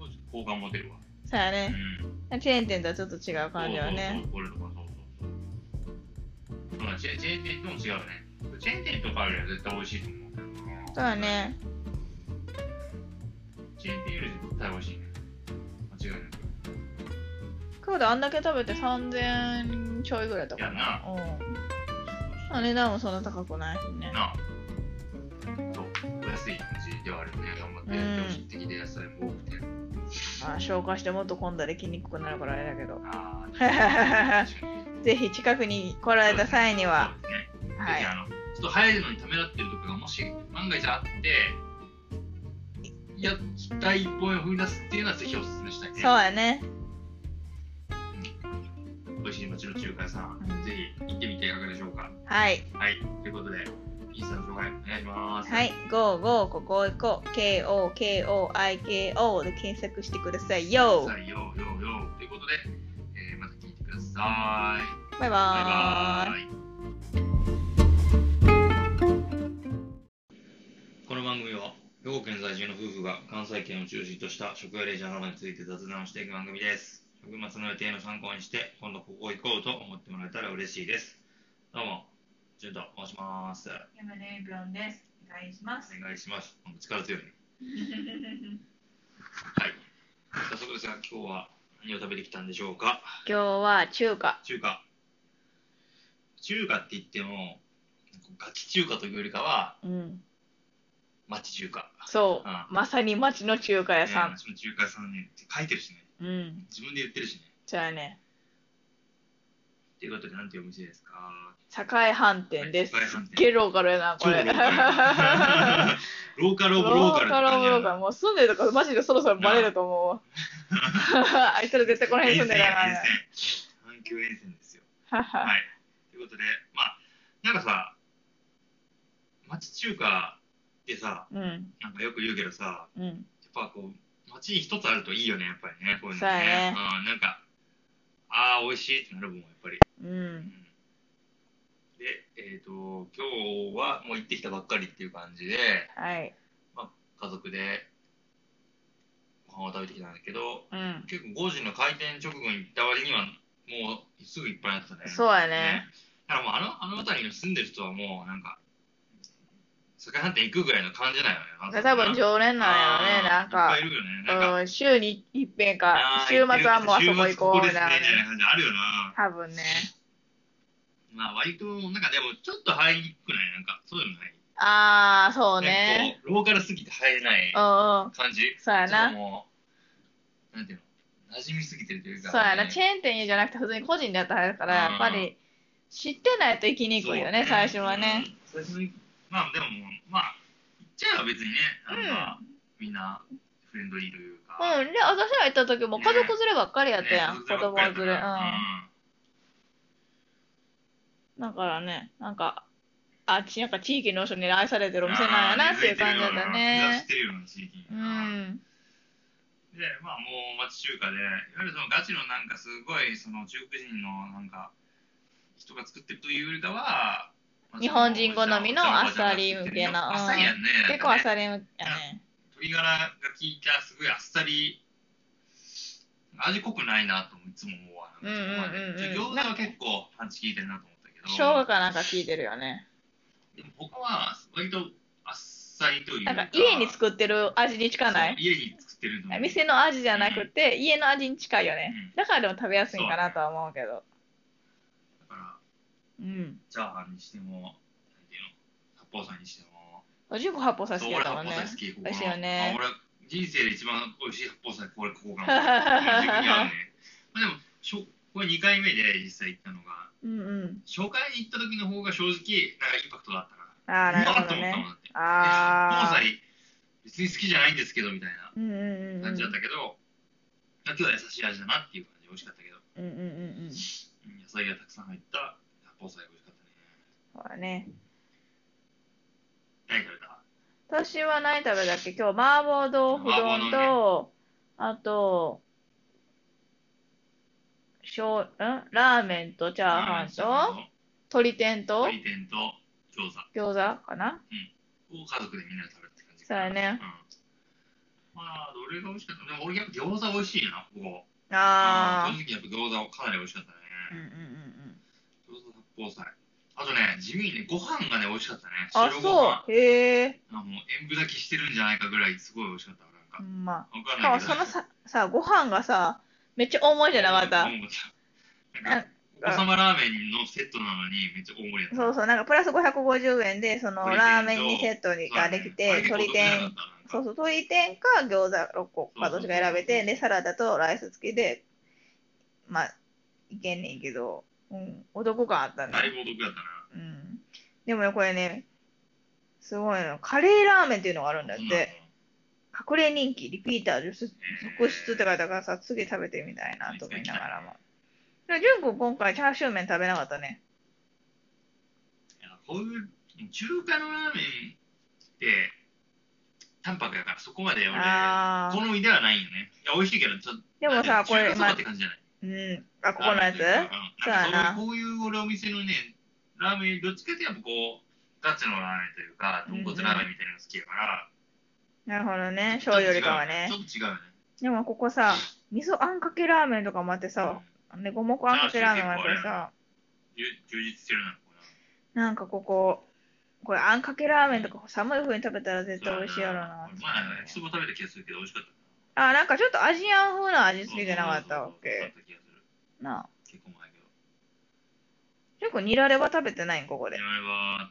そうちょっと好感持てるわ
そうや
うん
ねチェーン店とはちょっと違う感じはね
そうそうそうこれとかそうそうそうまあチェチェーン店とも違うねチェーン店とかよりは絶対美味しいと思うけどな
そうやね
チェーン店より絶対美味しいね間違いなく
今日であんだけ食べて3000ちょいぐらいだから
や
うん値段もそんな高くないしね
なあそうお安い感じではあるよね頑張ってやってほしい的で野菜も多くて
まあ消化してもっと混んだり筋肉くなるからあれだけど
ああ
[laughs] ぜひ近くに来られた際には
そうですね
は
ぜひあのちょっと入るのにためらってるとかがもし万が一あっていや第一歩を踏み出すっていうのはぜひおすすめしたい
い
ね
そうやね
美味しい町の中華屋さん、
うん
ぜひ行ってみていかがでしょうか
はい
はいということでインスタの紹介お願いします
はい、ゴーゴーここ行こう KOKOIKO で検索してくださいよ
さあようようようということで、えーまた聞いてください
バイバーイ
この番組は兵庫県在住の夫婦が関西圏を中心とした食やレジャーなどについて雑談をしていく番組です食末の予定の参考にして今度ここ行こうと思ってもらえたら嬉しいですどうも潤と申しますお
山根ビョンです。お願いします。
願いしますほんと力強いねはい早速ですが今日は何を食べてきたんでしょうか
今日は中華
中華中華って言ってもガチ中華というよりかは
うん
町中華
そう、
あ
まさに町の中華屋さん
ね、その中華屋さんねって書いてるしね
うん
自分で言ってるしね
じゃあね
っていうことでなんていうお店ですか
境飯店です
はい栄
すっ
飯店
げえローカルやなこれ
超ロー
[laughs]
カローカルオブロー
ロ
カルっ
ー
て
カル
感じ
ロ
や
ーカル
な
もう住んでるとかマジでそろそろバレると思うわ
[laughs]
[laughs] あいつら絶対この辺住んでるか
沿線沿線阪急沿線ですよ
ら
は
はい
ということでまあなんかさ町中華ってさ
うん
なんかよく言うけどさ
うん
やっぱこう町に一つあるといいよねやっぱりねこういうの
そうやね
うん、なんかああ美味しいってなるもんやっぱり
うん
で、えー、と今日はもう行ってきたばっかりっていう感じで
はい
家族でご飯を食べてきたんだけど
うん
結構5時の開店直後に行った割にはもうすぐいっぱいになってたね
そうやね
だからもうあのあの辺りに住んでる人はもうなんか酒飯店行くぐらいの感じだよね
多分常連なんやろ
あ
ね
ー
なんか
いっぱいいるよねなんか、
うん、週に一遍
あ
か
ー、
週末はもうあそこ行こうみた
週末ここですねみたい
いな
な
ね。
感じあるよな
多分ね。
まあ割となんかでもちょっと入りにくくないなんかそうでもない
あー、そうね。
なんかこうローカルすぎて入れない
うんうん。
感じ、
そうや
ちょっと
な。
もうなんていうの馴染みすぎてるというか、
そうやな。チェーン店じゃなくて、普通に個人でやったらあれだから、やっぱり、知ってないと行きにくいよね、
そう
最初はね。
うん最初にまあでもまあ行っちゃえば別にねあの、
うん
まあみんなフレンドリーというか、
うん。で、私ら行った時も家族連ればっかりやったや
ね
ん。子供連れ。うん。
うん
だからね、なんか、あっち、なんか地域の人に愛されてるお店なんやなっていう感じだった
あー根付いて
ね。
るような根付いてるよう
う
な地域に
ん。
で、まあ、もう町中華で、いわゆるそのガチのなんかすごいその中国人のなんか人が作ってるというよりかは、まあ
日本人好みのあっさり向けな
あっさりやんね。
結構あっ
り。
さりやね。
鶏ガラが効いたすごいあっさり、味濃くないなともいつも思うわ。なんかそこまで
うんうんうんうん
餃子は結構パンチ効いてるなと思ったけど、
生姜かなんか聞いてるよね。
でも他は割とあっさりという
な
か、
んか家に
っ
作ってる味に近ない
家に作ってるの
店の味じゃなくて、家の味に近いよね
う。ん
だからでも食べやすいんかなとは思うけど。
だから
うん。
チャーハンにしても、なんていうの、八宝菜にしても、
十五八宝菜好
そう
き
俺
だった
八
もんね
宝。菜好き、ここの
美味しいよね
あ俺、人生で一番美味しい八宝菜、これ、ここかな。自分に合う
[laughs]
ね。まあ、でもしょ、これ2回目で実際行ったのが、
うんうん。
初回に行った時の方が正直、なんかインパクトだったな。
ああ、なる
うま
ほ
っと
ど
思ったもん
ね。
だって。
あ
八
あ。
宝菜、別に好きじゃないんですけど、みたいな
うんうんうんうん。
感じだったけど、今日は優しい味だなっていう感じで美味しかったけど、
うんうんうんうん。そ
うん野菜がたくさん入った八宝菜が美味しかったね。
うだね。
何食べた
私は何食べたっけ今日、麻婆豆腐丼
麻
と、あと、しょう、んラーメンとチャーハンと、鶏天と
回転と餃子
餃子かな
を家族でみんなで食べるって感じ
そうやね
うん、まあどれが美味しかったでも俺やっぱ餃子美味しいなここ
ああ。
正直やっぱ餃子かなり美味しかった
うんうん
ね、
うんうん。
餃子八宝菜あとね地味にねご飯がね美味しかったね
あ、
白ご飯
そう。へえ。
あもう塩分炊きしてるんじゃないかぐらいすごい美味しかったなんか
う、んま
わ
あ。し
かんな
かも
いけど
そのさ、さ、ご飯がさ、めっちゃ大盛りじゃなかった
う。んなんか王様ラーメンのセットなのにめっちゃ大盛りやった
そうそう、なんかプラス550円で、その
鶏天と
ラーメン2セットにができて、鶏天、そう
そう
そう、鶏天か餃子6個かどっちか選べて、で、サラダとライス付きで、まあ、いけんねんけど、うん、お得感あったね
だ。いぶお得だったな
うん。でもね、これね、すごいの。カレーラーメンっていうのがあるんだっ
そうなの
て、隠れ人気、リピーター続続出って書いてあるからさ、次食べてみたいなと思いながらも。で、ジュン君今回チャーシュー麺食べなかったね。
いやこういう中華のラーメンって淡白やからそこまで俺
あー
好みではないよねいや美味しいけどちょっと
でもさ、これ、
中華そば
ま
って感じじゃない
うん。あ、ここのやつ
ラーメンっていうかうんなんか
そ
そういうこういう俺お店のねラーメンどっちかっていうとこうガチのラーメンというか豚骨ラーメンみたいなの好きやから、
なるほどね。醤油よりかはね
ちょ。っと違うよね
でもここさ、味噌あんかけラーメンとかもあってさ、で、五目あんかけラーメンもあってさ、
充充実してるなこれ
なんかここ、これあんかけラーメンとか寒い風に食べたら絶対美味しいやろうなって
前なんか焼きそば食べた気がするけど美味しかった
あ、なんかちょっとアジアン風な味付けじゃなかったわけ。
そうそうそう美味しかった気がする
なあ。
結構前やけど
結構ニラレバ食べてないんここで
で。俺はあ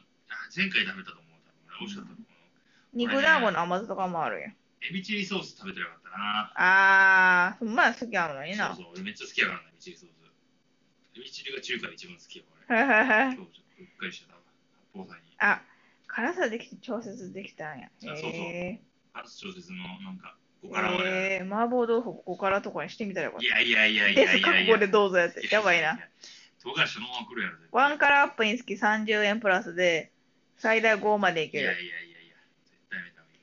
前回食べたと思う多分俺美味しかったと思う
肉団子の甘酢とかもあるやん。
エビチリソース食べてなかったな
あー、まあ好きあるのにな
そ。うそう俺めっちゃ好きやからなエビチリソースエビチリが中華で一番好きやわ
はいはい
俺
はい。
今日ちょっとうっかりしてたわ八宝菜に
あ、辛さできて調節できたんや。
そうそう
へ
ある小説のなんかお
ー
からまで
へー麻婆豆腐ここからとかにしてみたらよかった
い。やいやいやい
で
や
す
いや
覚
い
悟
や
でどうぞやって。やばいな。
唐辛子そのまま来るやろ絶対
ワンカラーアップにつき30円プラスで、最大5までい
い
け
やいやい
る。
やいや絶対やめた方がいい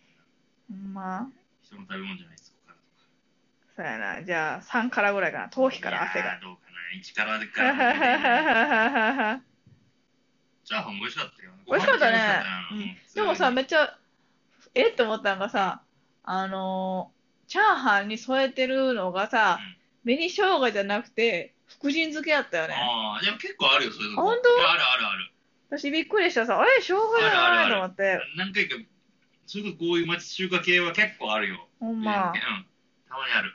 こんな
ほんま
人の食べ物じゃないですからとか
そうやな。じゃあ、3からぐらいかな。頭皮から汗
いや
が。
ーどうかな一からでから
[laughs] で
チャーハン美味しかったよ
美味しかったねもさ、
め
めっちゃ、えって思ったのがさ、あのーチャーハンに添えてるのがさ
うん、
紅生姜じゃなくて、福神漬けやったよね。
ああ、でも結構あるよ、そういうとこ。
本当
いやあるあるある。
私びっくりしたさ、あれ、生姜じゃないと思って。
何回か、そういうこういう町中華系は結構あるよ。
ほんま
うん、。たまにある。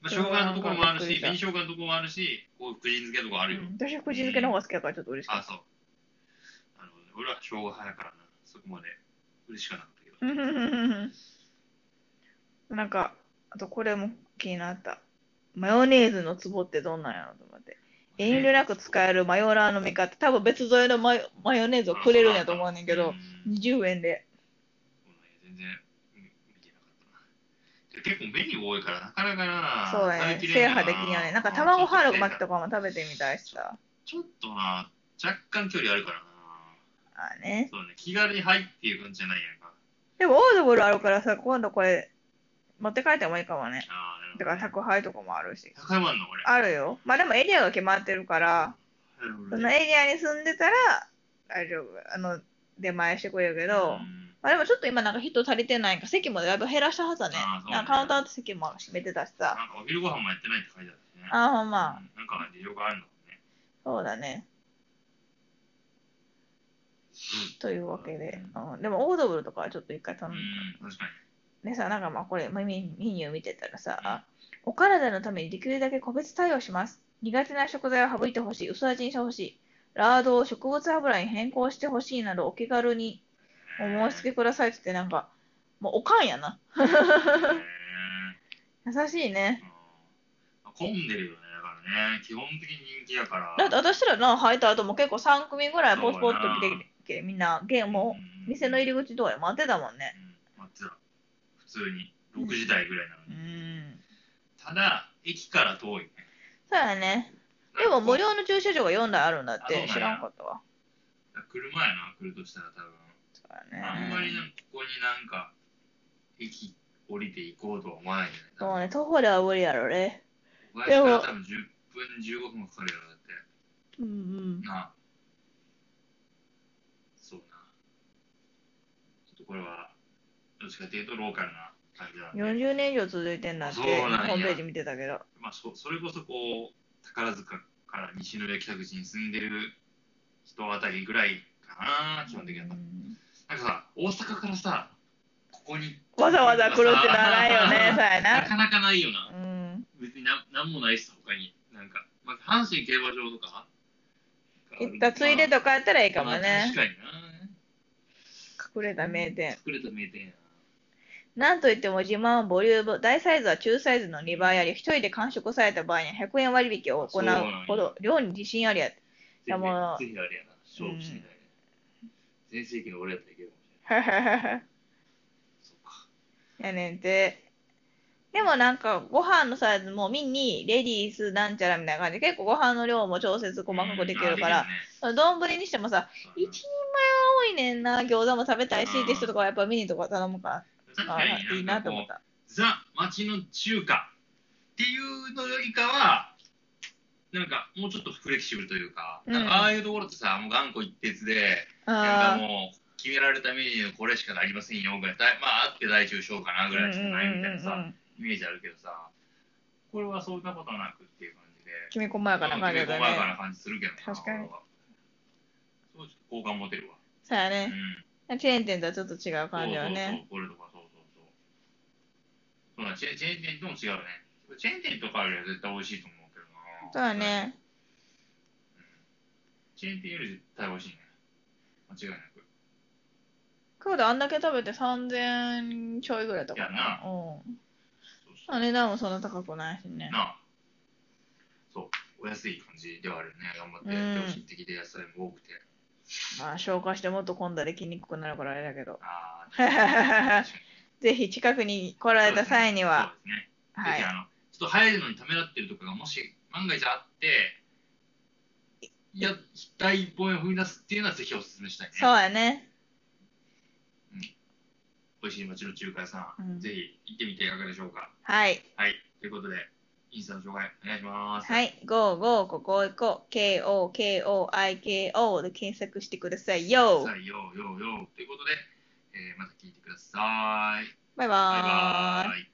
まあ、生姜のところもあるし、紅生姜のところもあるし、こう福神漬けのところあるよ。
うん私は福神漬けの方が好きやからちょっと嬉しか
あ
っ
そう。あの俺は生姜派やからな、そこまで嬉しかなかったけど。
た。なんか、あとこれも気になった。マヨネーズのツボってどんなんやろうと思って。遠慮なく使えるマヨラーの味方、多分別添えのマヨマヨネーズをくれるんやと思うねんけ
う
ど、
ん
20円で。
そうね全然うん見てなかったな。で結構メニュー多いから、なかなかな、
そうやね。
食べきれ
制
ん
覇
よ
できんよね。なんか卵ハーロ巻きとかも食べてみたいしさ。
ちょっとな、若干距離あるからな。
あーね。
そうね、気軽に入っていう感じじゃないやんか。
でもオードブルあるからさ、今度これ持って帰ってもいいかもね。
ああ、
だから宅配とかもあるし。
高山あんの俺。
あるよ。まあでもエリアが決まってるから、
なるほ
そ
ど
の
ね
エリアに住んでたら大丈夫。あの、出前してくれるけ
う
ど、
ん
まあでもちょっと今なんか人足りてないんか、席もだいぶ減らしたはずだね
あーそう。ね
なんかカウンターと席も閉めてたしさ。
なんかお昼ご飯もやってないって書いてあったしね。
ああ、ほんま
う。んなんか事情があるのかね。
そうだね。というわけで、うん、でもオードブルとかはちょっと一回頼
うんん、確かに。
でさ、なんかまあこれメニューメニュー見てたらさ、お体のためにできるだけ個別対応します。苦手な食材を省いてほしい、薄味にしてほしい、ラードを植物油に変更してほしいなどお気軽にお申し付けくださいって言ってなんか、もうおかんやな。
へー
[laughs] 優しいね。
うん混んでるよね、だからね。基本的に人気やから。
だって私らの入った後も結構3組ぐらいポツポツと来
そ
て
うやな
きて、みんなゲームを
うん
店の入り口とかで待ってたもんね。
うん待ってた普通に6時台ぐらいなの
う
に、
ん。
ただ駅から遠いね
そうやね。でも無料の駐車場が4台あるんだっ
あそうな
て
んや
知らんかったわ。
車やな、来るとしたら多分。
そうだ
あん
ね
まりなんかここになんか、駅降りて行こうとは思わないんじゃ
そう
ない
ね、徒歩では無理やろね。
ここやったら多分10分、15分はかかるよ、だって。
うんうん。
なあ。そうな。ちょっとこれは、どっちかというとローカルな感じなんで、
40年以上続いてんだって、
そ
ホ
うなんや
ームページ見てたけど。
まあそ、それこそこう、宝塚から西宮北口に住んでる人あたりぐらいかな、基本的には。
うん
なんかさ、大阪からさ、ここに。
わざわざ来るってならないよ
[laughs]
ね、そうや
な
な。
かなかないよな。
うん。
別にななんもないっす、他に。なんか、まあ、阪神競馬場とか。
行ったついでとかやったらいいかも
まあ確
ね。
かにな。
隠れた名店。
作れた名店や
なんといっても自慢はボリューム、大サイズは中サイズの2倍あり、一人で完食された場合には100円割引を行うほど、量に自信ありや。いやもう
ぜひぜひあれやな、勝負してみたいね。全盛期の俺やったらいけるかもしれない。そうか。
[laughs] やねんて。でもなんか、ご飯のサイズもミニ、レディース、なんちゃらみたいな感じで、結構ご飯の量も調節細かくできるか
あ
ら、丼にしてもさ、
で
1
きるね
人前は多いねんな、餃子も食べたいし、って人とかはやっぱミニとか頼むか
確
ら、あ
かに
いいなと思っ
んかこ
た。
うザ・町の中華っていうのよりかは、なんかもうちょっとフレキシブルというか、
うん
なんかああいうところってさ、もう頑固一徹で、なんか
あ
もう決められたメニューこれしかありませんよぐらい、だいまああって大中小かな
あ、
ぐらいしかないみた
うん
いな
うんうんう
さ、
ん
イメージあるけどさ、これはそんなことなくっていう感じで。
きめ細やかな感じだ
細やか
ね。
な感じするけどな
確かに。
そう、ちょっと好感持てるわ。
そうや
うん
ね。。チェーン店とはちょっと違う感じはね。
そうそうそう、これとか、そうそうそう。そうだ、チェチェーン店とも違うね。チェーン店とかよりは絶対美味しいと思うけどな。
そうだ。ね。
チェーン店より絶対美味しいね。間違いなく。
クールあんだけ食べて3000ちょいぐらいだったか
や
な。うん。
そうそう
まあ値段もそんな高くないしね。
なあ。そう、お安い感じではあるね。頑張ってやってほしい的で野菜も多くて。
まあ消化してもっと混んだり筋肉くなるからあれだけど。
ああ、
[laughs] ぜひ近くに来られた際には。
そうですね。
は
ぜ
い
ひ。あのちょっと入るのにためらってるとかがもし万が一あって、いや、第一本を踏み出すっていうのはぜひお勧めしたいね。
そうやね。
美味しい町の中華屋さん、
うん
ぜひ行ってみていかがでしょうか。
はい。
はい、ということで、インスタの紹介お願いします。
はい。55ここ行こう。KOKOIKO で検索してくださいよ。
さあ、ようようようということで、えーまた聞いてください。
バイ
バイ
バーイ
バ。イ。